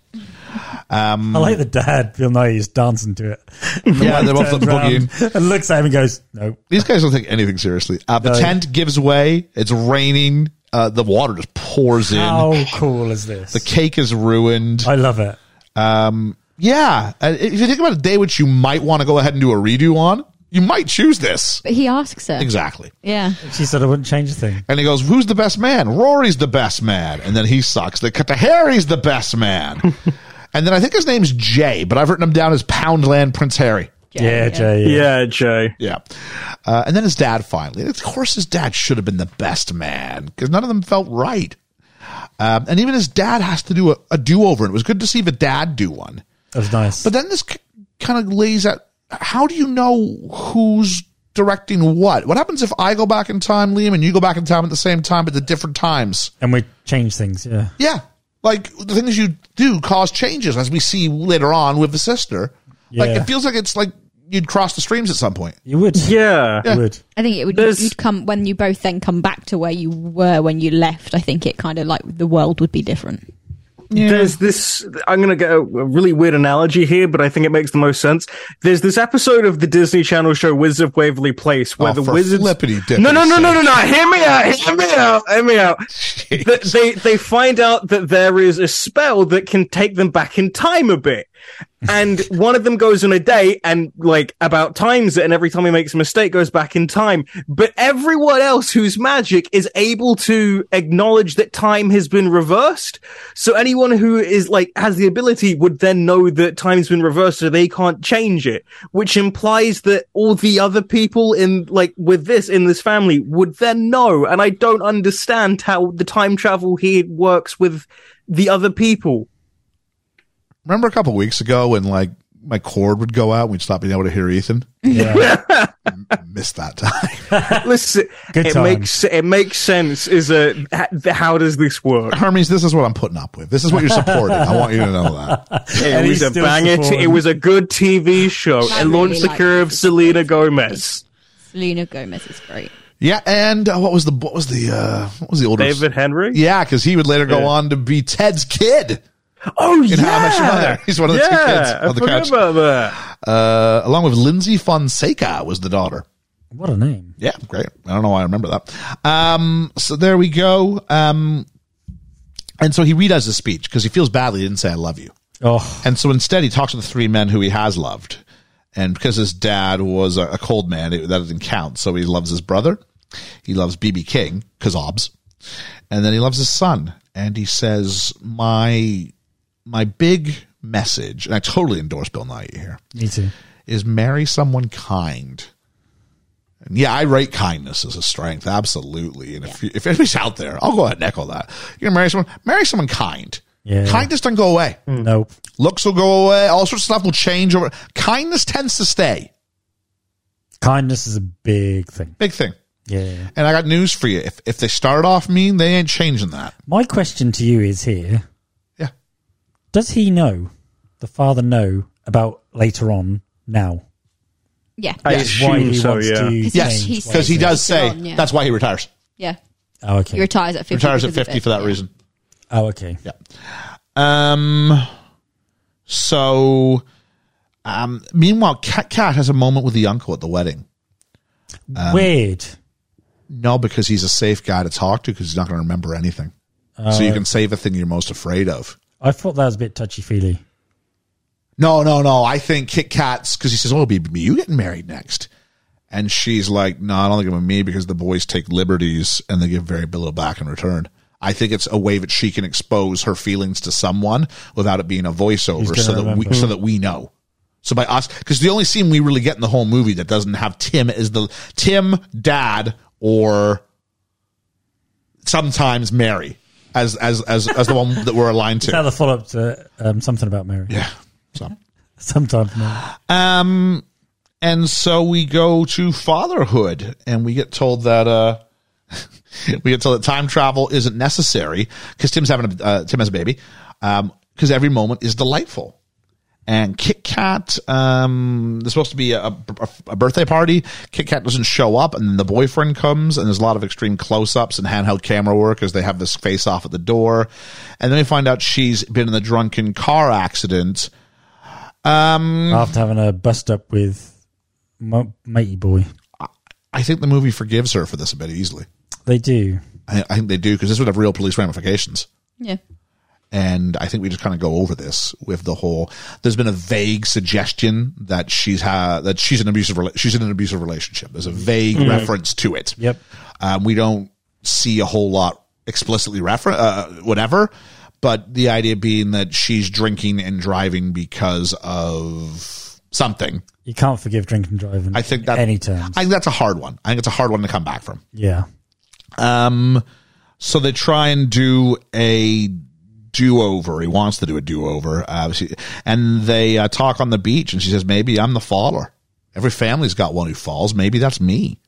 I like the dad. You'll know he's dancing to it.
Yeah, they're both
Turns
boogieing.
around And looks at him and goes, "No."
These guys don't take anything seriously. Uh, the
No.
tent gives way. It's raining. Uh, the water just pours in.
How cool is this?
The cake is ruined.
I love it.
yeah. Uh, if you think about a day which you might want to go ahead and do a redo on, you might choose this.
But he asks her.
Exactly.
Yeah.
She said, "I wouldn't change a thing."
And he goes, Who's the best man? Rory's the best man. And then he sucks. They cut to Harry's the best man. and then I think his name's Jay, but I've written him down as Poundland Prince Harry.
Yeah, Jay. Yeah.
Yeah, Jay.
Yeah. Uh, and then his dad finally. Of course, his dad should have been the best man because none of them felt right. Um, and even his dad has to do a, a do over. And it was good to see the dad do one.
that was nice.
But then this kind of lays out how do you know who's directing what? What happens if I go back in time, Liam, and you go back in time at the same time, but the different times?
and we change things. Yeah,
Yeah. Like the things you do cause changes, as we see later on with the sister. Like
Yeah.
it feels like it's like you'd cross the streams at some point.
you would.
Yeah.
you would.
I think it would
There's-
you'd come when you both then come back to where you were when you left. I think it kind of like the world would be different.
There's this. I'm going to get a, a really weird analogy here, but I think it makes the most sense. There's this episode of the Disney Channel show Wizards of Waverly Place where
Oh,
the
for
wizards.
flippity-dippity
no, no, no, no, no, no! Hear me out! Hear me out! Hear me out! Th- they they find out that there is a spell that can take them back in time a bit,
[LAUGHS]
and one of them goes on a date and like about times it, and every time he makes a mistake, goes back in time. But everyone else who's magic is able to acknowledge that time has been reversed. So anyone who is like has the ability would then know that time's been reversed, so they can't change it. Which implies that all the other people in like with this in this family would then know. And I don't understand how the time travel here works with the
[LAUGHS]
other people.
Remember a couple weeks ago when like my cord would go out and we'd stop being able to hear Ethan?
Yeah.
Missed that time. [LAUGHS]
Listen,
Good
it
times.
makes it makes sense. Is a h- how does
[LAUGHS]
this work?
Hermes, this is what I'm putting up with. This is what you're supporting. I want you to know that.
It
he's
was a
still
banger. t-
supporting.
it was a good TV show.
I
it launched
really
the
like
career of
this.
Selena Gomez,
Selena Gomez is great.
Yeah, and uh, what was the what was the uh what was the older
David Henry.
Yeah, because he would later go on to be Ted's kid
Oh yeah,
in How I Met Your Mother. [LAUGHS] He's one of the two kids
yeah. I
on the
forgot
couch. [LAUGHS]
about that.
uh, along with Lindsay Fonseca was the daughter.
What a name.
Yeah, great. I don't know why I remember that. Um, so there we go. Um, and so he redoes his speech because he feels badly he didn't say I love you.
Oh,
And so instead, he talks to the three men who he has loved. And because his dad was a, a cold man, it, that didn't count. So he loves his brother. He loves BB King, because obs. And then he loves his son. And he says, my, my big message, and I totally endorse Bill Nye here,
me too.
is marry someone kind. And yeah, I rate kindness as a strength, absolutely. And if, you- if anybody's out there, I'll go ahead and echo that. You're going to marry someone, marry someone kind.
Yeah.
Kindness doesn't go away
Nope.
looks will go away all sorts of stuff will change over kindness tends to stay
Kindness is a big thing.
big thing
Yeah.
and i got news for you if, if they start off mean they ain't changing that
My question to you is here:
yeah
Does he know, the father know about later on now?
Yeah.
I
Why
assume
he
so.
wants
Yeah.
to
Yes.
change?
He says-
because he does say
Still on, yeah.
that's why he retires
Yeah.
Oh, okay.
He retires at 50.
retires at
because of
50
it.
for that
Yeah.
reason
oh, okay.
um so um meanwhile cat cat has a moment with the uncle at the wedding
Weird.
no because he's a safe guy to talk to because he's not going to remember anything so you can say the thing you're most afraid of
I thought that was a bit touchy feely.
No, no, no. I think Kit Kat's because he says, "Oh, be you getting married next," and she's like, "No, I don't think it with me because the boys take liberties and they give very little back in return." I think it's a way that she can expose her feelings to someone without it being a voiceover,
gonna
so that we
remember.
so that we know. So by us, because the only scene we really get in the whole movie that doesn't have Tim is the Tim, Dad, or sometimes Mary as as as as the one that we're aligned to.
Now the follow up to um, something about Mary. [LAUGHS]
Yeah. So.
Sometimes no.
Um, and so we go to fatherhood, and we get told that uh, [LAUGHS] we get told that time travel isn't necessary because Tim's having a uh, Tim has a baby. Um, because every moment is delightful. And Kit Kat, um, there's supposed to be a, a, a birthday party. Kit Kat doesn't show up, and then the boyfriend comes, and there's a lot of extreme close ups and handheld camera work as they have this face off at the door. And then we find out she's been in a drunken car accident.
after having a bust up with mo- matey boy.
I think the movie forgives her for this a bit easily.
They do.
I, I think they do because this would have real police ramifications.
Yeah.
And I think we just kind of go over this with the whole. There's been a vague suggestion that she's ha- that she's an abusive rela- she's in an abusive relationship. There's a vague reference to it.
Mm. Yep.
Um, we don't see a whole lot explicitly refer uh, whatever, but the idea being that she's drinking and driving because of something.
You can't forgive drink and driving.
I think that
any terms.
I think that's a hard one. I think it's a hard one to come back from.
yeah.
Um, so they try and do a do over. He wants to do a do over. Uh, she- and they uh, talk on the beach, and she says, Maybe I'm the faller. Every family's got one who falls. Maybe that's me.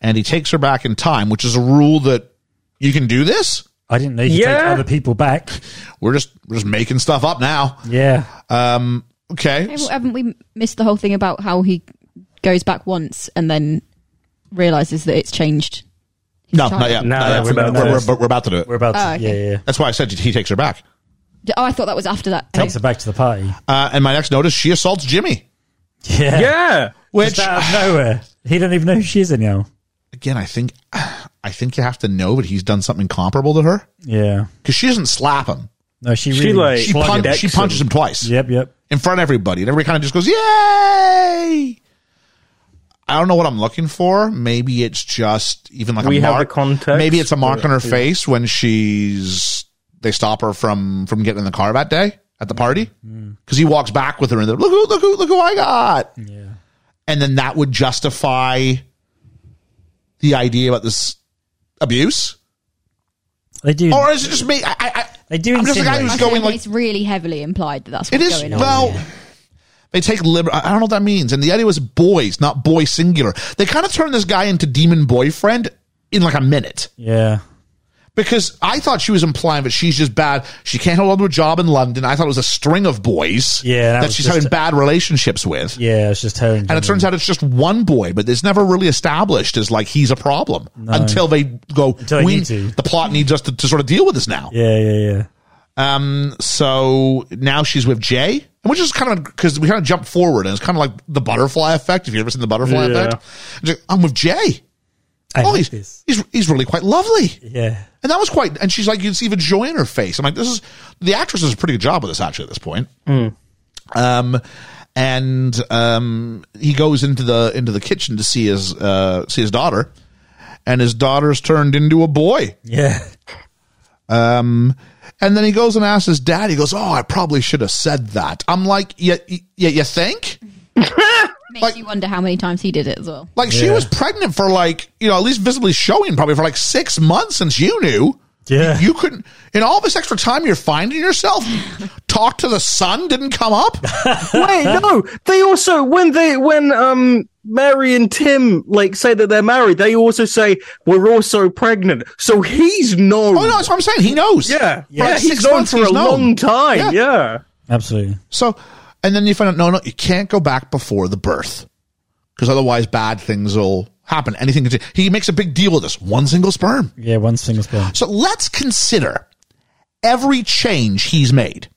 And he takes her back in time, which is a rule that you can do this.
I didn't know you could take
Yeah.
other people back.
We're just we're just making stuff up now. Um,
Yeah.
Okay.
Haven't haven't we missed the whole thing about how he goes back once and then realizes that it's changed? his
No,
child?
not yet.
No,
Not
no,
yet.
we're about to
We're-
do
we're-
this.
we're- we're about to do
We're
it.
about to.
Oh, okay.
Yeah, yeah.
That's why I said he takes her back.
Oh, I thought that was after that.
Takes her back to the party.
Uh, and my next note is she assaults Jimmy,
Yeah.
Yeah.
which
Just out of nowhere. He don't even know who she is anyhow.
again, I think I think you have to know that he's done something comparable to her
Yeah.
because she doesn't slap him.
No, she really.
She like
She,
slug
pun-
it.
she punches him twice
yep, yep.
in front of everybody, and everybody kind of just goes, "Yay!" I don't know what I'm looking for. Maybe it's just even like
We
a
have
mark.
the context
Maybe it's a mark
for-
on her
yeah.
face when she's they stop her from from getting in the car that day at the party because he walks back with her and they're look who look who look who I got.
Yeah.
and then that would justify the idea about this abuse.
They do.
Or is it just me? I, I, I,
They do
Oh, I'm just a guy who's
insinuate.
I
going
think
like
it's really heavily implied that that's
it
what's
is.
going on.
Well, they take liber. I I don't know what that means. And the idea was boys, not boy singular. They kind of turn this guy into demon boyfriend in like a minute
yeah.
because I thought she was implying that she's just bad. She can't hold on to a job in London. I thought it was a string of boys
Yeah, that
that,
was
she's
just
having
a-
bad relationships with.
Yeah, it's just her. And,
And it turns out it's just one boy, but it's never really established as like he's a problem until they go.
Until they
we,
need to."
The plot needs us to, to sort of deal with this now.
Yeah, yeah, yeah.
So now she's with Jay, which is kind of because we kind of jump forward and it's kind of like the butterfly effect. If you've ever seen the butterfly
Yeah.
effect, It's like, I'm with Jay.
I
Oh,
like
he's,
this.
he's he's really quite lovely,
Yeah.
and that was quite. And she's like, you can see the joy in her face. I'm like, this is the actress does a pretty good job with this actually at this point. Um, and um, he goes into the into the kitchen to see his uh see his daughter, and his daughter's turned into a boy.
Yeah.
And then he goes and asks his dad. He goes, "Oh, I probably should have said that." I'm like, "Yeah, yeah, you think?"
makes
like-
you wonder how many times he did it as well.
Like she
Yeah.
was pregnant for like you know at least visibly showing probably for like six months since you knew.
Yeah.
You couldn't in all this extra time you're finding yourself. talk to the sun didn't come
[LAUGHS]
up.
Wait, no. They also when they when um Mary and Tim like say that they're married, they also say we're also pregnant. So he's known.
Oh no, that's what I'm saying. He knows.
yeah,
For like
yeah.
six
He's known
months
for
he's
a
known.
long time.
Yeah.
Yeah.
Absolutely.
So, and then you find out, no, no, you can't go back before the birth because otherwise bad things will happen. Anything. can change. He makes a big deal of this. One single sperm.
Yeah, one single sperm.
So let's consider every change he's made.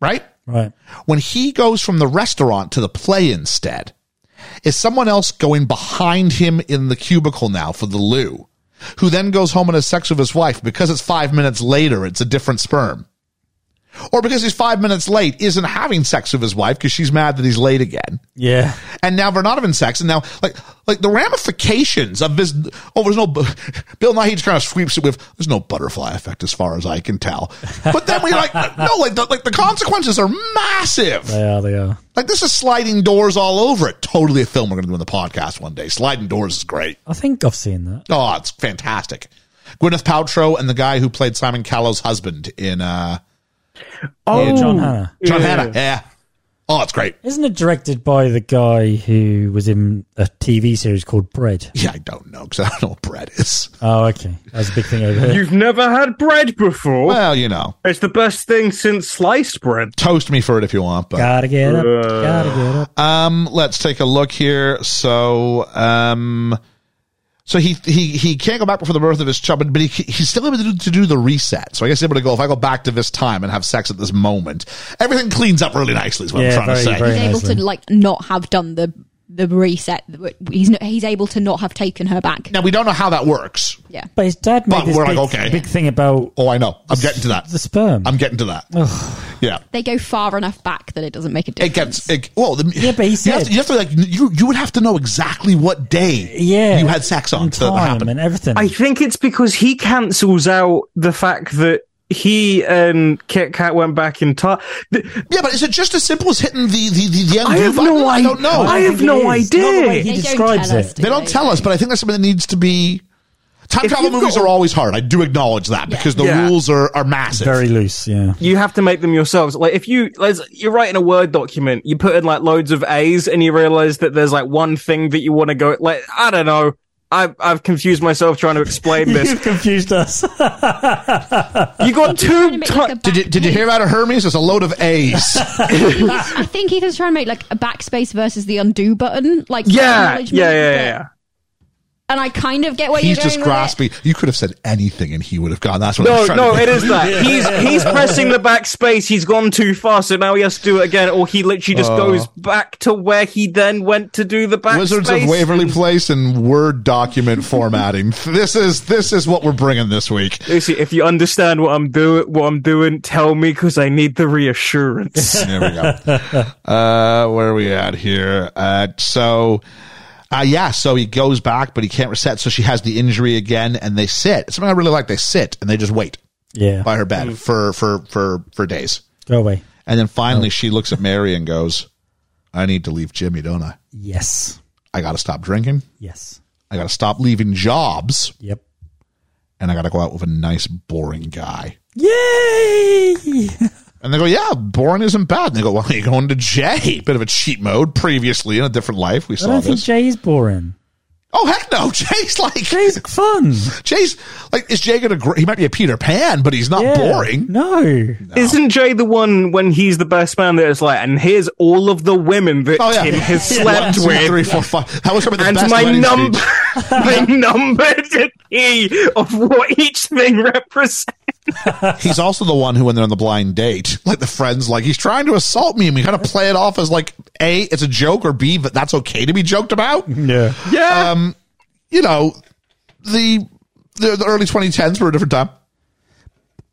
Right?
Right.
When he goes from the restaurant to the play instead, is someone else going behind him in the cubicle now for the loo, who then goes home and has sex with his wife because it's five minutes later, it's a different sperm. Or because he's five minutes late, isn't having sex with his wife because she's mad that he's late again.
Yeah.
And now Vernodovan sex, and now like like the ramifications of this. Oh, there's no bu- [LAUGHS] Bill Nighy just kind of sweeps it with. There's no butterfly effect as far as I can tell. But then we like [LAUGHS] no like the, like the consequences are massive.
They are, they are.
Like this is sliding doors all over it. Totally a film we're going to do in the podcast one day. Sliding doors is great.
I think I've seen that.
Oh, it's fantastic. Gwyneth Paltrow and the guy who played Simon Callow's husband in uh,
Oh,
Yeah, John Hannah.
John
Yeah.
Hannah. Yeah. Oh, it's great.
Isn't it directed by the guy who was in a TV series called Bread?
Yeah, I don't know because I don't know what bread is.
Oh, okay. That's a big thing over
[LAUGHS]
here.
You've never had bread before.
Well, you know,
it's the best thing since sliced bread.
toast me for it if you want. But
gotta get up.
Uh,
Gotta get up.
um, let's take a look here. So, um, so he he he can't go back before the birth of his child, but, but he, he's still able to do, to do the reset. So I guess he's able to go if I go back to this time and have sex at this moment, everything cleans up really nicely. Is what
Yeah,
I'm trying to
very,
say.
very-
He's able to
nicely.
like not have done the the reset. He's no, he's able to not have taken her back.
Now we don't know how that works.
Yeah.
But his dad made
But
this
we're
big,
like, okay.
big thing about
Oh, I know. I'm getting to that.
the sperm.
I'm getting to that. Yeah.
They go far enough back that it doesn't make a
It
difference.
gets it, well. The,
Yeah, but he
you have,
said-
to, you have to like you. You would have to know exactly what day
yeah,
you had sex on
and
to
time
happen.
and everything.
I think it's because he cancels out the fact that he and Kit Kat went back in time.
Yeah, but is it just as simple as hitting the the the, the end?
I have
button?
no
I don't
i-
know.
I have
think
no
it is. Not the way he
They
idea.
don't
describes
tell us,
it.
do
they don't tell us, but I think that's something that needs to be. Time
If
travel
you've
movies
got-
are always hard. I do acknowledge that
Yeah.
because the
Yeah.
rules are are massive.
Very
[LAUGHS]
loose, yeah.
You have to make them yourselves. Like if you, let's- you're writing a word document, you put in like loads of A's, and you realize that there's like one thing that you want to go. Like I don't know. I've I've confused myself trying to explain
[LAUGHS]
this.
You've confused us. [LAUGHS]
you
Trying to
got two.
make,
ti-
like, a
did you,
back-
did you hear out of Hermes? It's a load of
[LAUGHS]
A's.
I think Ethan's trying to make like a backspace versus the undo button. Like
yeah, yeah,
acknowledgement,
yeah,
but-
yeah, yeah.
And I kind of get what
He's
you're going
just
with it.
grasping. You could have said anything, and he would have gone. That's what. I'm
No,
trying
no,
to
it is that. He's he's pressing the backspace. He's gone too far, so now he has to do it again, or he literally
Oh.
just goes back to where he then went to do the
[LAUGHS]
backspace.
Wizards of Waverly Place and Word document formatting. [LAUGHS] This is this is what we're bringing this week.
Lucy, if you understand what I'm doing, what I'm doing, tell me because I need the reassurance.
[LAUGHS] There we go. Uh, where are we at here? Uh, so, uh, yeah. So he goes back, but he can't reset. So she has the injury again, and they sit. Something I really like. They sit and they just wait
yeah.
by her bed for for for for days,
Go away.
and then finally
Oh.
she looks at Mary and goes, "I need to leave Jimmy, don't I?
Yes.
I got to stop drinking.
Yes.
I got to stop leaving jobs,
Yep.
and I got to go out with a nice, boring guy."
Yay!
And they go, yeah, boring isn't bad. And they go, well, [LAUGHS] you're going to Jay. Bit of a cheat mode previously in a different life. We
I
saw
don't think
this.
Jay's boring.
oh, heck no. [LAUGHS] Jay's like,
Jay's fun.
Jay's like, is Jay going to, gr- he might be a Peter Pan, but he's not
Yeah.
[LAUGHS]
[LAUGHS]
boring.
No.
Isn't Jay the one when he's the best man that is like, and here's all of the women that
Oh, [LAUGHS] yeah.
Tim has
One,
slept
two,
with,
three, four, five. That was probably the
and
best
my
wedding
number,
speech.
[LAUGHS] my number to E of what each thing represents.
He's also the one who, when they're on the blind date, like the friend's like, he's trying to assault me. And we kind of play it off as like, A, it's a joke, or B, but that's okay to be joked about. Um,
Yeah.
Yeah,
You know, the, the, the early 2010s were a different time.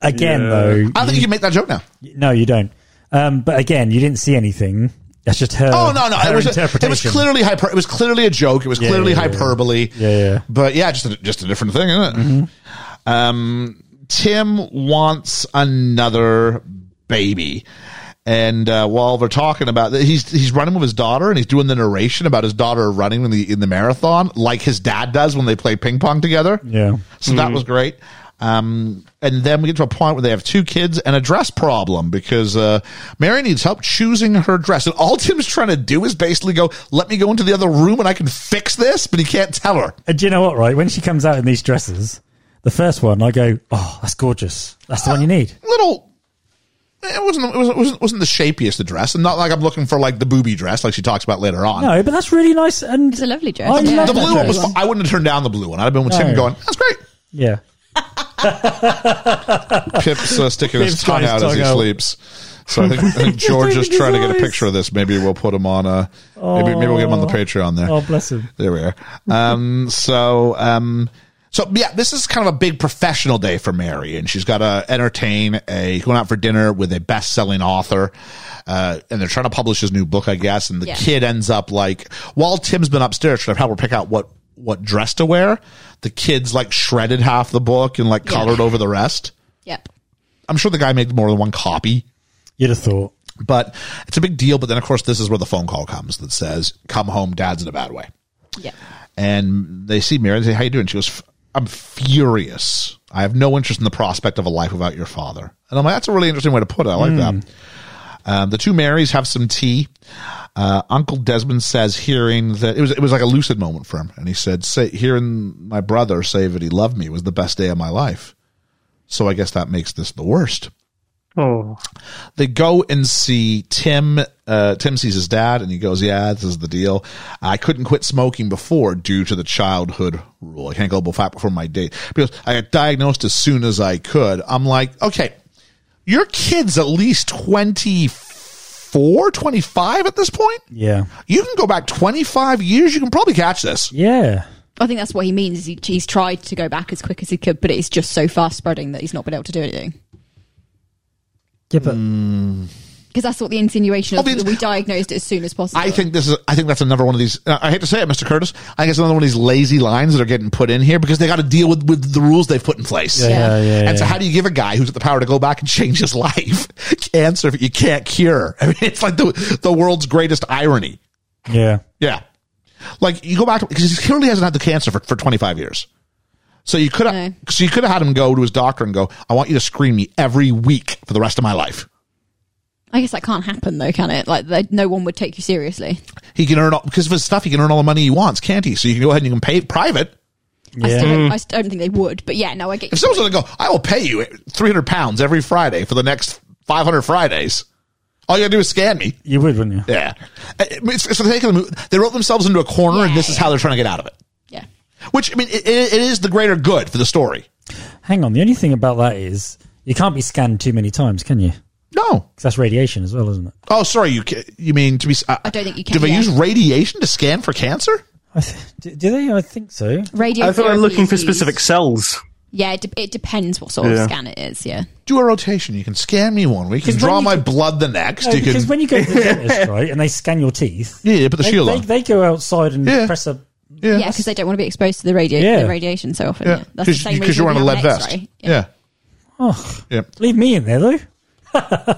Again,
Yeah.
though.
I don't think you can make that joke now.
you- no, you don't. Um, but again, you didn't see anything. That's just her.
Oh no, no,
her
it was a- it
interpretation.
was clearly hyper. It was clearly a joke. It was
Yeah,
clearly
yeah, yeah.
hyperbole.
Yeah, yeah. Mm-hmm.
But yeah, just a, just a different thing, isn't it? Um, Tim wants another baby. And uh, while they're talking about that, he's he's running with his daughter, and he's doing the narration about his daughter running in the in the marathon, like his dad does when they play ping pong together.
Yeah.
So that was great. Um, and then we get to a point where they have two kids and a dress problem because uh, Mary needs help choosing her dress. And all Tim's trying to do is basically go, let me go into the other room and I can fix this, but he can't tell her.
And do you know what, right? When she comes out in these dresses, the first one, I go, oh, that's gorgeous. That's the one you need.
Little. It wasn't, it wasn't, it wasn't, it wasn't the shapiest of dress. And not like I'm looking for like the booby dress like she talks about later on.
No, but that's really nice. And
It's a lovely dress.
I
Yeah.
love
the
that
blue one was,
dress.
I wouldn't have turned down the blue one. I'd have been with
No.
Tim going, that's great.
Yeah.
Pip's uh, sticking his
Pip's got
tongue
his
out as
tongue
he
out.
sleeps. So I think, I
[LAUGHS]
think George is
He's doing
trying to get a
his eyes.
picture of this. Maybe we'll put him on. Uh, maybe maybe we'll get him on the Patreon there.
Oh, bless him.
There we are. Um, so um, So yeah, this is kind of a big professional day for Mary, and she's got to entertain a going out for dinner with a best selling author, uh, and they're trying to publish his new book, I guess. And the
Yeah.
kid ends up like while Tim's been upstairs trying to help her pick out what what dress to wear, the kid's like shredded half the book and like
Yeah.
colored over the rest.
Yep.
I'm sure the guy made more than one copy
You'd have thought.
but it's a big deal. But then, of course, this is where the phone call comes that says, "Come home, Dad's in a bad way."
Yep.
And they see Mary and say, "How you doing?" She goes, "I'm furious. I have no interest in the prospect of a life without your father." And I'm like, "That's a really interesting way to put it. I like that." Um, the two Marys have some tea. Uh, Uncle Desmond says, hearing that it was it was like a lucid moment for him, and he said, say, "Hearing my brother say that he loved me was the best day of my life." So I guess that makes this the worst
Oh,
they go and see Tim. Uh, Tim sees his dad, and he goes, "Yeah, this is the deal. I couldn't quit smoking before due to the childhood rule. I can't go fat before my date because I got diagnosed as soon as I could." I'm like, "Okay, your kid's at least 24, 25 at this point.
Yeah.
You can go back 25 years. You can probably catch this."
Yeah.
I think that's what he means. Is he, he's tried to go back as quick as he could, but it's just so fast spreading that he's not been able to do anything.
Yeah, but
Mm.
Because that's what the insinuation is.
Obvious-
that we diagnosed it as soon as possible.
I think this is. I think that's another one of these. uh, I hate to say it, Mr. Curtis. I think it's another one of these lazy lines that are getting put in here because they got to deal with with the rules they've put in place.
yeah, yeah. yeah,
and so, how do you give a guy who's got the power to go back and change his [LAUGHS] life cancer that you can't cure? I mean, it's like the the world's greatest irony.
yeah.
Yeah, like you go back to because he clearly hasn't had the cancer for, for twenty five years. So you could have,
No.
so you could have had him go to his doctor and go, "I want you to screen me every week for the rest of my life."
I guess that can't happen though, can it? Like, they- no one would take you seriously.
He can earn all, because of his stuff. He can earn all the money he wants, can't he? So you can go ahead and you can pay private.
I,
Yeah.
still don't, I still don't think they would. But yeah, no, I get.
If someone's going to go, I will pay you three hundred pounds every Friday for the next five hundred Fridays. All you got to do is scan me.
You would, wouldn't you?
Yeah. I- I mean, It's, it's the take of the movie. They wrote themselves into a corner, and this is how they're trying to get out of it.
Yeah.
Which, I mean, it, it it is the greater good for the story.
Hang on. The only thing about that is you can't be scanned too many times, can you? 'Cause
No.
that's radiation as well, isn't it?
Oh, sorry. You ca- you mean to be? Uh,
I don't think you can,
Do they
yeah.
use radiation to scan for cancer?
I th- do, do they? I think so.
Radio.
I thought I'm
therapy
looking
is
for
used.
specific cells.
Yeah, it, de- it depends what sort of
Yeah.
scan it is. Yeah.
Do a rotation. You can scan me one week, you can
Because when
draw
you
my
go-
blood the next.
No,
you
because
can.
when you go to
[LAUGHS]
the dentist, right, and they scan your teeth,
yeah, yeah, put the
they,
shield
they,
on.
they go outside and
Yeah.
press a.
Yeah, because they don't want to be exposed to the, radio-
Yeah.
the radiation so often. Yeah.
yeah,
That's the
because
same
you,
reason
are on
we
a
have
lead
an
vest.
X-ray.
Yeah.
Oh,
yeah,
leave me in there though.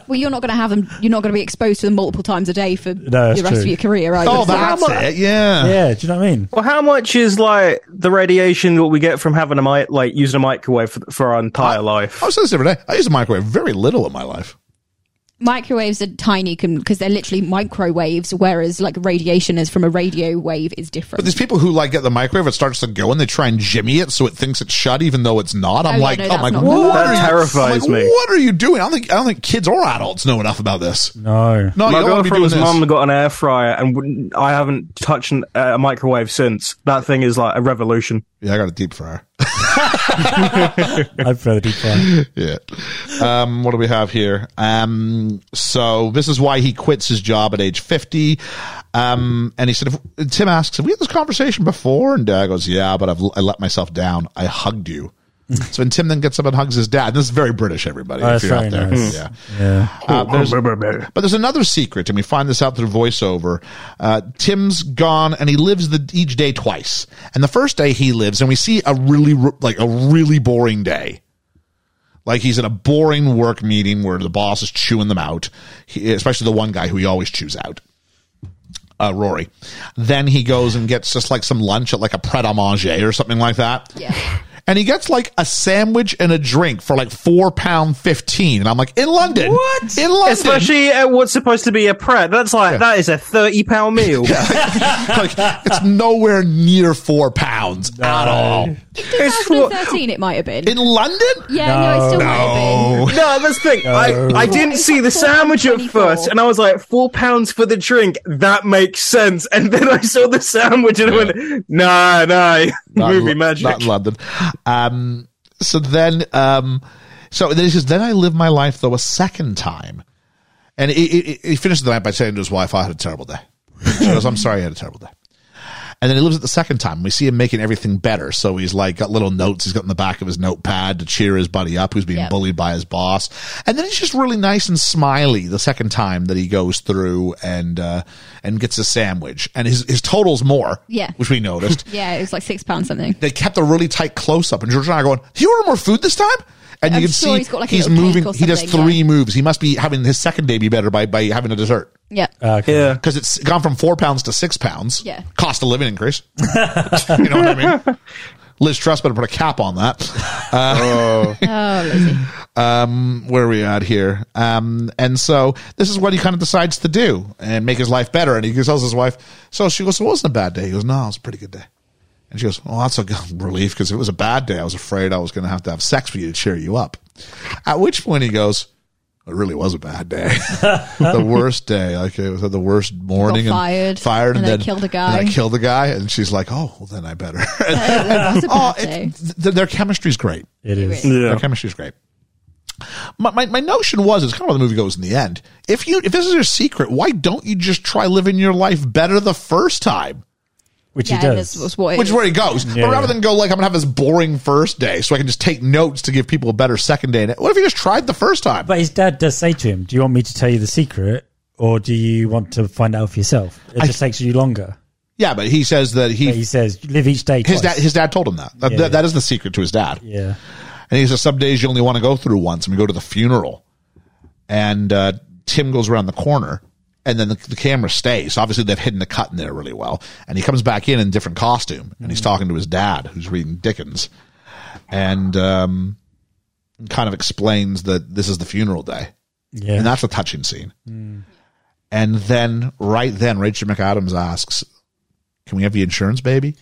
Well, you're not going to have them. You're not going to be exposed to them multiple times a day for
No, that's
the rest of
true.
your career. Either.
Oh,
So-
that's it. Yeah.
Yeah, do you know what I mean?
Well, how much is like the radiation that we get from having a mic, like using a microwave for, for our entire life?
I was saying this every day. I use a microwave very little in my life.
microwaves are tiny because they're literally microwaves, whereas like radiation is from a radio wave is different.
But there's people who like get the microwave, it starts to go, and they try and jimmy it so it thinks it's shut, even though it's not. I'm
Oh, yeah,
like,
no,
I'm
that's
like,
not
what?
normal.
Are
That
you,
terrifies
I'm like,
me.
What are you doing? I don't think I don't think kids or adults know enough about this.
No.
No,
My
you don't want to be doing
girlfriend's
this.
mum got an air fryer, and wouldn't- I haven't touched an, a microwave since. That thing is like a revolution.
yeah, I got a deep fryer.
I'd rather
[LAUGHS]
be fine.
yeah. Um, what do we have here? Um, so this is why he quits his job at age 50. Um, and he said, if, Tim asks, have we had this conversation before? And dad goes, yeah, but I've, I let myself down. I hugged
[LAUGHS]
you. so when Tim then gets up and hugs his dad, this is very British, everybody.
Oh,
if
that's
you're out
very
there.
nice.
Yeah.
Yeah.
Uh, there's- but there's another secret, and we find this out through voiceover. Uh, Tim's gone, and he lives the, each day twice. And the first day he lives, and we see a really r- like a really boring day. Like he's at a boring work meeting where the boss is chewing them out, he, especially the one guy who he always chews out, uh, Rory. Then he goes and gets just like some lunch at like a pret a manger or something like that.
Yeah.
And he gets like a sandwich and a drink for like four pound fifteen, and I'm like, in London, what in London?
Especially at what's supposed to be a pret. That's like that is a thirty
[LAUGHS]
pound meal.
like it's nowhere near four pounds at all
It's for-
2013 it might have been.
in London.
yeah, no, it still might have been.
No, that's the thing. I,
Uh.
I didn't see the sandwich at first, and I was like, four pounds for the drink. That makes sense. And then I saw the sandwich, and I went, nah, nah,
Not in
[LAUGHS] movie
Lo-
magic.
not in London. Um, so then, um, so then he says, then I live my life though a second time, and he, he, he finished the night by saying to his wife, "I had a terrible day." She goes, "I'm sorry, I had a terrible day." And then he lives it the second time. We see him making everything better. So he's like got little notes he's got in the back of his notepad to cheer his buddy up who's being
Yep.
bullied by his boss. And then he's just really nice and smiley the second time that he goes through and uh, and gets a sandwich. And his his total's more.
Yeah.
Which we noticed
Yeah, it was like six pounds something.
they kept a really tight close up, and George and I are going, "He ordered more food this time." And
I'm
you can
sure
see
he's
he's,
got, like, a little cake
moving.
or
He does
something,
three
yeah.
moves. He must be having his second day be better by by having a dessert
Yeah.
Uh, Okay.
Yeah.
because it's gone from four pounds to six pounds.
Yeah.
cost of living increase. [LAUGHS] you know what I mean? Liz Truss better put a cap on that. Uh,
oh, Lizzie.
Um, Where are we at here? Um, and so this is what he kind of decides to do and make his life better. And he tells his wife. So she goes, "It wasn't a bad day." He goes, "No, it was a pretty good day." And she goes, "Oh, that's a good [LAUGHS] relief because if it was a bad day, I was afraid I was going to have to have sex with you to cheer you up." At which point he goes, "It really was a bad day, [LAUGHS] the worst day. Like it was the worst morning. and
fired,
fired,
and I killed a guy.
And I killed a guy." And she's like, "Oh, well, then I better." [LAUGHS]
That's a
oh,
bad
it,
day.
th- th- their chemistry's great.
It is.
Yeah.
Their chemistry's great. My, my, my notion was it's kind of where the movie goes in the end. If you if this is your secret, why don't you just try living your life better the first time?
Which
Yeah,
he
and
does.
this was what it
Which is
is.
where he goes. but rather than go like I'm gonna have this boring first day so I can just take notes to give people a better second day. What if you just tried the first time?
But his dad does say to him, "Do you want me to tell you the secret, or do you want to find out for yourself? It just takes you longer."
yeah, but he says that he,
But he says, "Live each day."
his
twice."
dad his dad told him that. That,
Yeah.
that, that is the secret to his dad.
yeah.
And he says, some days you only want to go through once and we go to the funeral. And uh, Tim goes around the corner and then the, the camera stays. Obviously, they've hidden the cut in there really well. And he comes back in in a different costume and
Mm.
he's talking to his dad who's reading Dickens and um, kind of explains that this is the funeral day.
Yeah.
And that's a touching scene. And then, right then, Rachel McAdams asks, Can we have the insurance, baby?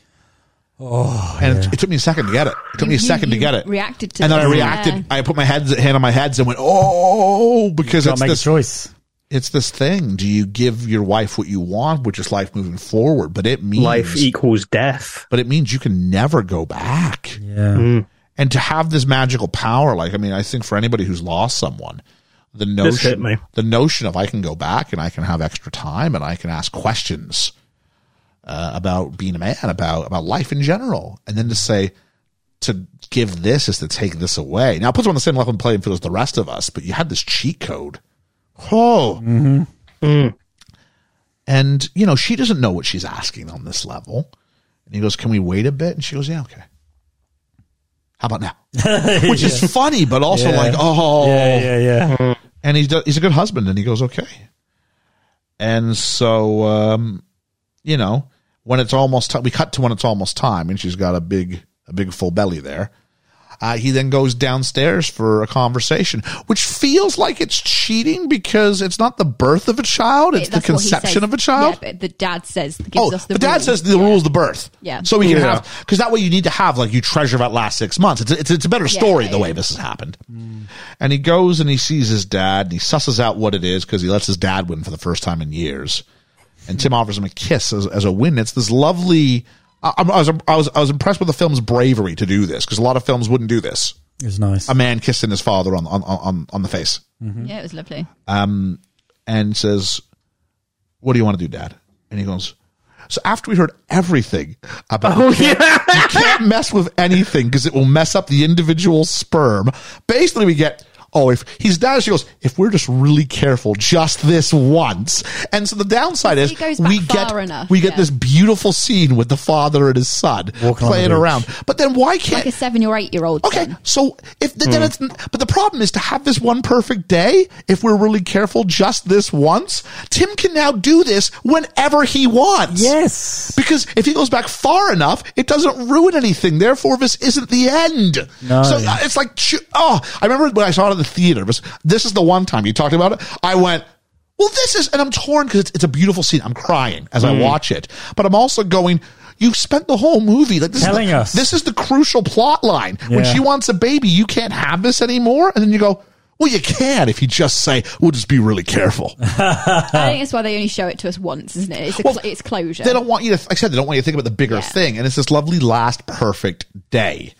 Oh, and it- it, took me a second to get it. It took me a
You-
second to
you
get it
reacted to
and then I
this,
reacted.
yeah.
I put my heads, hand on my heads and went, "Oh," because
Got to
it's
make
this,
a choice.
it's this thing. Do you give your wife what you want, which is life moving forward? But it means
Life e- equals death.
but it means you can never go back.
Yeah.
Mm. And to have this magical power, like I mean, I think for anybody who's lost someone, the
hit
notion,
me.
the notion of I can go back and I can have extra time and I can ask questions uh, about being a man, about about life in general, and then to say to give this is to take this away. Now it puts them on the same level and playing field as the rest of us, but you had this cheat code. Oh. And, you know, she doesn't know what she's asking on this level. And he goes, Can we wait a bit? And she goes, Yeah, okay. How about now? Which is funny, but also like, oh.
Yeah, yeah, yeah.
And he's, do- he's a good husband. And he goes, Okay. And so, um, you know, when it's almost time, we cut to when it's almost time, and she's got a big, a big full belly there. Uh, he then goes downstairs for a conversation, which feels like it's cheating because it's not the birth of a child; it's the
That's what he
conception
says.
of a child.
Yeah, but the dad says, gives
Oh,
us the
but dad
rule.
says the rule's the birth.
Yeah.
So we can
Yeah.
have because that way you need to have like you treasure that last six months. It's a, it's, a- it's a better story the way this has happened. And he goes and he sees his dad and he susses out what it is because he lets his dad win for the first time in years. And Tim offers him a kiss as, as a win. It's this lovely. I, I was I was I was impressed with the film's bravery to do this because a lot of films wouldn't do this.
It was nice.
A man kissing his father on on on, on the face
Yeah, it was lovely.
and says, "What do you want to do, Dad?" And he goes. So after we heard everything about
Oh, yeah.
you can't mess with anything because it will mess up the individual sperm. Basically, we get oh, if he's down, she goes, if we're just really careful, just this once. And so the downside is
It goes back
we
far
get
enough,
we get
yeah.
this beautiful scene with the father and his son
Walking on
playing
the beach.
around. But then why can't
Like a seven or eight year old.
Okay, so if the, then it's, but the problem is to have this one perfect day. If we're really careful, just this once, Tim can now do this whenever he wants.
yes.
Because if he goes back far enough, it doesn't ruin anything. Therefore, this isn't the end.
No.
So uh, it's like, choo- oh, I remember when I saw it at the theater. It was, this is the one time you talked about it. I went, well, this is, and I'm torn because it's, it's a beautiful scene. I'm crying as
Mm.
I watch it, but I'm also going, you spent the whole movie like this
Telling
is the,
us.
this is the crucial plot line. When
Yeah.
she wants a baby, you can't have this anymore. And then you go, well, you can if you just say, we'll just be really careful.
I think that's why they only show it to us once, isn't it? It's, a,
Well,
cl- it's closure.
They don't want you to. Like I said they don't want you to think about the bigger
Yeah.
thing, and it's this lovely last perfect day.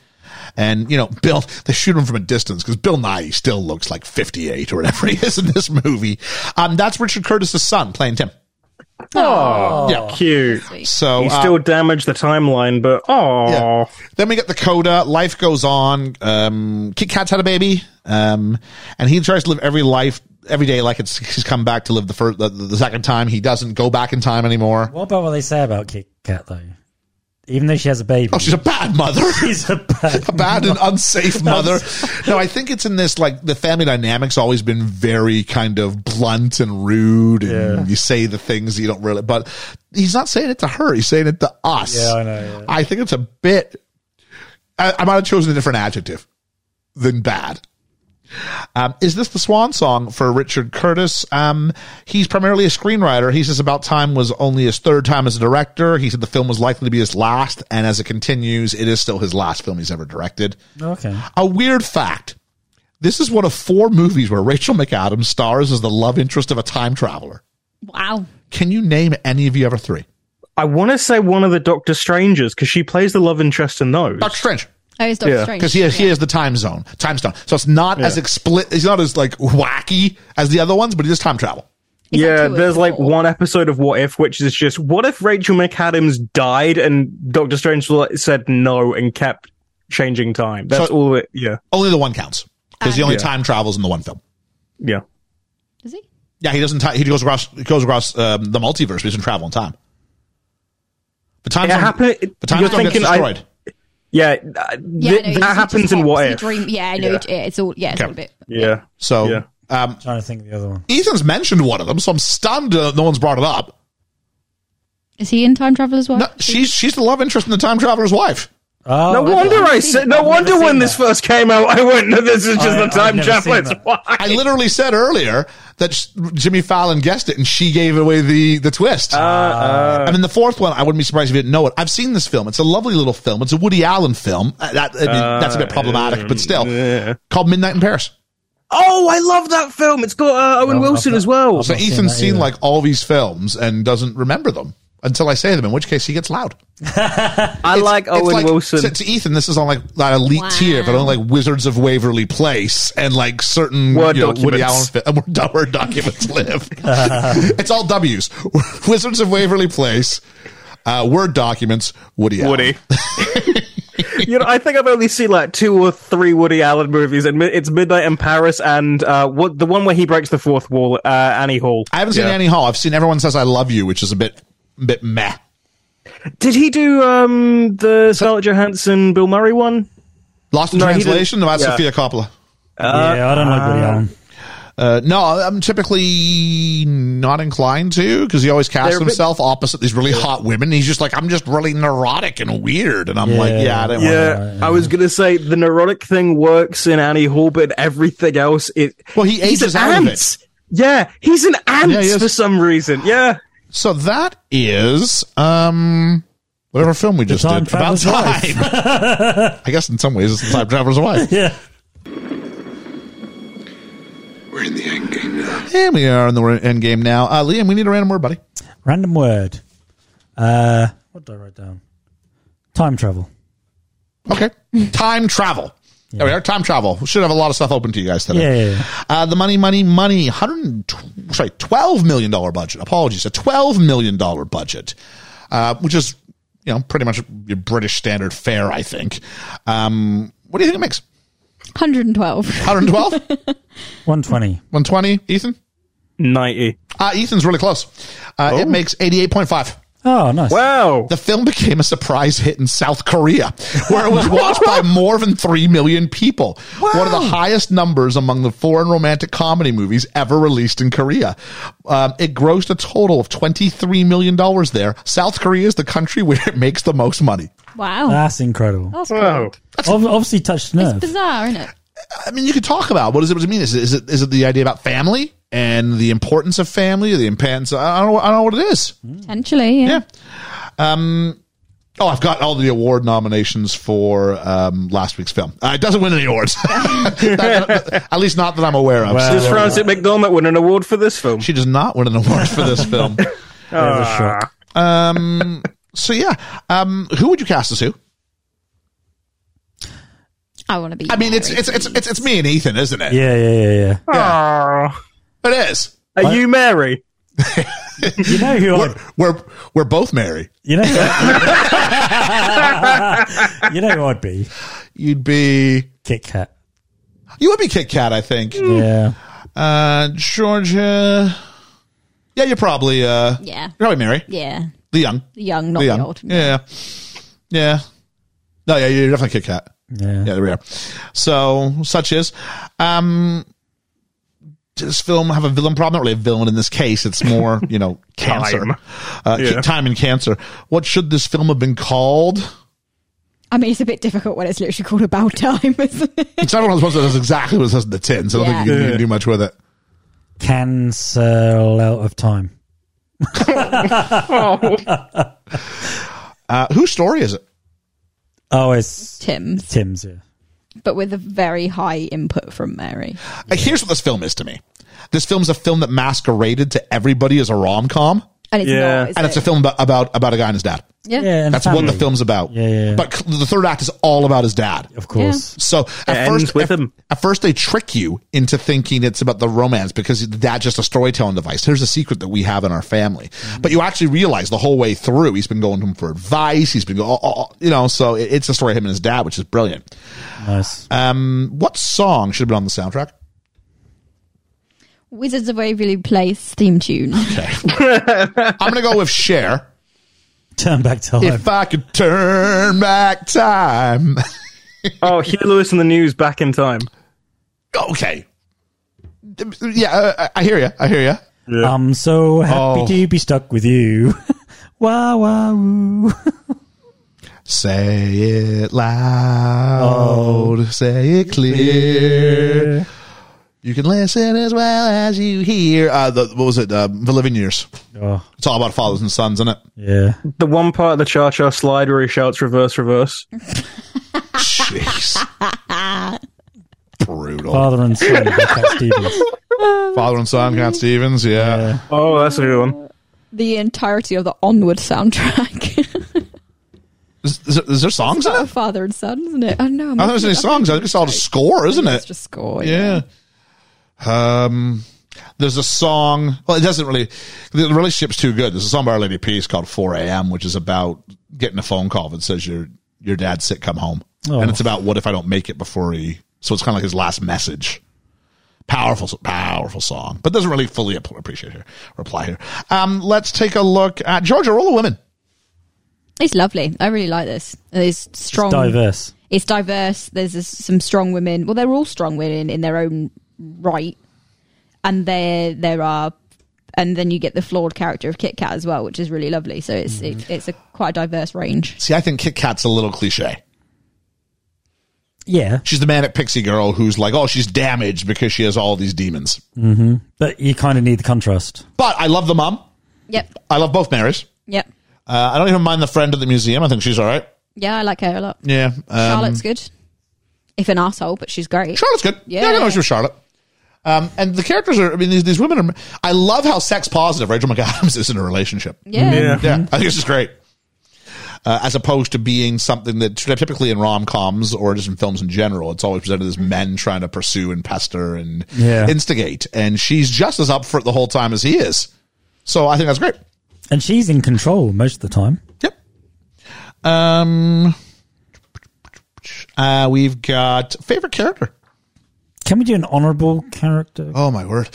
And you know, Bill, they shoot him from a distance because Bill Nye still looks [LAUGHS] like fifty-eight or whatever he is in this movie. Um, that's Richard Curtis's son playing Tim.
Oh, cute.
So
He
uh,
still damaged the timeline, but oh,
Yeah. Then we get the coda. Life goes on. Um, Kit Kat's had a baby, um, and he tries to live every life every day like it's he's come back to live the first the, the second time. He doesn't go back in time anymore.
What about what they say about Kit Kat though? Even though she has a baby,
Oh, she's a bad mother. [LAUGHS]
she's
a
a bad.
bad
[LAUGHS]
and unsafe mother. [LAUGHS] No, I think it's in this like the family dynamics always been very kind of blunt and rude, and you say the things you don't really. But he's not saying it to her; he's saying it to us.
Yeah, I know, yeah.
I think it's a bit. uh, I, I might have chosen a different adjective than bad. Um, is this the swan song for Richard Curtis? Um, he's primarily a screenwriter. He says About Time was only his third time as a director. He said the film was likely to be his last, and as it continues, it is still his last film he's ever directed.
Okay.
A weird fact this is one of four movies where Rachel McAdams stars as the love interest of a time traveler.
Wow.
Can you name any of the other three?
I want to say one of the Doctor Strangers because she plays the love interest in those.
Doctor Strange.
Oh, it's Doctor
Yeah.
Strange.
because he he has the time zone, time stone. So it's not as explicit. It's not as like wacky as the other ones, but it is time travel.
Is that
yeah,
two or
there's like
four?
one episode of What If, which is just what if Rachel McAdams died and Doctor Strange was like- said no and kept changing time. That's
So-
all. It, yeah,
Only the one counts because the only time travels in the one film.
yeah.
Does he?
Yeah, he doesn't. T- he goes across. He goes across um, the multiverse. But he doesn't travel in time. But time
It
zone,
happen- it-
the time
you're
zone gets
thinking I-
destroyed.
Yeah, uh, th-
Yeah, no, he- he
that happens
just
in What
hops, he
If.
Dream. Yeah, I know.
Yeah.
It, it's all, yeah, it's
Okay.
all a bit.
Yeah,
so
Yeah.
um,
trying to think of the other one.
Ethan's mentioned one of them, so I'm stunned uh, no one's brought it up.
Is he in time travel as well?
No, she's she's the love interest in the time traveler's wife.
Oh,
no
okay.
wonder I said. No wonder
seen
when
that.
this first came out, I went, "No, this is just
I-
the
I've
time
never
travel."
seen
It's
that.
why.
I literally said earlier that sh- Jimmy Fallon guessed it, and she gave away the the twist. I mean, the fourth one, I wouldn't be surprised if you didn't know it. I've seen this film. It's a lovely little film. It's a Woody Allen film. Uh, That, I mean, that's a bit problematic, but still, called Midnight in Paris.
[LAUGHS] Oh, I love that film. It's got uh, Owen
No, I've
Wilson
not-
as well.
I've
So
not seen
Ethan's
that
seen
either.
like all these films and doesn't remember them until I say them, in which case he gets loud.
I
It's-
like
it's
Owen
like-
Wilson.
To, to Ethan, this is on like that elite
Wow.
tier, but only like Wizards of Waverly Place and like certain
Word
you know, Woody Allen
documents.
fi- [LAUGHS] and where where documents
[LAUGHS]
live. it's all W's. [LAUGHS] Wizards of Waverly Place, uh, Word documents, Woody Allen.
[LAUGHS] Woody. you know, I think I've only seen like two or three Woody Allen movies, and mi- it's Midnight in Paris and uh, what the one where he breaks the fourth wall, uh, Annie Hall.
I haven't seen
Yeah.
Annie Hall. I've seen everyone says I love you, which is a bit bit meh.
Did he do um, the Scarlett Johansson, Bill Murray one?
Lost in
No, he didn't-
translation about
yeah.
Sophia Coppola.
yeah, I don't like Woody Allen.
Uh, no, I'm typically not inclined to because he always casts
They're a bit-
himself opposite these really hot women. He's just like, I'm just really neurotic and weird, and I'm like,
Yeah.
yeah, I don't want.
Yeah, I was gonna say the neurotic thing works in Annie Hall, but everything else it.
Well, he
he's
ages
an
out of it.
ant. Yeah, he's an ant
Yeah, he is.
for some reason. Yeah,
So that is um whatever film we just
Time
did about
Traveler's Wife.
time. [LAUGHS] I guess in some ways it's the time traveler's wife.
Yeah.
We're in the end game now.
And we are in the end game now. Uh, Liam, we need a random word, buddy.
Random word. Uh, what did I write down? Time travel. [LAUGHS]
Okay, time travel. There we are. Time travel. We should have a lot of stuff open to you guys today.
Yeah, yeah, yeah.
Uh, the money, money, money. Hundred and tw- sorry, twelve million dollar budget. Apologies, a twelve million dollar budget, uh, which is you know pretty much your British standard fare, I think. Um, what do you think it makes?
112.
112?
[LAUGHS] 120.
120? Ethan?
ninety.
Uh, Ethan's really close. Uh, It makes 88.5.
Oh, nice.
Wow.
The film became a surprise hit in South Korea, where it was watched by more than 3 million people. One of the highest numbers among the foreign romantic comedy movies ever released in Korea. Um, it grossed a total of $23 million there. South Korea is the country [LAUGHS] where it makes the most money.
[LAUGHS] Wow.
That's incredible.
Oh, That's cool.
Ob- obviously touched a
Uh,
nerve.
It's bizarre, isn't it?
I mean, you could talk about what does it, what does it mean? Is it, is it, is it the idea about family and the importance of family or the importance? I don't know, I don't know what it is.
Potentially. Yeah.
Yeah. Oh, I've got all the award nominations for um, last week's film. Uh, it doesn't win any awards, [LAUGHS] at least not that I'm aware of.
Wow.
Does Frances McDormand win an award for this film?
She does not win an award for this film.
There's a shock.
Um, so yeah, um, who would you cast as who?
I want to be.
I mean, it's it's it's it's, it's me and Ethan, isn't it?
Yeah, yeah, yeah, yeah.
Aw.
It is.
Are you Mary?
You know who I,
We're, we're, we're both Mary.
you know who- [LAUGHS] You know who I'd be?
You'd be,
Kit Kat.
you would be Kit Kat, I think.
Yeah.
Uh, Georgia. Yeah, you're probably, uh,
Yeah.
you're probably Mary.
Yeah.
The young.
The young, not
The
the,
young.
old.
Yeah. Yeah. No, yeah, you're definitely Kit Kat.
Yeah.
Yeah, there we are. So, such is. Um, does this film have a villain problem? Not really a villain in this case. It's
[LAUGHS]
more, you know, cancer.
Time.
Uh,
Yeah.
Time and cancer. What should this film have been
[LAUGHS]
called?
I mean, it's a bit difficult when it's literally called About Time, isn't it?
It's not one of those ones that does exactly what it says in the tin, so I don't think you can, you can do much with it.
Cancel out of time.
Uh, whose story is it?
Oh, it's
Tim's,
Tim's. Yeah.
but with a very high input from Mary.
Uh, Here's what this film is to me. This film's a film that masqueraded to everybody as a rom com,
And it's
Yeah.
not. is
and
it?
it's a film about, about about a guy and his dad.
Yeah.
Yeah. And
That's what
family,
the film's about.
Yeah, yeah, yeah.
But cl- the third act is all about his dad.
Of course.
So at
It ends
first,
with
at,
him.
at first they trick you into thinking it's about the romance because that's just a storytelling device. Here's a secret that we have in our family,
Mm-hmm.
but you actually realize the whole way through he's been going to him for advice. He's been going, oh, oh, oh, you know, so it, it's a story of him and his dad, which is brilliant. Um,
Nice.
What song should have been on the soundtrack?
Wizards of Waverly Place theme tune.
I'm gonna go with
[LAUGHS]
Cher.
Turn back time.
If I could turn back time, [LAUGHS]
Oh, Hugh Lewis in the news back in time.
okay. Yeah, uh, I I hear you. I hear you.
I'm so happy
Oh.
to be stuck with you. [LAUGHS] wow, wow, woo.
Say it loud. Say it Oh. clear. You can listen as well as you hear. Uh, the, what was it? Uh, the Living Years.
Oh,
It's all about fathers and sons, isn't it?
yeah.
The one part of the Cha Cha slide where he shouts reverse, reverse.
[LAUGHS] Jeez. Brutal.
Father and son by Cat
[LAUGHS]
Stevens.
Father and son, Cat Stevens. yeah.
Oh, that's a good one.
[LAUGHS] the entirety of the Onward soundtrack. [LAUGHS]
Is, is, there- is there songs in
Sort
it?
of father and son, isn't it? I don't know.
I don't think there's any songs. I think it's all just score, isn't
It's
it?
just score.
Yeah. Um, there's a song. Well, it doesn't really. The relationship's too good. There's a song by Our Lady of Peace called 4 a.m., which is about getting a phone call that says your your dad's sick, come home,
Oh.
and it's about what if I don't make it before he. So it's kind of like his last message. Powerful, powerful song, but doesn't really fully app- appreciate here. Reply here. Um, let's take a look at Georgia Roll of Women.
It's lovely. I really like this. It's strong.
Diverse.
It's diverse. There's uh, some strong women. Well, they're all strong women in their own right, and there there are, and then you get the flawed character of Kit Kat as well, which is really lovely. So it's it, it's a quite a diverse range.
See, I think Kit Kat's a little cliche.
Yeah,
She's the manic pixie girl who's like, oh, she's damaged because she has all these demons.
but you kind of need the contrast.
But I love the mom.
Yep.
I love both Marys.
Yep.
Uh, I don't even mind the friend at the museum. I think she's all right.
Yeah, I like her a lot.
Yeah. Um,
Charlotte's good. If an asshole, but she's great.
Charlotte's good. Yeah.
Yeah.
I know she was Charlotte. Um, and the characters are, I mean, these, these women are, I love how sex positive Rachel McAdams [LAUGHS] is in a relationship.
Yeah.
Yeah.
Yeah. I think this is great. Uh, as opposed to being something that typically in rom coms or just in films in general, it's always presented as men trying to pursue and pester and
Yeah.
instigate. And she's just as up for it the whole time as he is. So I think that's great.
And she's in control most of the time.
Yep. Um, uh, we've got favorite character.
Can we do an honourable character? [LAUGHS]
Oh my word.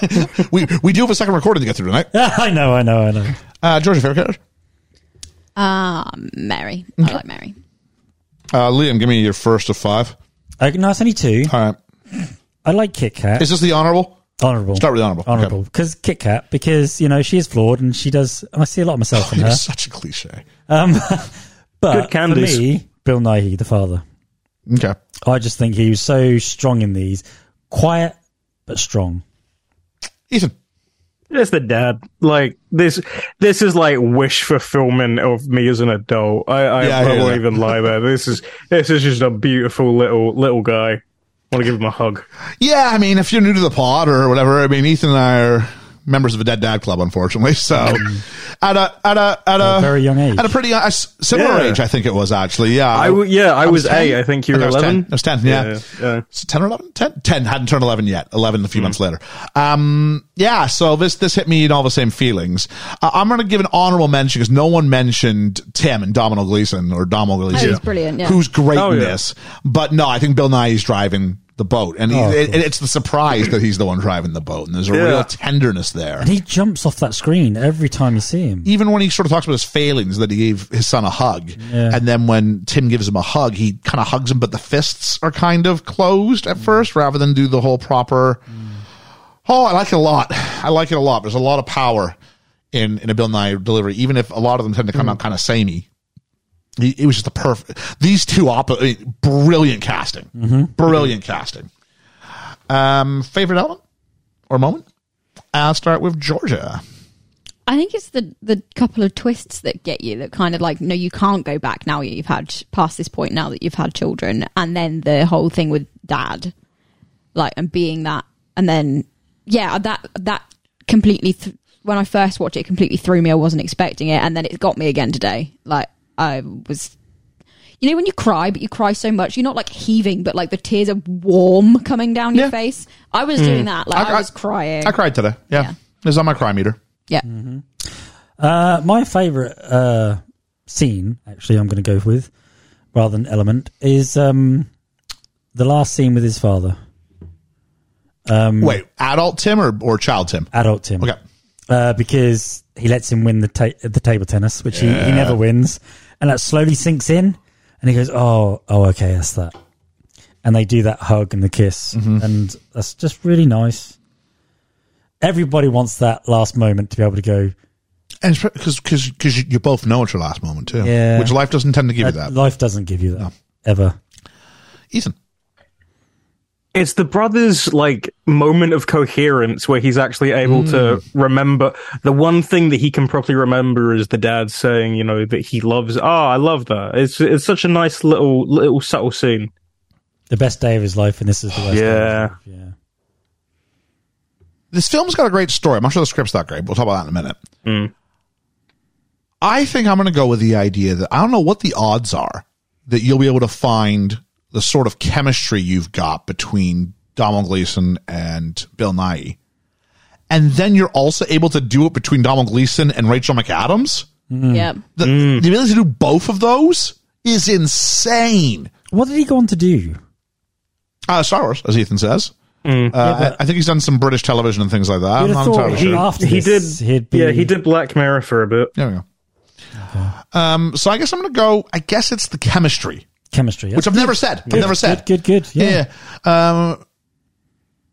[LAUGHS] we we do have a second recording to get through tonight.
I know, I know, I know.
Uh, Georgia, favorite character.
Um, Mary. I like Mary.
Uh, Liam, give me your first of five.
Uh, no, it's only two.
All right.
I like Kit Kat.
Is this the honorable?
honourable.
Start with honourable.
Honourable.
Okay.
Because Kit Kat, because, you know, she is flawed and she does, and I see a lot of myself
[LAUGHS]
in
You're
her.
such a cliche.
But
Good candies.
for me, Bill Nighy, the father.
Okay.
I just think he was so strong in these. Quiet, but strong.
Ethan.
It's the dad. Like this. This is like wish fulfillment of me as an adult. I, I,
Yeah, I
I,
hear
won't
that.
even lie there. This is this is just a beautiful little little guy. Want to give him a hug?
Yeah, I mean, if you're new to the pod or whatever, I mean, Ethan and I are members of a dead dad club, unfortunately. [LAUGHS] So at a at a at a,
Mm. a very young age.
at a pretty uh, s- similar
Yeah.
age, I think it was actually. Yeah,
I w- yeah, I was eight. I think you were
I was
11.
ten. I was ten. Yeah.
Yeah, yeah. Mm.
So 10 or 11 10 10 hadn't turned 11 yet 11 a few months later um yeah so this this hit me in all the same feelings uh, i'm gonna give an honorable mention because no one mentioned tim and domino gleason or domino gleason
Oh, he's brilliant, yeah.
who's great
Oh,
in
yeah.
this but no i think bill nye's driving the boat and he,
Oh, of
it, it's the surprise that he's the one driving the boat and there's a
Yeah.
real tenderness there
And he jumps off that screen every time you see him.
even when he sort of talks about his failings that he gave his son a hug
Yeah.
and then when tim gives him a hug he kind of hugs him but the fists are kind of closed at first rather than do the whole proper oh i like it a lot i like it a lot there's a lot of power in in a bill nye delivery even if a lot of them tend to come out kind of samey He- it was just the perfect these two oppo- I mean, brilliant casting brilliant casting um favorite element or moment i'll start with georgia
I think it's the the couple of twists that get you that kind of like no, you can't go back now. that You've had past this point now that you've had children, and then the whole thing with dad, like and being that, and then yeah, that that completely th- when I first watched it, it completely threw me. I wasn't expecting it, and then it got me again today. Like I was. You know when you cry, but you cry so much, you're not like heaving, but like the tears are warm coming down
Yeah.
your face. I was doing that, like I, was crying.
I cried today. Yeah.
Yeah.
It was on my cry meter.
yeah,
Uh, my favorite uh, scene, actually, I'm going to go with rather than element, is um, the last scene with his father,
Wait, adult Tim or, or child Tim?
adult Tim.
Okay.
uh, because he lets him win the ta- the table tennis, which he, he never wins, and that slowly sinks in, and he goes, "Oh, oh, okay, that's that." And they do that hug and the kiss,
Mm-hmm.
and that's just really nice. Everybody wants that last moment to be able to go.
And because because you both know it's your last moment too.
Yeah.
Which life doesn't tend to give you
"Uh,
that.
Life doesn't give you that ever.
Ethan.
it's the brother's like moment of coherence where he's actually able
Hmm.
to remember the one thing that he can properly remember is the dad saying you know that he loves oh i love that it's it's such a nice little little subtle scene
The best day of his life, and this is the worst.
Yeah.
day of his life. yeah.
This film's got a great story. I'm not sure the script's that great, but we'll talk about that in a minute. I think I'm going to go with the idea that I don't know what the odds are that you'll be able to find the sort of chemistry you've got between Donald Gleason and Bill Nye. And then you're also able to do it between Donald Gleason and Rachel McAdams.
yeah.
The,
Mm.
the ability to do both of those is insane.
What did he go on to do?
Uh, Star Wars, as Ethan says.
Mm.
Uh, I, I think he's done some British television and things like that. I'm
You'd
not
have
entirely
thought
sure.
after
he did
this, he'd be-
yeah he did black mirror for a bit
There we go. Um, so I guess I'm going to go. I guess it's the chemistry,
chemistry, yeah.
which I've never said. I've never said.
Good, good, good. Yeah.
Yeah. yeah. Um,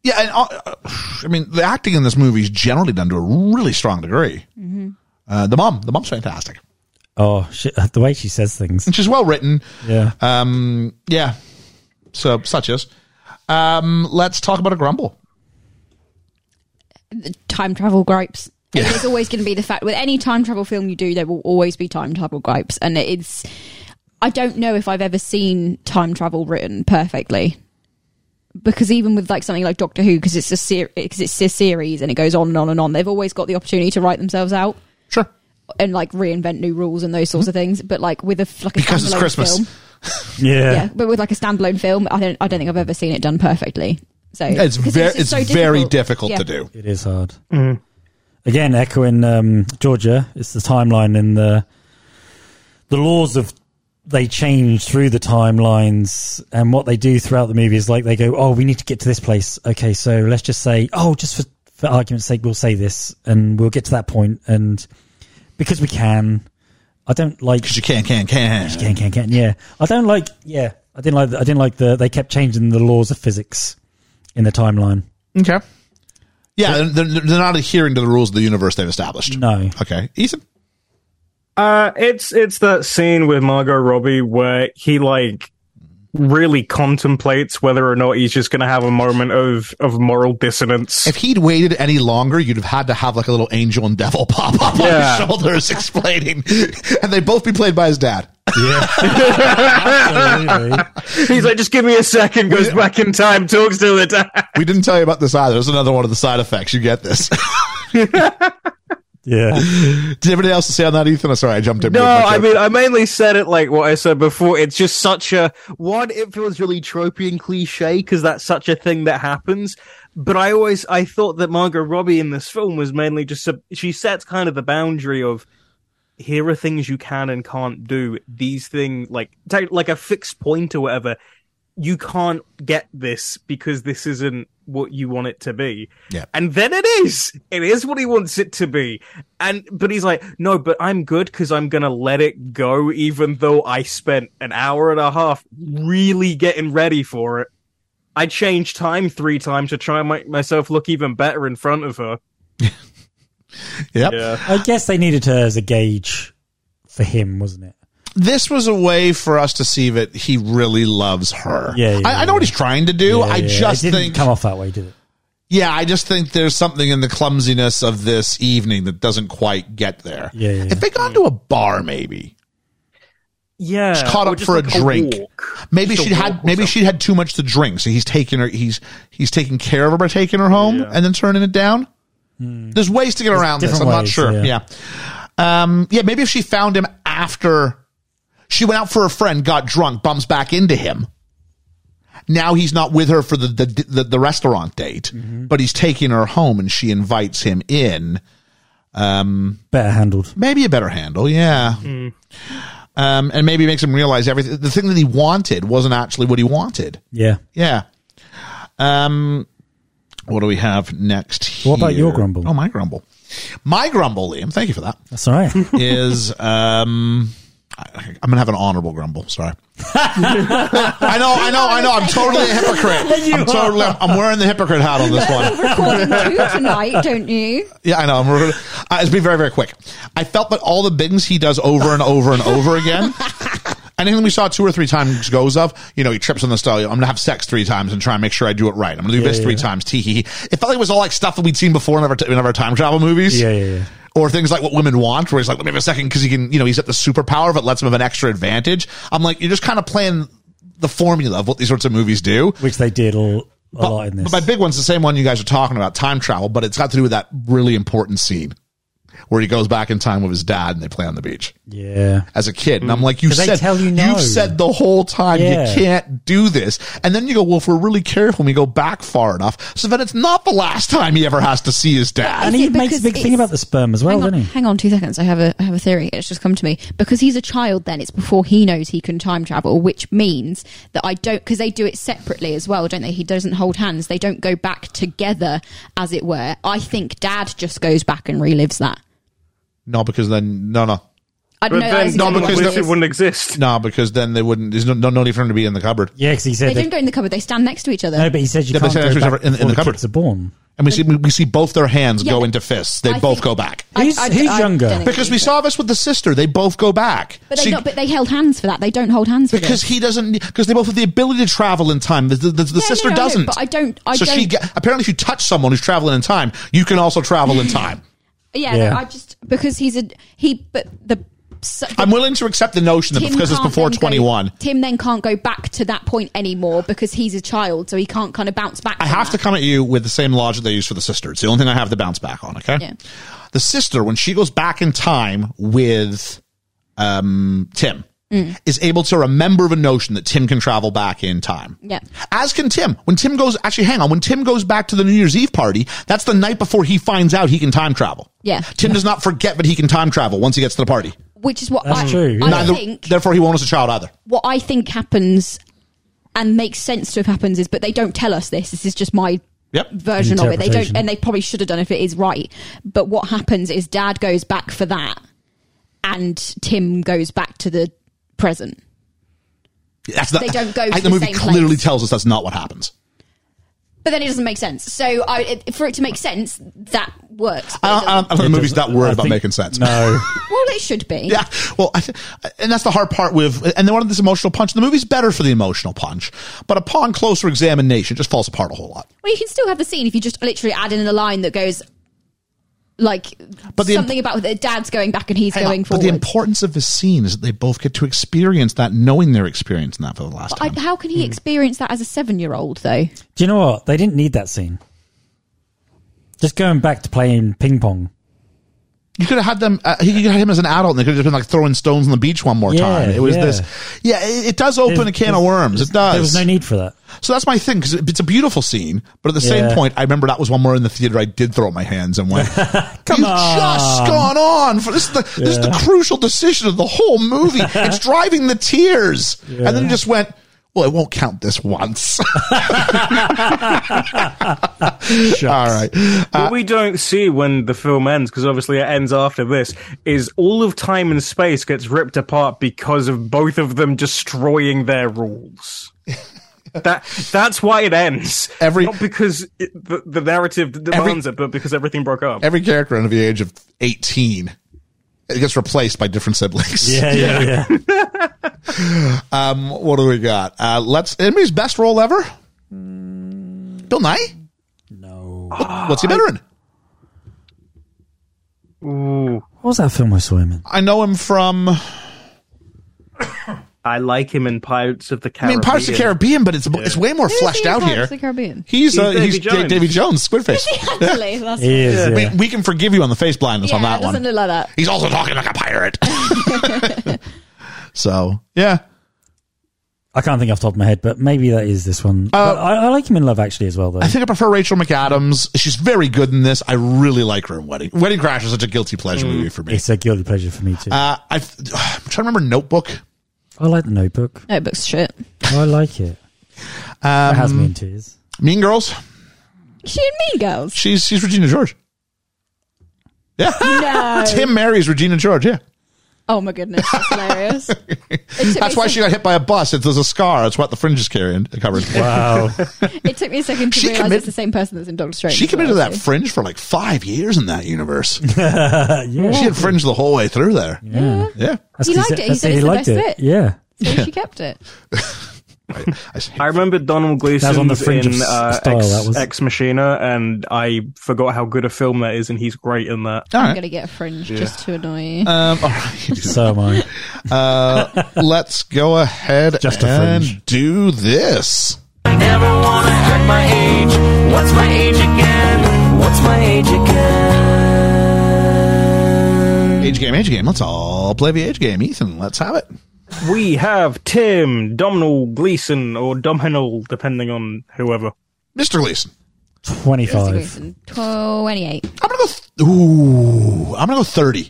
yeah, and uh, I mean the acting in this movie is generally done to a really strong degree.
Mm-hmm.
Uh, the mom, the mom's fantastic.
Oh, shit, [LAUGHS] the way she
[LAUGHS]
says things.
She's well written.
Yeah.
Um, yeah. So such is. Um, let's talk about a grumble.
time travel gripes. And There's always going to be the fact with any time travel film you do, there will always be time travel gripes, and it's. I don't know if I've ever seen time travel written perfectly, because even with like something like Doctor Who, because it's a series, because it's a series and it goes on and on and on, they've always got the opportunity to write themselves out
Sure.
and like reinvent new rules and those sorts of things. But like with a f- like a
Because it's
standalone
Christmas.
film,
yeah.
yeah, but with like a standalone film, I don't, I don't think I've ever seen it done perfectly. So
It's
because
very,
just
it's
so
very difficult
Yeah.
to do.
It is hard. Again, echoing um, Georgia, it's the timeline and the the laws of they change through the timelines, and what they do throughout the movie is like they go, "Oh, we need to get to this place. Okay, so let's just say, oh, just for, for argument's sake, we'll say this, and we'll get to that point, and because we can." I don't like
Because you can, can, can.
can can can yeah i don't like yeah i didn't like the, i didn't like the they kept changing the laws of physics in the timeline
Okay. Yeah, they're, they're they're not adhering to the rules of the universe they've established.
no
[LAUGHS] Okay, Ethan.
Uh, it's it's that scene with Margot Robbie where he like really contemplates whether or not he's just going to have a moment of of moral dissonance.
If he'd waited any longer, you'd have had to have like a little angel and devil [LAUGHS] pop up
Yeah.
on his shoulders [LAUGHS] explaining, and they'd both be played by his dad.
Absolutely.
[LAUGHS] he's like, just give me a second, goes back in time, talks to the dad.
We didn't tell you about this [LAUGHS] either. There's another one of the side effects. You get this.
Yeah.
Did you have anything else to say on that, Ethan? I'm sorry, I jumped in.
No,
with my
I
joke.
mean, I mainly said it like what I said before. It's just such a one. It feels really tropey and cliche because that's such a thing that happens. But I always I thought that Margot Robbie in this film was mainly just a, she sets kind of the boundary of here are things you can and can't do. These things like ta- like a fixed point or whatever. You can't get this because this isn't what you want it to be.
Yeah.
And then it is. It is what he wants it to be. And but he's like, no, but I'm good because I'm gonna let it go, even though I spent an hour and a half really getting ready for it. I changed time three times to try and make myself look even better in front of her.
yep.
I guess they needed her as a gauge for him, wasn't it?
this was a way for us to see that he really loves her.
Yeah, yeah,
I, I know what he's trying to do.
Yeah,
I
yeah.
just
it didn't
think,
come off that way, did it?
yeah, I just think there's something in the clumsiness of this evening that doesn't quite get there.
Yeah, yeah, yeah.
If they gone to a bar, maybe,
Yeah.
Just caught
or
up for a drink.
walk.
maybe
Just a
she
walk
had,
or
maybe
something.
she had too much to drink, so he's taking her, he's he's taking care of her by taking her home and then turning it down.
Hmm.
There's ways to get around this. I'm
different
not
ways,
sure. Yeah.
yeah.
Um, yeah, maybe if she found him after she went out for a friend, got drunk, bumps back into him. Now he's not with her for the the, the, the restaurant date,
Mm-hmm.
but he's taking her home and she invites him in.
Better handled.
Maybe a better handle, yeah. Um, and maybe makes him realize everything. The thing that he wanted wasn't actually what he wanted.
Yeah.
Yeah. Um, what do we have next?
What about
here?
your grumble?
Oh, my grumble. My grumble, Liam. Thank you
[LAUGHS]
for that.
That's
[LAUGHS]
all right.
Is um, I, I'm gonna have an honorable grumble. Sorry. [LAUGHS] I know, I know, I know. I'm totally a
[LAUGHS]
hypocrite. I'm totally. I'm wearing the hypocrite hat on this one.
Recording two tonight, don't you?
Yeah, I know. I'm, uh, it's been very, very quick. I felt that all the things he does over and over and over
[LAUGHS]
again. Anything we saw two or three times goes of, you know, he trips on the stall. I'm going to have sex three times and try and make sure I do it right. I'm going to do this three times. Tee hee. hee. It felt like it was all like stuff that we'd seen before in other, in other time travel movies.
Yeah, yeah, yeah.
Or things like what women want, where he's like, let me have a second because he can, you know, he's at the superpower, but lets him have an extra advantage. I'm like, you're just kind of playing the formula of what these sorts of movies do.
Which they did all, a lot in this.
But my big one's the same one you guys are talking about, time travel, but it's got to do with that really important scene where he goes back in time with his dad and they play on the beach
yeah.
as a kid. And I'm like, you
'Cause Mm. they
said,
tell you no.
have said the whole time
Yeah.
you can't do this. And then you go, well, if we're really careful, and we go back far enough so that it's not the last time he ever has to see his dad.
And
Is
he
it
makes a
because
big thing
it's-
about the sperm as well,
hang, on,
doesn't he?
hang on two seconds. I have a I have a theory. It's just come to me because he's a child. Then it's before he knows he can time travel, which means that I don't because they do it separately as well, don't they? He doesn't hold hands. They don't go back together, as it were. I think Dad just goes back and relives that.
No, because then, no, no.
I don't
But
know. that
then
is
no,
exactly what
because
it
it
is.
wouldn't exist.
No, because then they wouldn't, there's no, no need for him to be in the cupboard.
Yeah, because he
they
said.
don't go in the cupboard. They stand next to each other.
no, but he said you
Yeah, but
can't
they said
go
it was
back
in- in
before
the cupboard.
kids are born.
And we see, we see both their hands
Yeah,
go
but
into fists. They
I
both
think-
go back.
Who's- who's younger?
don't
Because we
agree.
saw this with the sister. They both go back.
But they
See-
not, but they held hands for that. They don't hold hands for
because
this.
he doesn't because they both have the ability to travel in time the, the, the, the
Yeah,
sister
no, no, I know,
doesn't
but I don't- I
so she
don't-
get, apparently if you touch someone who's traveling in time you can also travel
[LAUGHS]
in time
yeah,
Yeah.
No, I just because he's a he. But the, so- the
i'm willing to accept the notion that
Tim
because it's
can't
before
then go-
21
Tim then can't go back to that point anymore because he's a child, so he can't kind of bounce back.
i
from
have to
that.
come at you with the same logic they use for the sister it's the only thing i have to bounce back on okay
Yeah.
the sister when she goes back in time with um tim
Mm.
Is able to remember the notion that Tim can travel back in time.
Yeah.
As can Tim. When Tim goes, actually, hang on. When Tim goes back to the New Year's Eve party, that's the night before he finds out he can time travel.
Yeah.
Tim does not forget that he can time travel once he gets to the party.
Which is what
That's
I,
true,
I
yeah.
Neither,
think.
therefore, he won't as a child either.
What I think happens and makes sense to have happens is, but they don't tell us this. This is just my
Yep.
version of it. They don't,
Interpretation.
and they probably should have done if it is right. But what happens is, Dad goes back for that, and Tim goes back to the present.
That's not,
They don't go
I
to
think the
the
movie
same
clearly
place.
tells us that's not what happens.
But then it doesn't make sense. So I, it, for it to make sense, that works. but it
I don't, I don't,
doesn't.
I don't think the movie's that
doesn't-
worried
I
about
think-
making sense.
No.
[LAUGHS]
well, it should be.
Yeah. Well, I th- and that's the hard part with, and they wanted this emotional punch. The movie's better for the emotional punch, but upon closer examination, it just falls apart a whole lot.
Well, you can still have the scene if you just literally add in a line that goes like
But the imp-
something about the dad's going back and he's
Hang on,
going
but
forward.
the importance of this scene is that they both get to experience that, knowing they're experiencing that for the last
I,
time.
how can
Hmm.
he experience that as a seven-year-old though?
Do you know what? They didn't need that scene. Just going back to playing ping pong.
You could have had them. Uh, he could have had him as an adult, and they could have just been like throwing stones on the beach one more
Yeah,
time. It was
yeah.
this. Yeah, it, it does open
There's-
a can of
there's-
worms. It does.
There was no need
[LAUGHS]
for that.
So that's my thing because it's a beautiful scene, but at the same
Yeah.
point, I remember that was one where in the theater I did throw up my hands and
[LAUGHS]
went, "Come You've
on."
just gone on for this. Is the, This is the crucial decision of the whole movie.
[LAUGHS]
it's driving the tears." And then you just went. Well, it won't count this once. [LAUGHS] All right. Uh,
what we don't see when the film ends, because obviously it ends after this, is all of time and space gets ripped apart because of both of them destroying
[LAUGHS]
their rules. that that's why it ends.
Every-
not because it, the, the narrative demands it, but because everything broke up.
Every character under the age of 18 it gets replaced by different siblings.
Yeah, yeah, yeah.
Um, what do we got? Uh, let's. Anybody's best role ever?
Mm.
Bill Nye?
no.
What's he better in?
What was that film I saw him in?
I know him from.
I like him in Pirates of the
I
Caribbean.
mean, Pirates of the Caribbean, but it's it's way more fleshed out here. [LAUGHS]
The [LAUGHS] Caribbean.
He's uh, he's
He's Davy
Jones.
Jones.
Davy Jones, Squid Face.
Actually, that's
He is, yeah.
I mean, we can forgive you on the face blindness
yeah,
on that
it doesn't
one.
look like that.
He's also talking like a pirate.
[LAUGHS]
so yeah,
I can't think off the top of my head, but maybe that is this one. But I, I like him in Love Actually as well, though.
I think I prefer Rachel McAdams. She's very good in this. I really like her in Wedding. Wedding Crash is such a guilty pleasure
Mm.
movie for me.
it's a guilty pleasure for me too.
Uh, I've, I'm trying to remember Notebook.
I like The Notebook.
Notebook's shit.
I like it. it has me in tears.
Mean Girls.
She and Mean Girls.
She's she's Regina George. Yeah,
[LAUGHS] No.
Tim marries Regina George. Yeah.
Oh my goodness, that's
[LAUGHS]
hilarious. It took
That's
me a
why she got hit by a bus. It's, there's a scar. It's what the fringe is carrying
[LAUGHS]
covered.
Wow.
second- It took me a second to
She
realize
commit-
it's the same person that's in Doctor Strange.
She
as well,
committed to that
too.
fringe for like five years in that
[LAUGHS]
universe. She had fringe the whole way through there.
yeah.
Yeah.
He liked it. He said it's the best bit.
Yeah.
So she kept it.
I, I see.
I remember Donald
That was on the
Gleason's
fringe of
in
s-
uh,
style,
Ex,
that was.
Ex Machina, and I forgot how good a film that is, and he's great in that.
All
I'm
right.
gonna get a fringe just to annoy you.
Um, all
[LAUGHS]
right.
So
[LAUGHS]
am I.
Uh, let's go ahead
Just a
and
fringe.
do this.
I never wanna act my age. What's my age again? What's my age again?
Age game, age game. Let's all play the age game. Ethan, let's have it.
We have Tim, Domhnall Gleeson, or Domhnall, depending on whoever.
Mr. Gleason.
25.
Grayson, Twenty-eight.
I'm going to go, th- ooh, I'm going to go 30.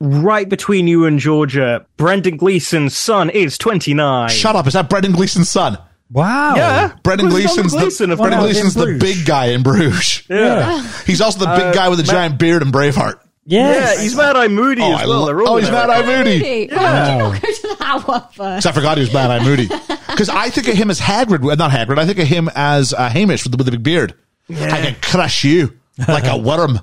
Right between you and Georgia, Brendan Gleeson's son is 29.
Shut up. Is that Brendan Gleason's son?
Wow.
Yeah.
Brendan
Who's Donald
Gleason's
Gleeson,
the,
of
Brendan
course.
Gleason's
In
the
Bruges.
big guy in
[LAUGHS]
Bruges.
Yeah.
He's also the big
Uh,
guy with the
Matt-
giant beard and Braveheart.
Yes.
Yeah, he's Mad Eye Moody
Oh, I
as well.
lo-
They're all
oh, he's Mad
American.
Eye Moody.
Why did you not go to that one first?
Because I forgot he was Mad Eye Moody. Because I think of him as Hagrid, uh, not Hagrid. I think of him as uh, Hamish with the, with the big beard. I can crush you like
[LAUGHS]
a worm.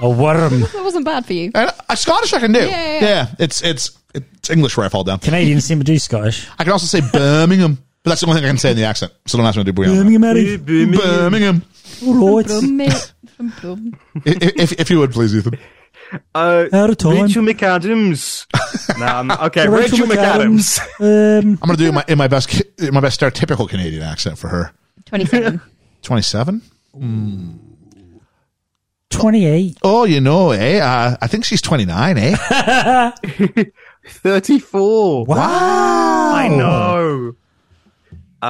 A worm.
That wasn't bad for you.
and a Scottish I can do. Yeah,
yeah, yeah.
it's it's it's English where I fall down.
Canadians seem to do Scottish.
I can also say Birmingham, but that's the only thing I can say in the accent. So don't ask me to do Birmingham.
Birmingham, Eddie.
Birmingham.
All right.
Blum, mate. Blum.
I- i- if, if you would please, Ethan.
Uh,
Out of time.
Rachel McAdams.
[LAUGHS]
nah, i okay, Rachel, McAdams.
Um,
I'm going to do my in my best ca- in my best stereotypical Canadian accent for her.
Twenty-seven.
Twenty seven.
28.
Oh, you know, eh? Uh, I think she's twenty nine, [LAUGHS] eh?
34.
Wow.
I know.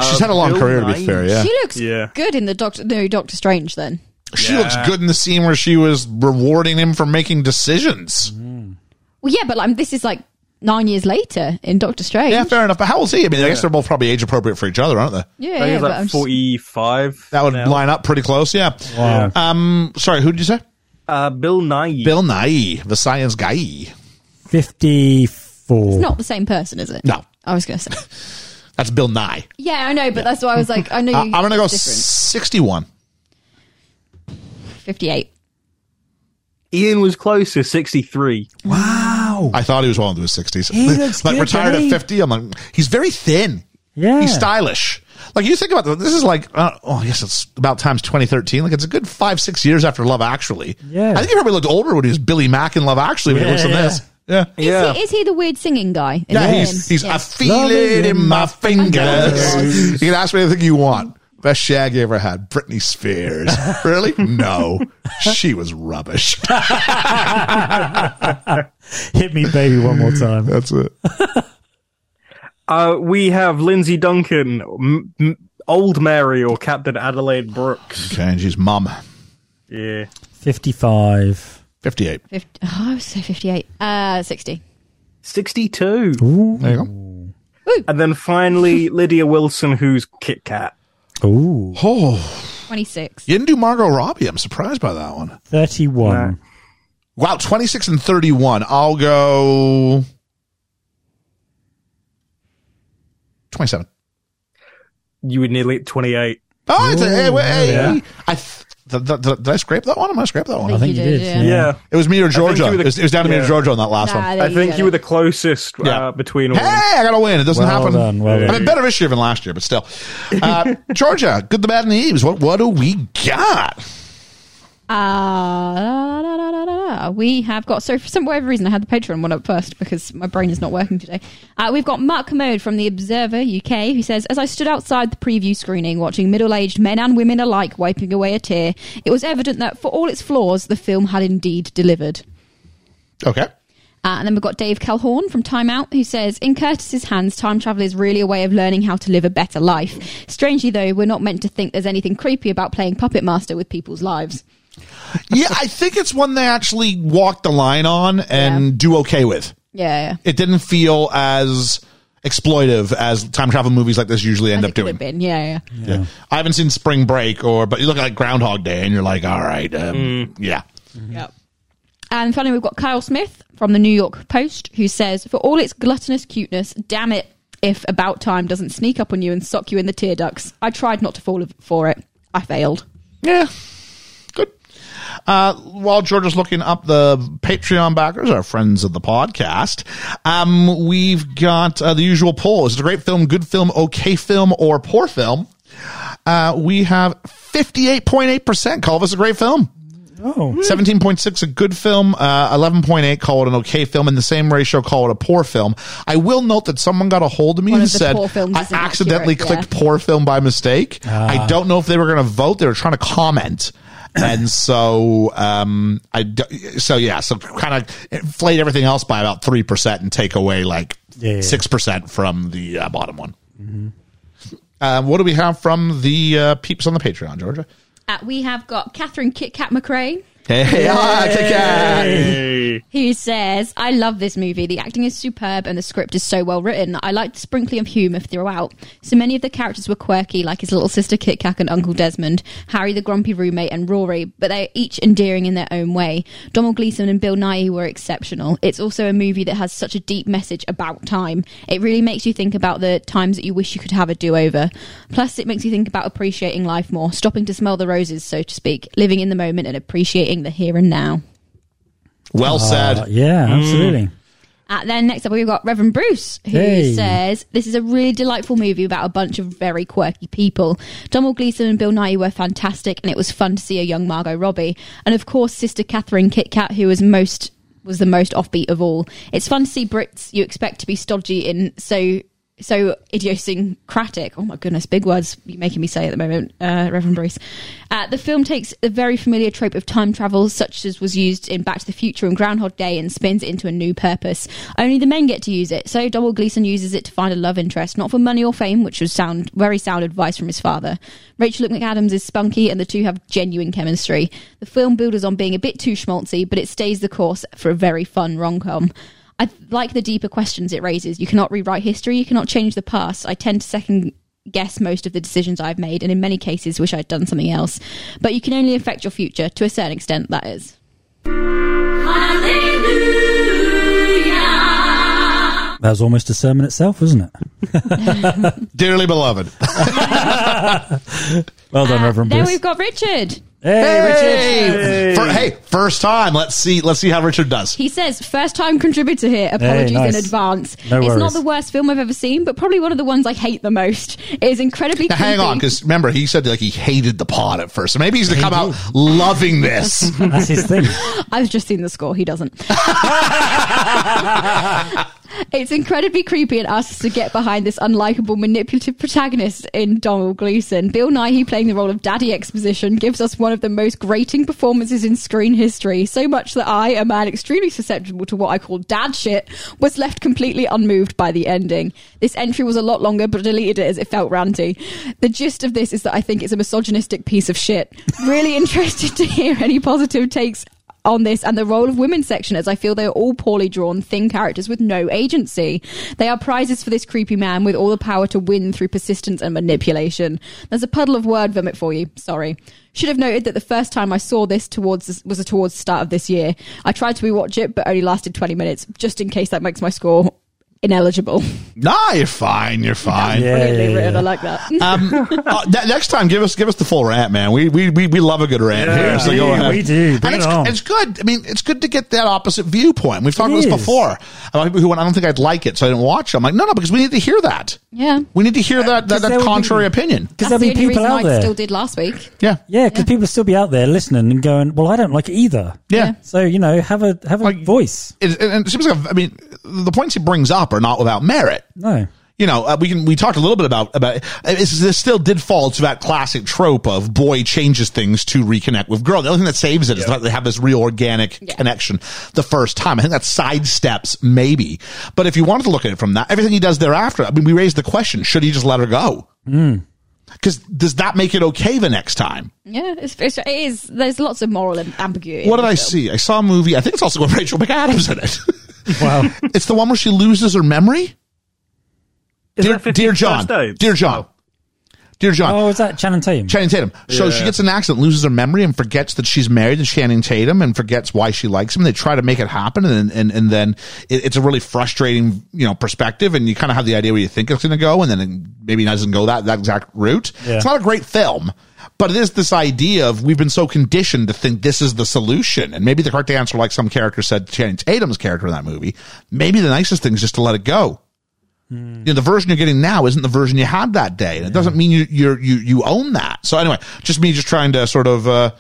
She's
Uh,
had a long career, to be fair. [LAUGHS] Yeah,
She looks
Yeah.
good in the Doctor No Doctor Strange then.
She looks good in the scene where she was rewarding him for making decisions.
Well, yeah, but like this is like nine years later in Doctor Strange.
Yeah, fair enough. But how old is he? I mean, I guess they're both probably age appropriate for each other, aren't they?
yeah,
I think
yeah,
it's
but
like
I'm just-
45.
That would
now.
line up pretty close. Yeah.
Wow.
Um, sorry, who did you say?
Uh, Bill Nye.
Bill Nye, the science guy.
54.
it's not the same person, is it?
No.
I was gonna say.
That's Bill Nye.
Yeah, I know, but that's why I was like, I know.
Uh, I'm
you
gonna go
different.
sixty-one.
fifty-eight.
Ian was closer, 63.
Wow.
I thought he was well into his sixties.
He looks
like
good,
retired
doesn't
at
he?
fifty. I'm like, he's very thin.
Yeah.
He's stylish. Like you think about this, this is like uh, oh yes, it's about times 2013. Like it's a good five six years after Love Actually.
Yeah.
I think he probably looked older when he was Billy Mack in Love Actually. When he
Yeah,
looks in
yeah.
this, yeah,
Yeah.
Is, he, is he the weird singing guy? Is
yeah,
that
he's
him?
he's
Yeah.
I feel
Love
it
it
in
in
my fingers.
fingers.
you can ask me anything you want. Best shag you ever had, Britney
[LAUGHS]
Spears. really? No, she was rubbish.
Hit me, baby, one
[LAUGHS]
more time.
That's it.
Uh, we have Lindsay Duncan, M- M- Old Mary, or Captain Adelaide Brooks.
Okay, and she's mum,
Yeah.
55.
fifty-eight.
50, oh, I would say 58. Uh, 60.
62.
There you
And then
[LAUGHS]
finally, Lydia Wilson, who's Kit Kat.
Ooh.
go. Oh,
26.
you didn't do Margot Robbie. I'm surprised by that one.
31.
Wow, twenty-six and thirty-one. I'll go twenty-seven.
You were nearly at 28.
Oh, it's a, hey, wait, hey,
yeah.
I th- th- th- th- did I scrape that one? Am I scrape that one?
I think you did, yeah.
Yeah.
It was me or Georgia.
you were the-
it, was, it was down to me or
yeah.
Georgia on that last
Nah,
one.
there
I think
go.
you were the closest uh,
Yeah.
between all.
Hey, I got to win. It doesn't
Well
happen.
done, well
I mean,
done.
better this year than last year, but still.
[LAUGHS]
Uh, Georgia, good, the bad, and the eves. What what do we got?
Ah, da, da, da, da, da, da. Uh, we have got. So for some whatever reason, I had the Patreon one up first because my brain is not working today. Uh, we've got Mark Commode from the Observer UK who says, "As I stood outside the preview screening, watching middle-aged men and women alike wiping away a tear, it was evident that for all its flaws, the film had indeed delivered."
Okay.
Uh, and then we've got Dave Calhoun from Time Out who says, In Curtis's hands, time travel is really a way of learning how to live a better life. Strangely, though, we're not meant to think there's anything creepy about playing puppet master with people's lives.
Yeah, I think it's one they actually walk the line on and
Yeah.
do okay with.
Yeah.
It didn't feel as exploitive as time travel movies like this usually end up
As it could
doing.
have been. Yeah, yeah.
Yeah. I haven't seen Spring Break or, but you look at like Groundhog Day and you're like, all right, um, yeah.
Yep. And finally, we've got Kyle Smith from the New York Post who says, For all its gluttonous cuteness, damn it if About Time doesn't sneak up on you and sock you in the tear ducts. I tried not to fall for it. I failed.
Yeah. Good. Uh, while George is looking up the Patreon backers, our friends of the podcast, um, we've got uh, the usual poll. Is it a great film, good film, okay film, or poor film? Uh, we have 58.8% call this a great film.
Oh.
17.6 a good film uh, 11.8 call it an okay film and the same ratio call it a poor film i will note that someone got a hold of me
One
and
of the
said
poor films
i
isn't
accidentally
accurate,
clicked poor film by mistake
Ah.
i don't know if they were going to vote they were trying to comment [CLEARS THROAT] and so um i d- so yeah so kind of inflate everything else by about 3% and take away like
Yeah, Mm-hmm. yeah, yeah.
6% from the uh, bottom one um, what do we have from the uh, peeps on the patreon georgia
Uh, we have got Catherine Kit Kat McRae.
hey, [LAUGHS] ah, kick ass.
Hey.
who says, I love this movie. The acting is superb and the script is so well written. I liked the sprinkling of humour throughout. So many of the characters were quirky, like his little sister Kit Kat and Uncle Desmond, Harry the grumpy roommate, and Rory, but they are each endearing in their own way. Donald Gleason and Bill Nye were exceptional. It's also a movie that has such a deep message about time. It really makes you think about the times that you wish you could have a do over. Plus, it makes you think about appreciating life more, stopping to smell the roses, so to speak, living in the moment and appreciating the here and now.
Well
Uh,
said.
yeah, absolutely.
Uh, then next up, we've got Reverend Bruce, who
Hey.
says, This is a really delightful movie about a bunch of very quirky people. Donald Gleason and Bill Nye were fantastic, and it was fun to see a young Margot Robbie. And of course, Sister Catherine Kit Kat, who was most was the most offbeat of all. It's fun to see Brits you expect to be stodgy in so so idiosyncratic. Oh my goodness, big words you're making me say at the moment, uh, Reverend Bruce. Uh, the film takes the very familiar trope of time travel, such as was used in Back to the Future and Groundhog Day, and spins it into a new purpose. Only the men get to use it, so Donald Gleason uses it to find a love interest, not for money or fame, which was sound very sound advice from his father. Rachel McAdams is spunky, and the two have genuine chemistry. The film builds on being a bit too schmaltzy, but it stays the course for a very fun rom com. I th- like the deeper questions it raises. You cannot rewrite history, you cannot change the past. I tend to second guess most of the decisions I've made, and in many cases, wish I'd done something else. But you can only affect your future to a certain extent, that is.
That was almost a sermon itself, wasn't it?
Dearly beloved.
Well done, Reverend
Then
Bruce.
we've got Richard.
Hey,
[LAUGHS]
Richard.
Hey. For, hey, first time. Let's see. Let's see how Richard does.
He says, first time contributor here. Apologies
Hey, nice.
in advance.
No
it's
worries.
not the worst film I've ever seen, but probably one of the ones I hate the most. It is incredibly
Now, hang
creepy.
on, because remember he said like he hated the pod at first. So maybe he's gonna come out loving
[LAUGHS]
this.
That's his thing.
I've just seen the score. He doesn't. [LAUGHS] It's incredibly creepy and asks us to get behind this unlikable, manipulative protagonist in Donald Gleason. Bill Nighy playing the role of Daddy Exposition gives us one of the most grating performances in screen history. So much that I, a man extremely susceptible to what I call dad shit, was left completely unmoved by the ending. This entry was a lot longer, but deleted it as it felt ranty. The gist of this is that I think it's a misogynistic piece of shit. Really [LAUGHS] interested to hear any positive takes on this and the role of women's section as I feel they are all poorly drawn, thin characters with no agency. They are prizes for this creepy man with all the power to win through persistence and manipulation. There's a puddle of word vomit for you. Sorry. Should have noted that the first time I saw this towards this was towards the start of this year. I tried to rewatch it, but only lasted 20 minutes, just in case that makes my score
[LAUGHS]
ineligible.
Nah, you're fine. You're fine.
Brilliantly written. I like that.
Um,
[LAUGHS]
uh, ne- next time, give us give us the full rant, man. We we we, we love a good rant here. So go
we-
ahead.
we do. Bring
and it's,
it on.
it's good. I mean, it's good to get that opposite viewpoint. We've talked
It
about this
is.
before about people who went, I don't think I'd like it, so I didn't watch. it." I'm like, no, no, because we need to hear that.
yeah.
We need to hear that that,
'cause
that
there would be-
contrary opinion.
Because there'll
That's the
be
only
people
reason
out
I
there.
still did last week.
Yeah,
yeah, because people still be out there listening and going, "Well, I don't like it either."
yeah.
So you know, have a have a
Like-
voice.
It, and it seems like I mean, the points he brings up are not without merit.
No,
you know, uh, we can we talked a little bit about about uh, this, this still did fall to that classic trope of boy changes things to reconnect with girl. The only thing that saves it is that they have this real organic connection the first time. I think that sidesteps maybe, but if you wanted to look at it from that, everything he does thereafter, I mean, we raised the question: should he just let her go?
Hmm.
Because does that make it okay the next time?
Yeah, it's, it's, it is. There's lots of moral amb- ambiguity.
What
in
did
the
I
film.
see? I saw a movie. I think it's also got Rachel McAdams in
[LAUGHS]
it.
wow.
it's the one where she loses her memory.
Is
Dear,
that 50
dear
First
John,
Dates? [LAUGHS]
dear John, dear John.
oh, is that Channing Tatum?
Channing Tatum. So she gets in an accident, loses her memory, and forgets that she's married to Channing Tatum, and forgets why she likes him. They try to make it happen, and and and then it, it's a really frustrating, you know, perspective, and you kind of have the idea where you think it's going to go, and then it maybe doesn't go that that exact route.
Yeah.
It's not a great film, but it is this idea of we've been so conditioned to think this is the solution, and maybe the correct answer, like some character said, to Channing Tatum's character in that movie, maybe the nicest thing is just to let it go you know, the version you're getting now isn't the version you had that day. And it doesn't mean you, you're, you, you own that. So anyway, just me just trying to sort of, uh,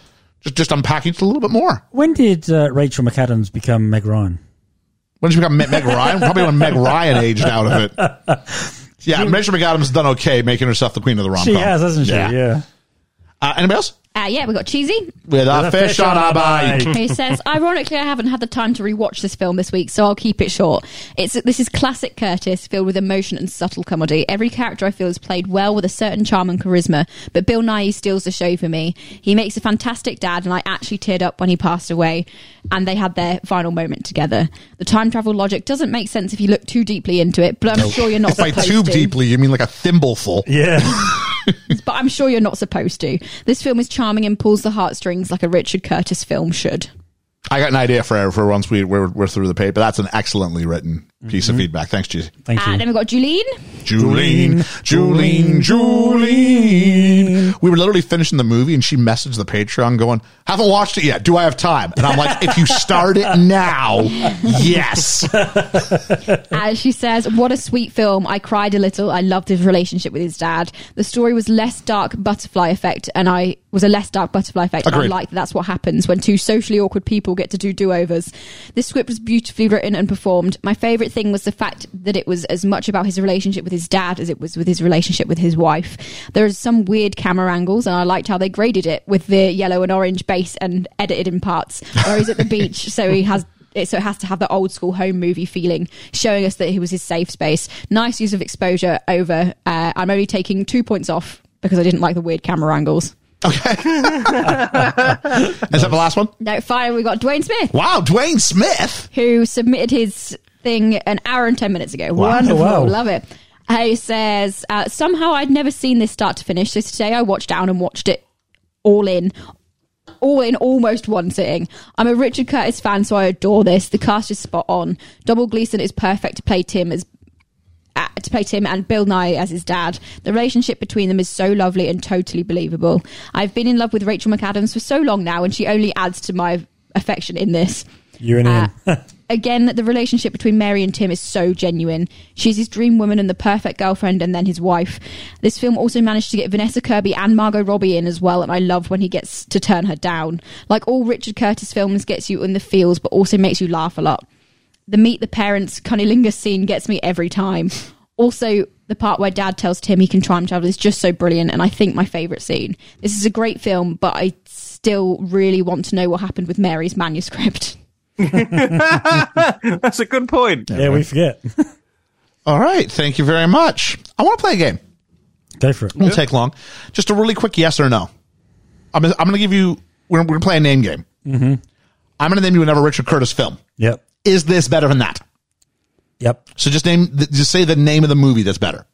just, just unpack it a little bit more.
When did uh, Rachel McAdams become Meg Ryan?
When did you become Meg, Meg Ryan? Probably when Meg Ryan aged out of
[LAUGHS]
it. Yeah, Rachel McAdams has done okay making herself the queen of the rom
She has, hasn't she? Yeah.
Uh, anybody else?
Uh, yeah, we got cheesy.
With a
a
fish, on our bike.
who says, ironically, I haven't had the time to rewatch this film this week, so I'll keep it short. It's this is classic Curtis, filled with emotion and subtle comedy. Every character I feel is played well with a certain charm and charisma, but Bill Nighy steals the show for me. He makes a fantastic dad, and I actually teared up when he passed away, and they had their final moment together. The time travel logic doesn't make sense if you look too deeply into it, but I'm sure
[LAUGHS]
you're not
If I
supposed
tube
to.
deeply, you mean like a thimbleful.
Yeah.
But I'm sure you're not supposed to. This film is charming and pulls the heartstrings like a Richard Curtis film should.
I got an idea for, for once we, we're, we're through the paper. That's an excellently written piece
Mm-hmm.
of feedback. Thanks, Jeezy.
Thank you.
And then we've got Julene.
Julene, Julene, Julene. We were literally finishing the movie and she messaged the Patreon going, haven't watched it yet. Do I have time? And I'm like, if you start it now, yes.
[LAUGHS] As she says, what a sweet film. I cried a little. I loved his relationship with his dad. The story was less dark butterfly effect, and I was a less dark butterfly effect. And I
Agreed.
like that that's what happens when two socially awkward people get to do do overs. This script was beautifully written and performed. My favourite thing was the fact that it was as much about his relationship with his dad as it was with his relationship with his wife. There are some weird camera angles, and I liked how they graded it with the yellow and orange base and edited in parts. Where he's at the beach, so he has it, so it has to have the old school home movie feeling, showing us that it was his safe space. Nice use of exposure over. Uh, I'm only taking two points off because I didn't like the weird camera angles.
Is that the last one?
No, finally we got Dwayne Smith,
Wow, Dwayne Smith.
who submitted his thing an hour and ten minutes ago. Wonderful,
Wow.
love it. Uh, He says uh, somehow I'd never seen this start to finish, so today I watched down and watched it all in all in almost one sitting. I'm a Richard Curtis fan, so I adore this. The cast is spot on. Double Gleason is perfect to play Tim as uh, to play Tim and Bill Nye as his dad. The relationship between them is so lovely and totally believable. I've been in love with Rachel McAdams for so long now, and she only adds to my affection in this.
You and Ian.
Uh, again, the relationship between Mary and Tim is so genuine. She's his dream woman and the perfect girlfriend, and then his wife. This film also managed to get Vanessa Kirby and Margot Robbie in as well, and I love when he gets to turn her down. Like all Richard Curtis films, gets you in the feels, but also makes you laugh a lot. the meet the parents cunnilingus scene gets me every time. Also, the part where dad tells Tim he can time travel is just so brilliant, and I think my favourite scene. This is a great film, but I still really want to know what happened with Mary's manuscript. [LAUGHS]
That's a good point.
Yeah, we forget.
All right. Thank you very much. I want to play a game.
Go for it.
It won't take long. Just a really quick yes or no. I'm, I'm going to give you, we're, we're going to play a name game. I'm going to name you another Richard Curtis film.
Yep.
Is this better than that?
Yep.
So just name, th- just say the name of the movie that's better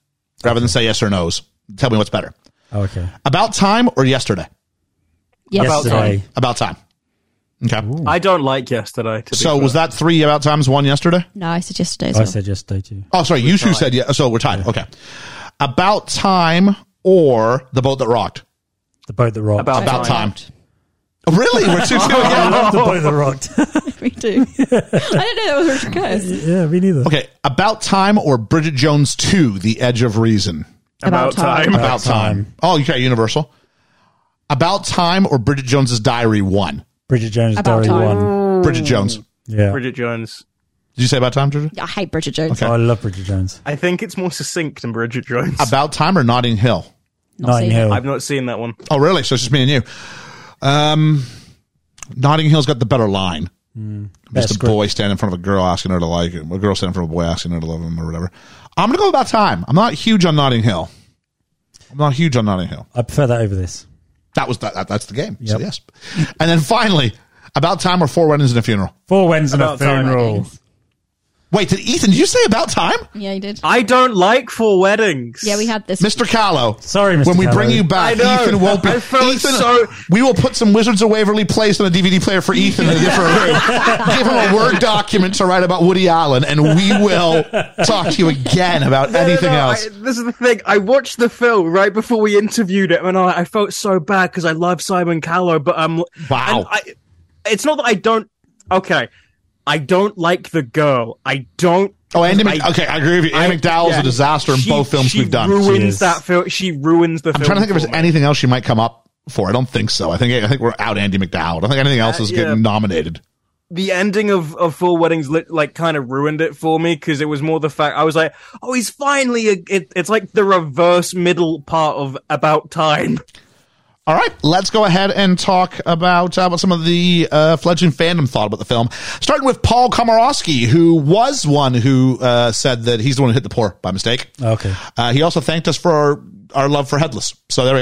rather than say yes or no's. Tell me what's better.
Oh, okay.
About time or yesterday?
Yes,
Yesterday.
About time. Okay. Uh,
I don't like yesterday. To be
So was
fair.
that three about times, one yesterday?
No, I said yesterday as
I
well. [LAUGHS]
said yesterday too.
Oh, sorry. You two said yeah. So we're tied. Okay. About time or the boat that rocked?
The boat that rocked.
About-
About
Time.
time. Oh, Really? We're two two
[LAUGHS]
again.
the boat that rocked.
Me too. I don't know that was Richard Curtis.
yeah, me neither.
Okay. About time or Bridget Jones two: The Edge of Reason?
About time.
About, time. Oh, you got Universal. About time or Bridget Jones's Diary one?
Bridget Jones'
About
Diary
time.
One.
Bridget Jones. Did
Yeah.
[LAUGHS] Bridget Jones.
you say about time, Bridget?
I hate Bridget Jones.
Okay.
Oh, I love Bridget Jones.
I think it's more succinct than Bridget Jones.
About time or Notting Hill?
Not
Notting
seen it.
Hill.
I've not seen that one.
Oh, really? So it's just me and you. Um, Notting Hill's got the better line.
Better
Just a
script.
boy standing in front of a girl asking her to like him, a girl standing in front of a boy asking her to love him, or whatever. I'm gonna go about time. I'm not huge on Notting Hill. I'm not huge on Notting Hill.
I prefer that over this.
That was that. that that's the game. So
Yep.
yes. And then finally, about time or four weddings and a funeral.
Four wins and a
About time.
funeral.
Wait, did Ethan? Did you say about time,
Yeah, you did.
I don't like Four Weddings.
Yeah, we had this.
Mr. Callow?
Sorry, Mr.
When we
Callow.
bring you back,
I know.
Ethan won't be.
I felt
Ethan,
so-
we will put some Wizards of Waverly Place on a DVD player for Ethan in a different room.
[LAUGHS]
Give him a word document to write about Woody Allen, and we will talk to you again about
No, no,
anything
no,
else.
I, this is the thing. I watched the film right before we interviewed it, and I, I felt so bad because I love Simon Callow, but um,
Wow.
and I, it's not that I don't. Okay, I don't like the girl. I don't.
oh, Andy. Mc-
I-
okay, I agree with you. Andy
I-
McDowell's
yeah.
a disaster in
She-
both films
she
we've done.
Ruins
is.
that film. She ruins the
I'm
film.
trying to think if
for
there's
me.
anything else she might come up for. I don't think so. I think I think we're out Andy McDowell. I don't think anything else is
Uh, yeah.
getting nominated.
the ending of of Four Weddings lit, like kind of ruined it for me because it was more the fact I was like, oh, he's finally a, it, it's like the reverse middle part of About Time.
All right, let's go ahead and talk about, uh, about some of the uh, fledgling fandom thought about the film. Starting with Paul Komorowski, who was one who uh, said that he's the one who hit the poor by mistake.
Okay.
Uh, he also thanked us for our, our love for Headless. So there we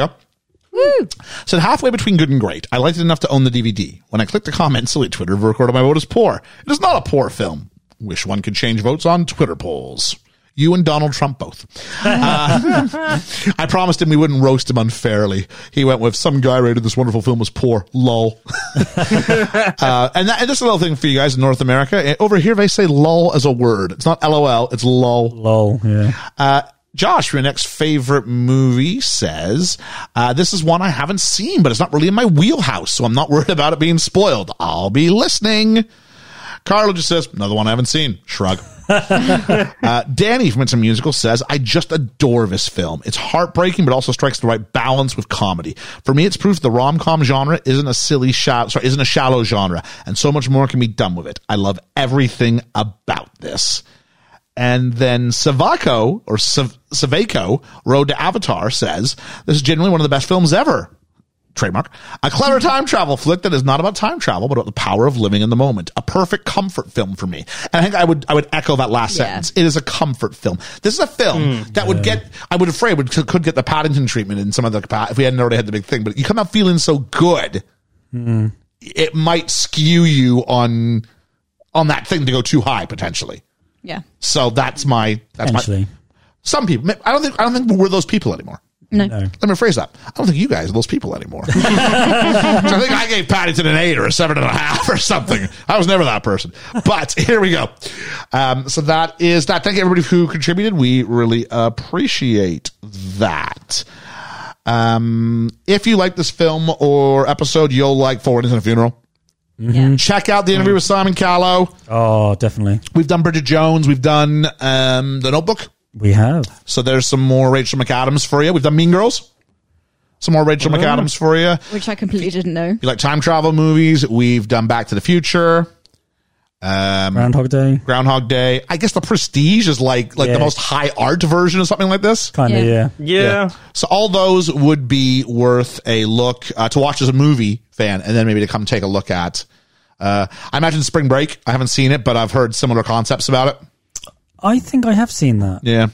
go. Said halfway between good and great. I liked it enough to own the DVD. When I clicked the comment, silly Twitter recorded my vote as poor. It is not a poor film. Wish one could change votes on Twitter polls. You and Donald Trump both. Uh, [LAUGHS] I promised him we wouldn't roast him unfairly. He went with some guy rated this wonderful film as poor. Lol. [LAUGHS] Uh, and, that, and just a little thing for you guys in North America. Eh, Over here, they say lol as a word. It's not lol. It's lol.
Lol. Yeah.
Uh, Josh, your next favorite movie says, uh, This is one I haven't seen, but it's not really in my wheelhouse, so I'm not worried about it being spoiled. I'll be listening. Carlo just says, Another one I haven't seen. Shrug. uh, Danny from It's a Musical says, I just adore this film. It's heartbreaking, but also strikes the right balance with comedy. For me, it's proof the rom com genre isn't a silly, shallow, sorry, isn't a shallow genre, and so much more can be done with it. I love everything about this. And then Savako or Sav- Savako, Road to Avatar says, this is genuinely one of the best films ever. Trademark. A clever time travel flick that is not about time travel, but about the power of living in the moment. A perfect comfort film for me. And I think I would, I would echo that last
Yeah.
sentence. It is a comfort film. This is a film that would get, I would afraid would, could get the Paddington treatment in some other capa- if we hadn't already had the big thing, but you come out feeling so good. It might skew you on, on that thing to go too high potentially.
Yeah.
So that's my that's my
Potentially.
some people. I don't think I don't think we're those people anymore.
No.
Let me rephrase that. I don't think you guys are those people anymore. [LAUGHS] So I think I gave Paddington an eight or a seven and a half or something. I was never that person. But here we go. Um, so that is that. Thank you everybody who contributed. We really appreciate that. Um, if you like this film or episode, you'll like Four Weddings and a Funeral.
Yeah.
Check out the interview with Simon Callow.
Oh, definitely.
We've done Bridget Jones. We've done um, The Notebook.
We have.
So there's some more Rachel McAdams for you. We've done Mean Girls. Some more Rachel
Oh.
McAdams for you.
Mm-hmm.
Which I completely didn't know.
You like time travel movies? We've done Back to the Future. Um,
Groundhog Day.
Groundhog Day. I guess the Prestige is like like
Yeah.
the most high art version of something like this.
Kind of,
Yeah.
yeah.
Yeah.
So all those would be worth a look uh, to watch as a movie fan, and then maybe to come take a look at. Uh, I imagine Spring Break. I haven't seen it, but I've heard similar concepts about it.
I think I have seen that.
Yeah.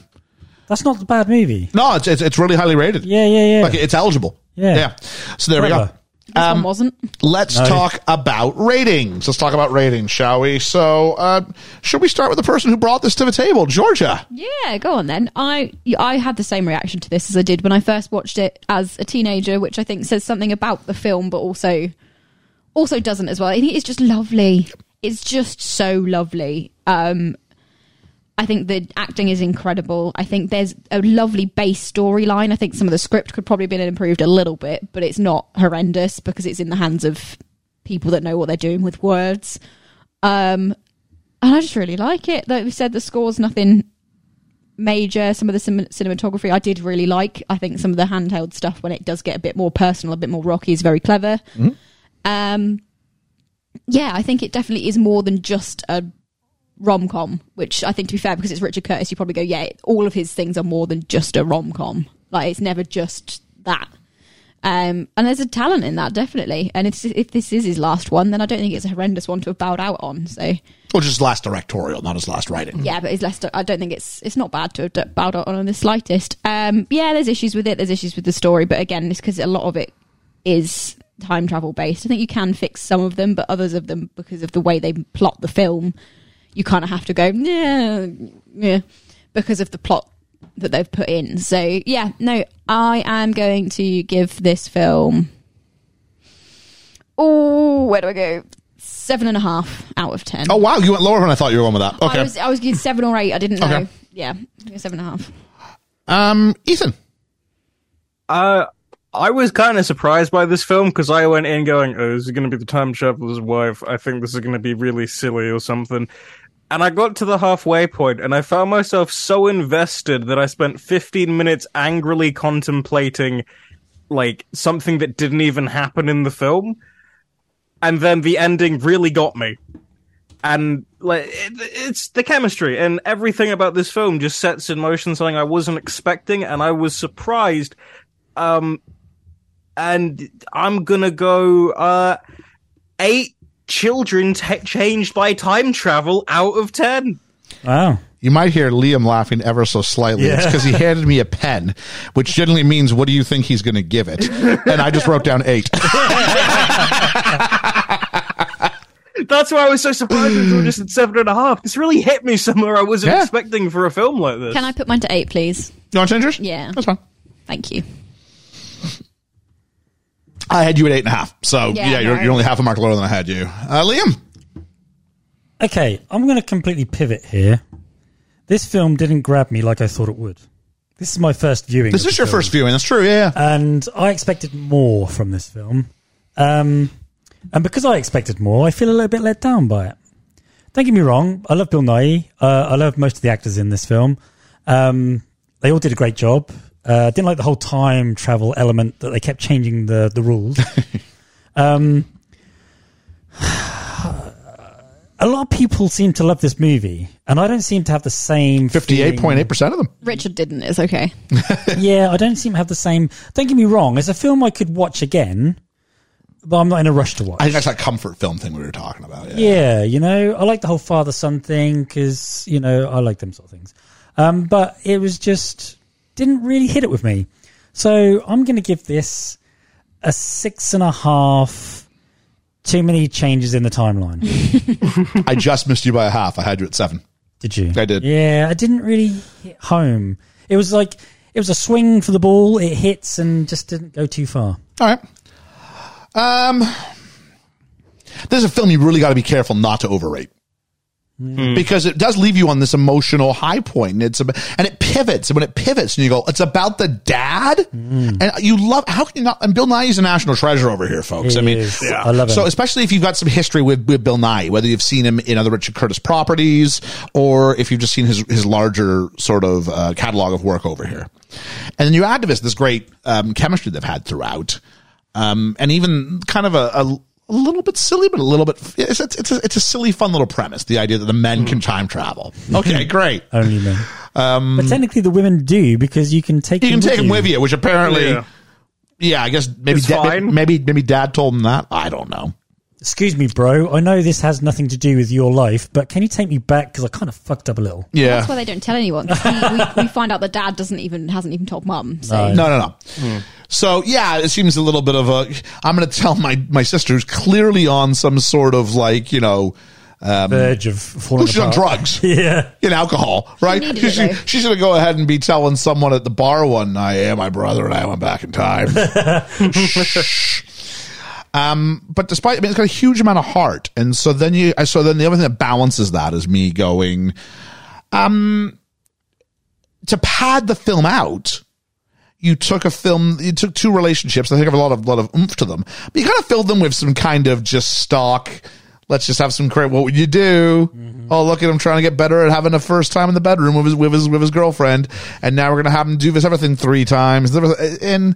That's not a bad movie.
No, it's it's, it's really highly rated.
Yeah, yeah, yeah.
Like it's eligible.
Yeah.
Yeah. So there
Clever.
we
This
go.
one
Um,
wasn't.
let's
No.
talk about ratings. Let's talk about ratings, shall we? So, uh, should we start with the person who brought this to the table, Georgia?
Yeah, go on then. I I had the same reaction to this as I did when I first watched it as a teenager, which I think says something about the film, but also also doesn't as well. I think it's just lovely. It's just so lovely. Um, I think the acting is incredible. I think there's a lovely base storyline. I think some of the script could probably have been improved a little bit, but it's not horrendous because it's in the hands of people that know what they're doing with words. Um, and I just really like it. Like we said, the score's nothing major. Some of the cin- cinematography I did really like. I think some of the handheld stuff when it does get a bit more personal, a bit more rocky, is very clever. Um, yeah, I think it definitely is more than just a rom com. Which I think, to be fair, because it's Richard Curtis, you probably go, yeah, all of his things are more than just a rom com. Like it's never just that. Um, and there's a talent in that, definitely. And if, if this is his last one, then I don't think it's a horrendous one to have bowed out on. So,
Or just last directorial, not his last writing.
yeah, but it's less. I don't think it's it's not bad to have d- bowed out on the slightest. Um, yeah, there's issues with it. There's issues with the story, but again, it's because a lot of it is time travel based. I think you can fix some of them, but others of them because of the way they plot the film, you kind of have to go yeah, yeah, because of the plot that they've put in. So yeah, no, I am going to give this film. Oh, where do I go? Seven and a half out of ten.
Oh wow, you went lower than I thought you were going with that.
I
Okay.
was I was getting seven or eight. I didn't know.
Okay.
Yeah, I think seven and a half.
Um, Ethan.
Uh, I was kind of surprised by this film because I went in going, "Oh, this is going to be the time traveler's wife. I think this is going to be really silly or something." And I got to the halfway point, and I found myself so invested that I spent 15 minutes angrily contemplating, like something that didn't even happen in the film. And then the ending really got me, and like it, it's the chemistry and everything about this film just sets in motion something I wasn't expecting, and I was surprised and I'm gonna go uh eight children t- changed by time travel out of ten.
wow.
You might hear Liam laughing ever so slightly. It's because he handed me a pen, which generally means, what do you think he's going to give it? And I just wrote down
[LAUGHS]
eight.
That's why I was so surprised when we were just at seven and a half. This really hit me somewhere I wasn't
Yeah.
expecting for a film like this.
Can I put mine to eight, please?
You want to change yours?
Yeah.
That's fine.
Thank you.
I had you at eight and a half. So yeah,
Yeah,
you're,
no.
you're only half a mark lower than I had you. Uh, Liam.
Okay, I'm going to completely pivot here. This film didn't grab me like I thought it would. This is my first viewing.
This
of
is
the
your
film.
first viewing. That's true. Yeah. yeah.
and I expected more from this film. Um, and because I expected more, I feel a little bit let down by it. Don't get me wrong, I love Bill Nye. Uh, I love most of the actors in this film. Um, they all did a great job. Uh, didn't like the whole time travel element that they kept changing the the rules. um, a lot of people seem to love this movie, and I don't seem to have the same feeling-
58.8% of them.
Richard didn't. It's okay.
yeah, I don't seem to have the same. Don't get me wrong; it's a film I could watch again, but I'm not in a rush to watch.
I think that's that comfort film thing we were talking about. Yeah.
yeah, you know, I like the whole father son thing because you know I like them sort of things. Um, but it was just didn't really hit it with me, so I'm going to give this a six and a half. Too many changes in
[LAUGHS]
the timeline.
I just missed you by a half. I had you at seven.
Did you?
I did.
Yeah, I didn't really hit home. It was like it was a swing for the ball. It hits and just didn't go too far.
All right. Um, this is a film you really got to be careful not to overrate
Hmm.
because it does leave you on this emotional high point, and it's ab- and it pivots, and when it pivots, and you go, it's about the dad,
Hmm.
and you love how can you not? And Bill Nye is a national treasure over here, folks.
He
I mean,
is. Yeah. I love him.
So especially if you've got some history with, with Bill Nye, whether you've seen him in other Richard Curtis properties or if you've just seen his his larger sort of uh, catalog of work over here, and then you add to this this great um, chemistry they've had throughout, um, and even kind of a, a a little bit silly, but a little bit. It's a, it's a, it's a silly, fun little premise. The idea that the men can time travel. Okay, great.
Only men. but technically, the women do because you can take
Um, You can
them
take him
you.
with you, which apparently,
Yeah.
yeah, I guess maybe
It's
da-
fine.
maybe maybe dad told him that. I don't know.
Excuse me, bro. I know this has nothing to do with your life, but can you take me back because I kind of fucked up a little.
Yeah.
That's why they don't tell anyone. 'cause We, we, we find out that dad doesn't even hasn't even told mum. So
No, no, no.
Hmm.
So yeah, it seems a little bit of a. I'm going to tell my my sister who's clearly on some sort of like you know,
Verge of falling
well, she's Um, on
apart.
drugs
[LAUGHS] Yeah.
and alcohol, right?
needed
She's,
it, though.
she's going to go ahead and be telling someone at the bar one night, "Yeah, my brother and I went back in
[LAUGHS]
time." um, but despite, I mean, it's got a huge amount of heart, and so then you, so then the other thing that balances that is me going, um, to pad the film out you took a film, you took two relationships. I think have a lot of lot of oomph to them, but you kind of filled them with some kind of just stock. Let's just have some credit. What would you do? Oh, look at him trying to get better at having a first time in the bedroom with his with his with his girlfriend, and now we're gonna have him do this everything three times. There was- And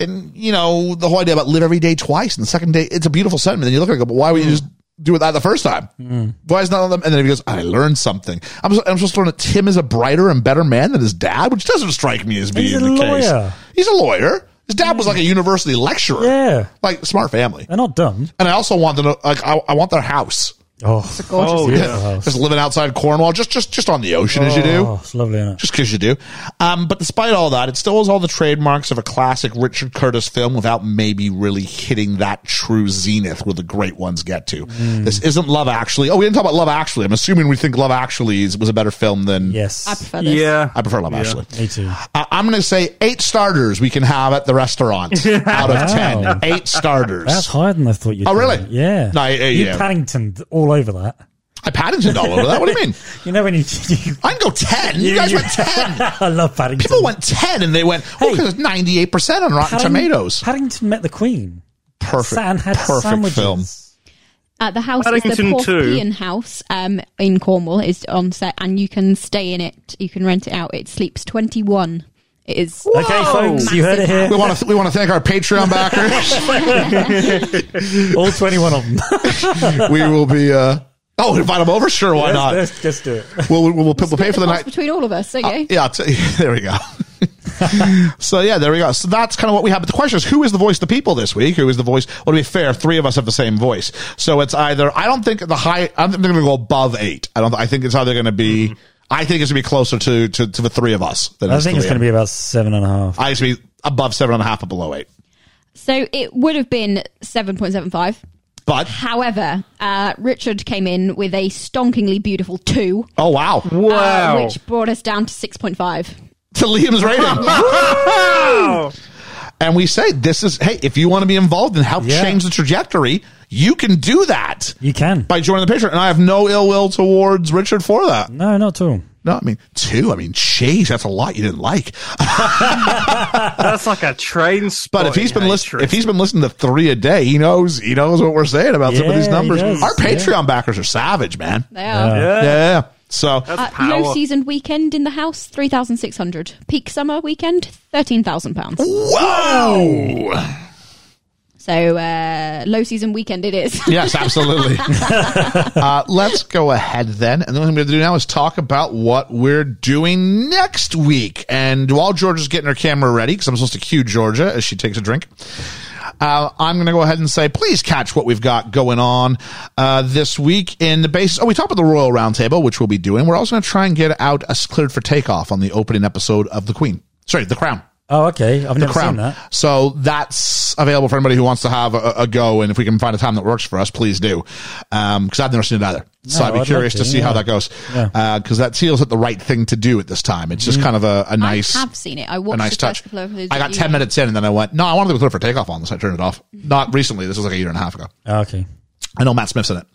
and you know the whole idea about live every day twice and the second day. It's a beautiful sentiment. And you look at it, and go, but why would you just do it that the first time?
Hmm.
Why is not on them? And then he goes, I learned something. I'm just, I'm just learning that Tim is a brighter and better man than his dad, which doesn't strike me as being
He's
in
a
the case.
lawyer.
He's a lawyer. His dad was like a university lecturer.
Yeah.
Like smart family.
They're not dumb.
And I also want them to like I, I want their house.
Oh,
gorgeous.
Oh, yeah.
Just living outside Cornwall, just just just on the ocean as you do.
Oh, it's lovely, isn't it?
Just because you do. Um, but despite all that, it still has all the trademarks of a classic Richard Curtis film without maybe really hitting that true zenith where the great ones get to. This isn't Love Actually. Oh, we didn't talk about Love Actually. I'm assuming we think Love Actually is, was a better film than.
Yes.
I prefer this.
Yeah.
I prefer Love Actually. [SIGHS]
Me too.
Uh, I'm going to say eight starters we can have at the restaurant out of
Wow.
ten. Eight starters.
That's higher than I thought you'd.
Oh,
do.
really?
Yeah.
No, I- I-
you
yeah.
Paddingtoned all over that.
[LAUGHS] I Paddingtoned all over that. What do you mean?
You know when you, [LAUGHS] you
I can go ten. You guys went ten.
I love Paddington.
People went ten, and they went oh
Hey.
because it's ninety eight percent on Rotten
Padding-
Tomatoes.
Paddington met the Queen.
Perfect.
Sat and had
perfect
sandwiches.
film.
Uh, the house
Paddington
is the
two.
Porpian House um, in Cornwall. is on set, and you can stay in it. You can rent it out. It sleeps twenty one. It is
Okay, folks, you heard
[LAUGHS] We
it here.
want to we want to thank our Patreon [LAUGHS] backers.
All twenty-one of them.
we will be. uh Oh, invite them over? Sure, why
let's,
not?
Let's just do it.
We'll, we'll, we'll, we'll pay for the
cost
night. Uh,
between all of us. Okay.
Yeah, I'll tell you- [LAUGHS] there we go. so yeah, there we go. So that's kind of what we have. But the question is, who is the voice of the people this week? Who is the voice? Well, to be fair, three of us have the same voice. So it's either I don't think the high. I don't think they're going to go above eight. I don't. I think it's either going to be. I think it's going to be closer to, to to the three of us. Than
Mm-hmm. I think it's going
to
to be about seven and a half.
I used to be above seven and a half, but below eight.
So it would have been seven point seven five.
But
However, uh, Richard came in with a stonkingly beautiful two,
oh wow,
uh,
Wow.
which brought us down to six point five.
to Liam's rating.
[LAUGHS]
Wow.
and we say this is hey, if you want to be involved and help
Yeah.
change the trajectory, you can do that.
You can.
by joining the Patreon. And I have no ill will towards Richard for that.
No, not at all.
No, I mean, two. I mean, jeez, that's a lot you didn't like.
That's like a train spot.
But if he's been listening, if he's been listening to three a day, he knows he knows what we're saying about some of
Yeah,
these
he
numbers.
does,
Our
yeah.
Patreon backers are savage, man.
They are.
yeah.
Yeah. yeah. So
Uh,
power.
low season weekend in the house, 3,600. Peak summer weekend, 13,000 pounds.
whoa.
So, uh, low season weekend it is.
Yes, absolutely. uh, let's go ahead then. And the only thing we have to do now is talk about what we're doing next week. And while Georgia's getting her camera ready, because I'm supposed to cue Georgia as she takes a drink, uh, I'm going to go ahead and say, please catch what we've got going on uh, this week in the base. Oh, we talked about the Royal Roundtable, which we'll be doing. We're also going to try and get out us cleared for takeoff on the opening episode of The Queen. Sorry, The Crown.
Oh, okay. I've never
Crown.
seen that.
So that's available for anybody who wants to have a, a go. And if we can find a time that works for us, please do. Um, because I've never seen it either. So
No,
I'd be
I'd
curious
like
to,
to,
see how
yeah.
that goes.
Yeah. Mm-hmm.
Because that feels like the right thing to do at this time. It's just kind of a, a nice,
have seen it. [LAUGHS] I
a
watched
nice
the first
touch.
couple of episodes
I got
that
10
you- Mm-hmm.
minutes in and then I went, no, I wanted to go for takeoff on this. I turned it off. Not recently. This was like a year and a half ago.
Oh, okay.
I know Matt Smith's in it.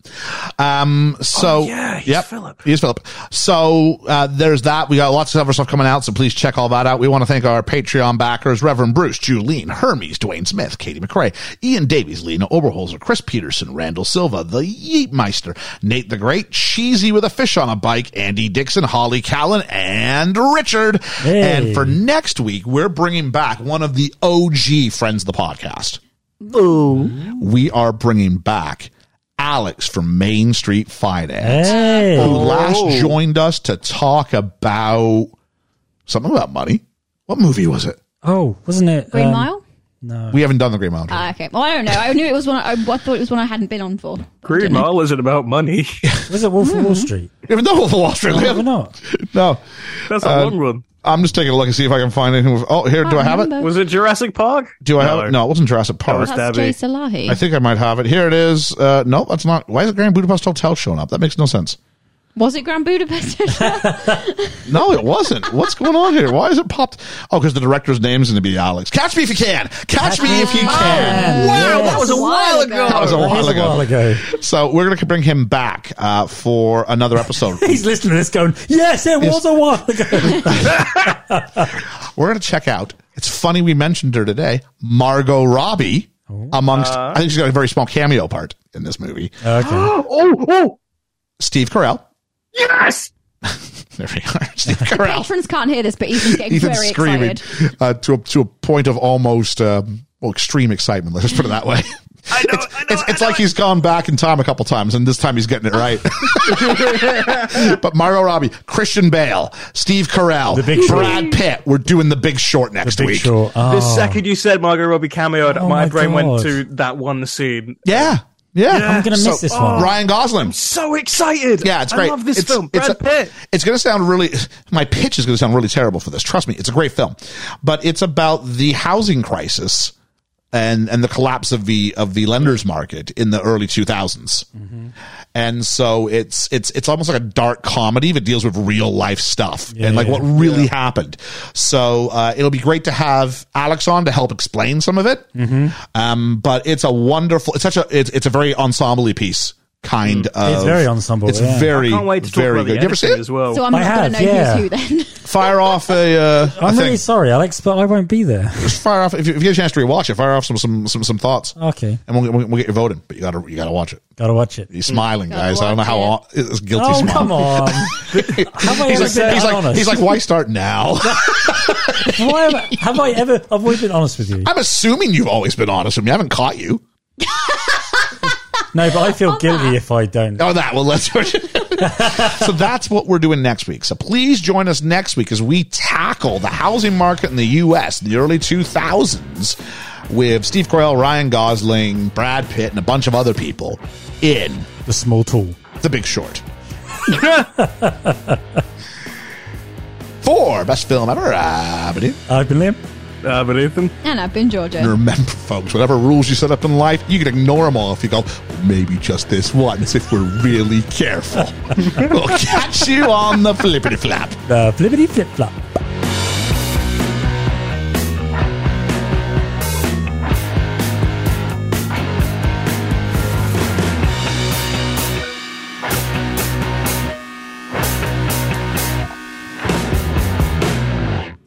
Um, so
Oh, yeah, he's Philip.
he is Philip. So uh, there's that. We got lots of other stuff coming out, so please check all that out. We want to thank our Patreon backers: Reverend Bruce, Julene, Hermes, Dwayne Smith, Katie McRae, Ian Davies, Lena Oberholzer, Chris Peterson, Randall Silva, the Yeatmeister, Nate the Great, Cheesy with a fish on a bike, Andy Dixon, Holly Callan, and Richard.
Hey.
And for next week, we're bringing back one of the OG friends of the podcast. we are bringing back Alex from Main Street Finance,
Hey.
who last joined us to talk about something about money. What movie was it?
Oh, wasn't it?
Green
um,
Mile?
We haven't done the Green Mile.
Ah, okay. Well, I don't know. I knew it was one. I, I thought it was one I hadn't been on for.
Green Mile isn't about money. [LAUGHS]
Was it Wolf of Wall Street?
we haven't done Wolf of Wall Street. we
Or
haven't-
not?
[LAUGHS] No,
That's a
Uh,
long one.
I'm just taking a look and see if I can find anything. with- Oh, here, do I have it?
Was it Jurassic Park?
Do I have it? No, it wasn't Jurassic Park.
was
That's
Stabby.
Jay Salahi.
I think I might have it. Here it is. Uh, no, that's not. Why is the Grand Budapest Hotel showing up? That makes no sense.
was it Grand Budapest? [LAUGHS]
No, it wasn't. What's going on here? Why is it popped? Oh, because the director's name's going to be Alex. Catch me if you can. Catch me if you can.
Wow, that was a while ago.
That was a
That Oh, is
while
a while
ago.
ago.
So we're going to bring him back uh, for another episode.
He's listening to this going, yes, it was a while ago.
we're going to check out. It's funny we mentioned her today, Margot Robbie. Amongst, I think she's got a very small cameo part in this movie.
okay.
[GASPS] Oh, oh,
Steve Carell. [LAUGHS]
yes!
There we are. [LAUGHS] Steve Carell.
Patrons can't hear this, but Ethan's getting
Ethan
very
screaming
excited.
uh, to a, to a point of almost um, well, extreme excitement. Let's put it that way. I know, it's it's, it's like he's gone back in time a couple times, and this time he's getting it right. but Mario Robbie, Christian Bale, Steve Carell,
The Big Short.
Brad Pitt. We're doing the Big Short next
Big
week.
short.
The
Oh,
second you said Margot Robbie cameoed,
Oh
my,
my
brain
God.
went to that one scene.
Yeah, yeah.
I'm going to miss this one.
Ryan Gosling.
So excited!
Yeah, it's great.
I love this
It's-
film.
it's
Brad
a-
Pitt.
It's going to sound really. My pitch is going to sound really terrible for this. Trust me, it's a great film, but it's about the housing crisis and and the collapse of the of the lenders market in the early two and so it's it's it's almost like a dark comedy that deals with real life stuff and like
yeah.
what really happened. So uh, it'll be great to have Alex on to help explain some of it.
Mm-hmm.
Um, but it's a wonderful. It's such a it's, it's a very ensemble piece kind of.
Mm. It's very ensemble,
It's
yeah.
very
Can't wait to talk
very
about
good.
the
You ever see it?
editing as well.
So I'm
I
not
have,
going to know
yeah.
who's who then. [LAUGHS]
Fire off a. Uh, a
[LAUGHS] I'm
thing.
really sorry, Alex, but I won't be there.
Just fire off if you, if you get a chance to rewatch it. Fire off some some some, some thoughts.
Okay.
And we'll, we'll, we'll get your voting, but you gotta you gotta watch it.
Got to watch it.
He's smiling,
Gotta
guys. I don't know
watch
how
it.
on, it's a guilty
Oh,
smile.
come on. Have I
He's like,
ever been
he's like,
honest?
he's like, why start [LAUGHS] now?
Why am I- have I ever, I've always been honest
[LAUGHS]
with you.
I'm assuming you've always been honest with me. I haven't caught you.
No, but I feel guilty if I don't.
Oh, that. Well, [LAUGHS] let's. so that's what we're doing next week. So please join us next week as we tackle the housing market in the U.S. in the early 2000s with Steve Carell, Ryan Gosling, Brad Pitt, and a bunch of other people in
The small tool.
The Big [LAUGHS] Short. For best film ever, uh, but it-
I've been Liam.
Uh, but Ethan,
And I've been Georgia.
remember, folks, whatever rules you set up in life, you can ignore them all if you go, maybe just this once if we're really careful. we'll catch you on the flippity flap.
The flippity flip flop.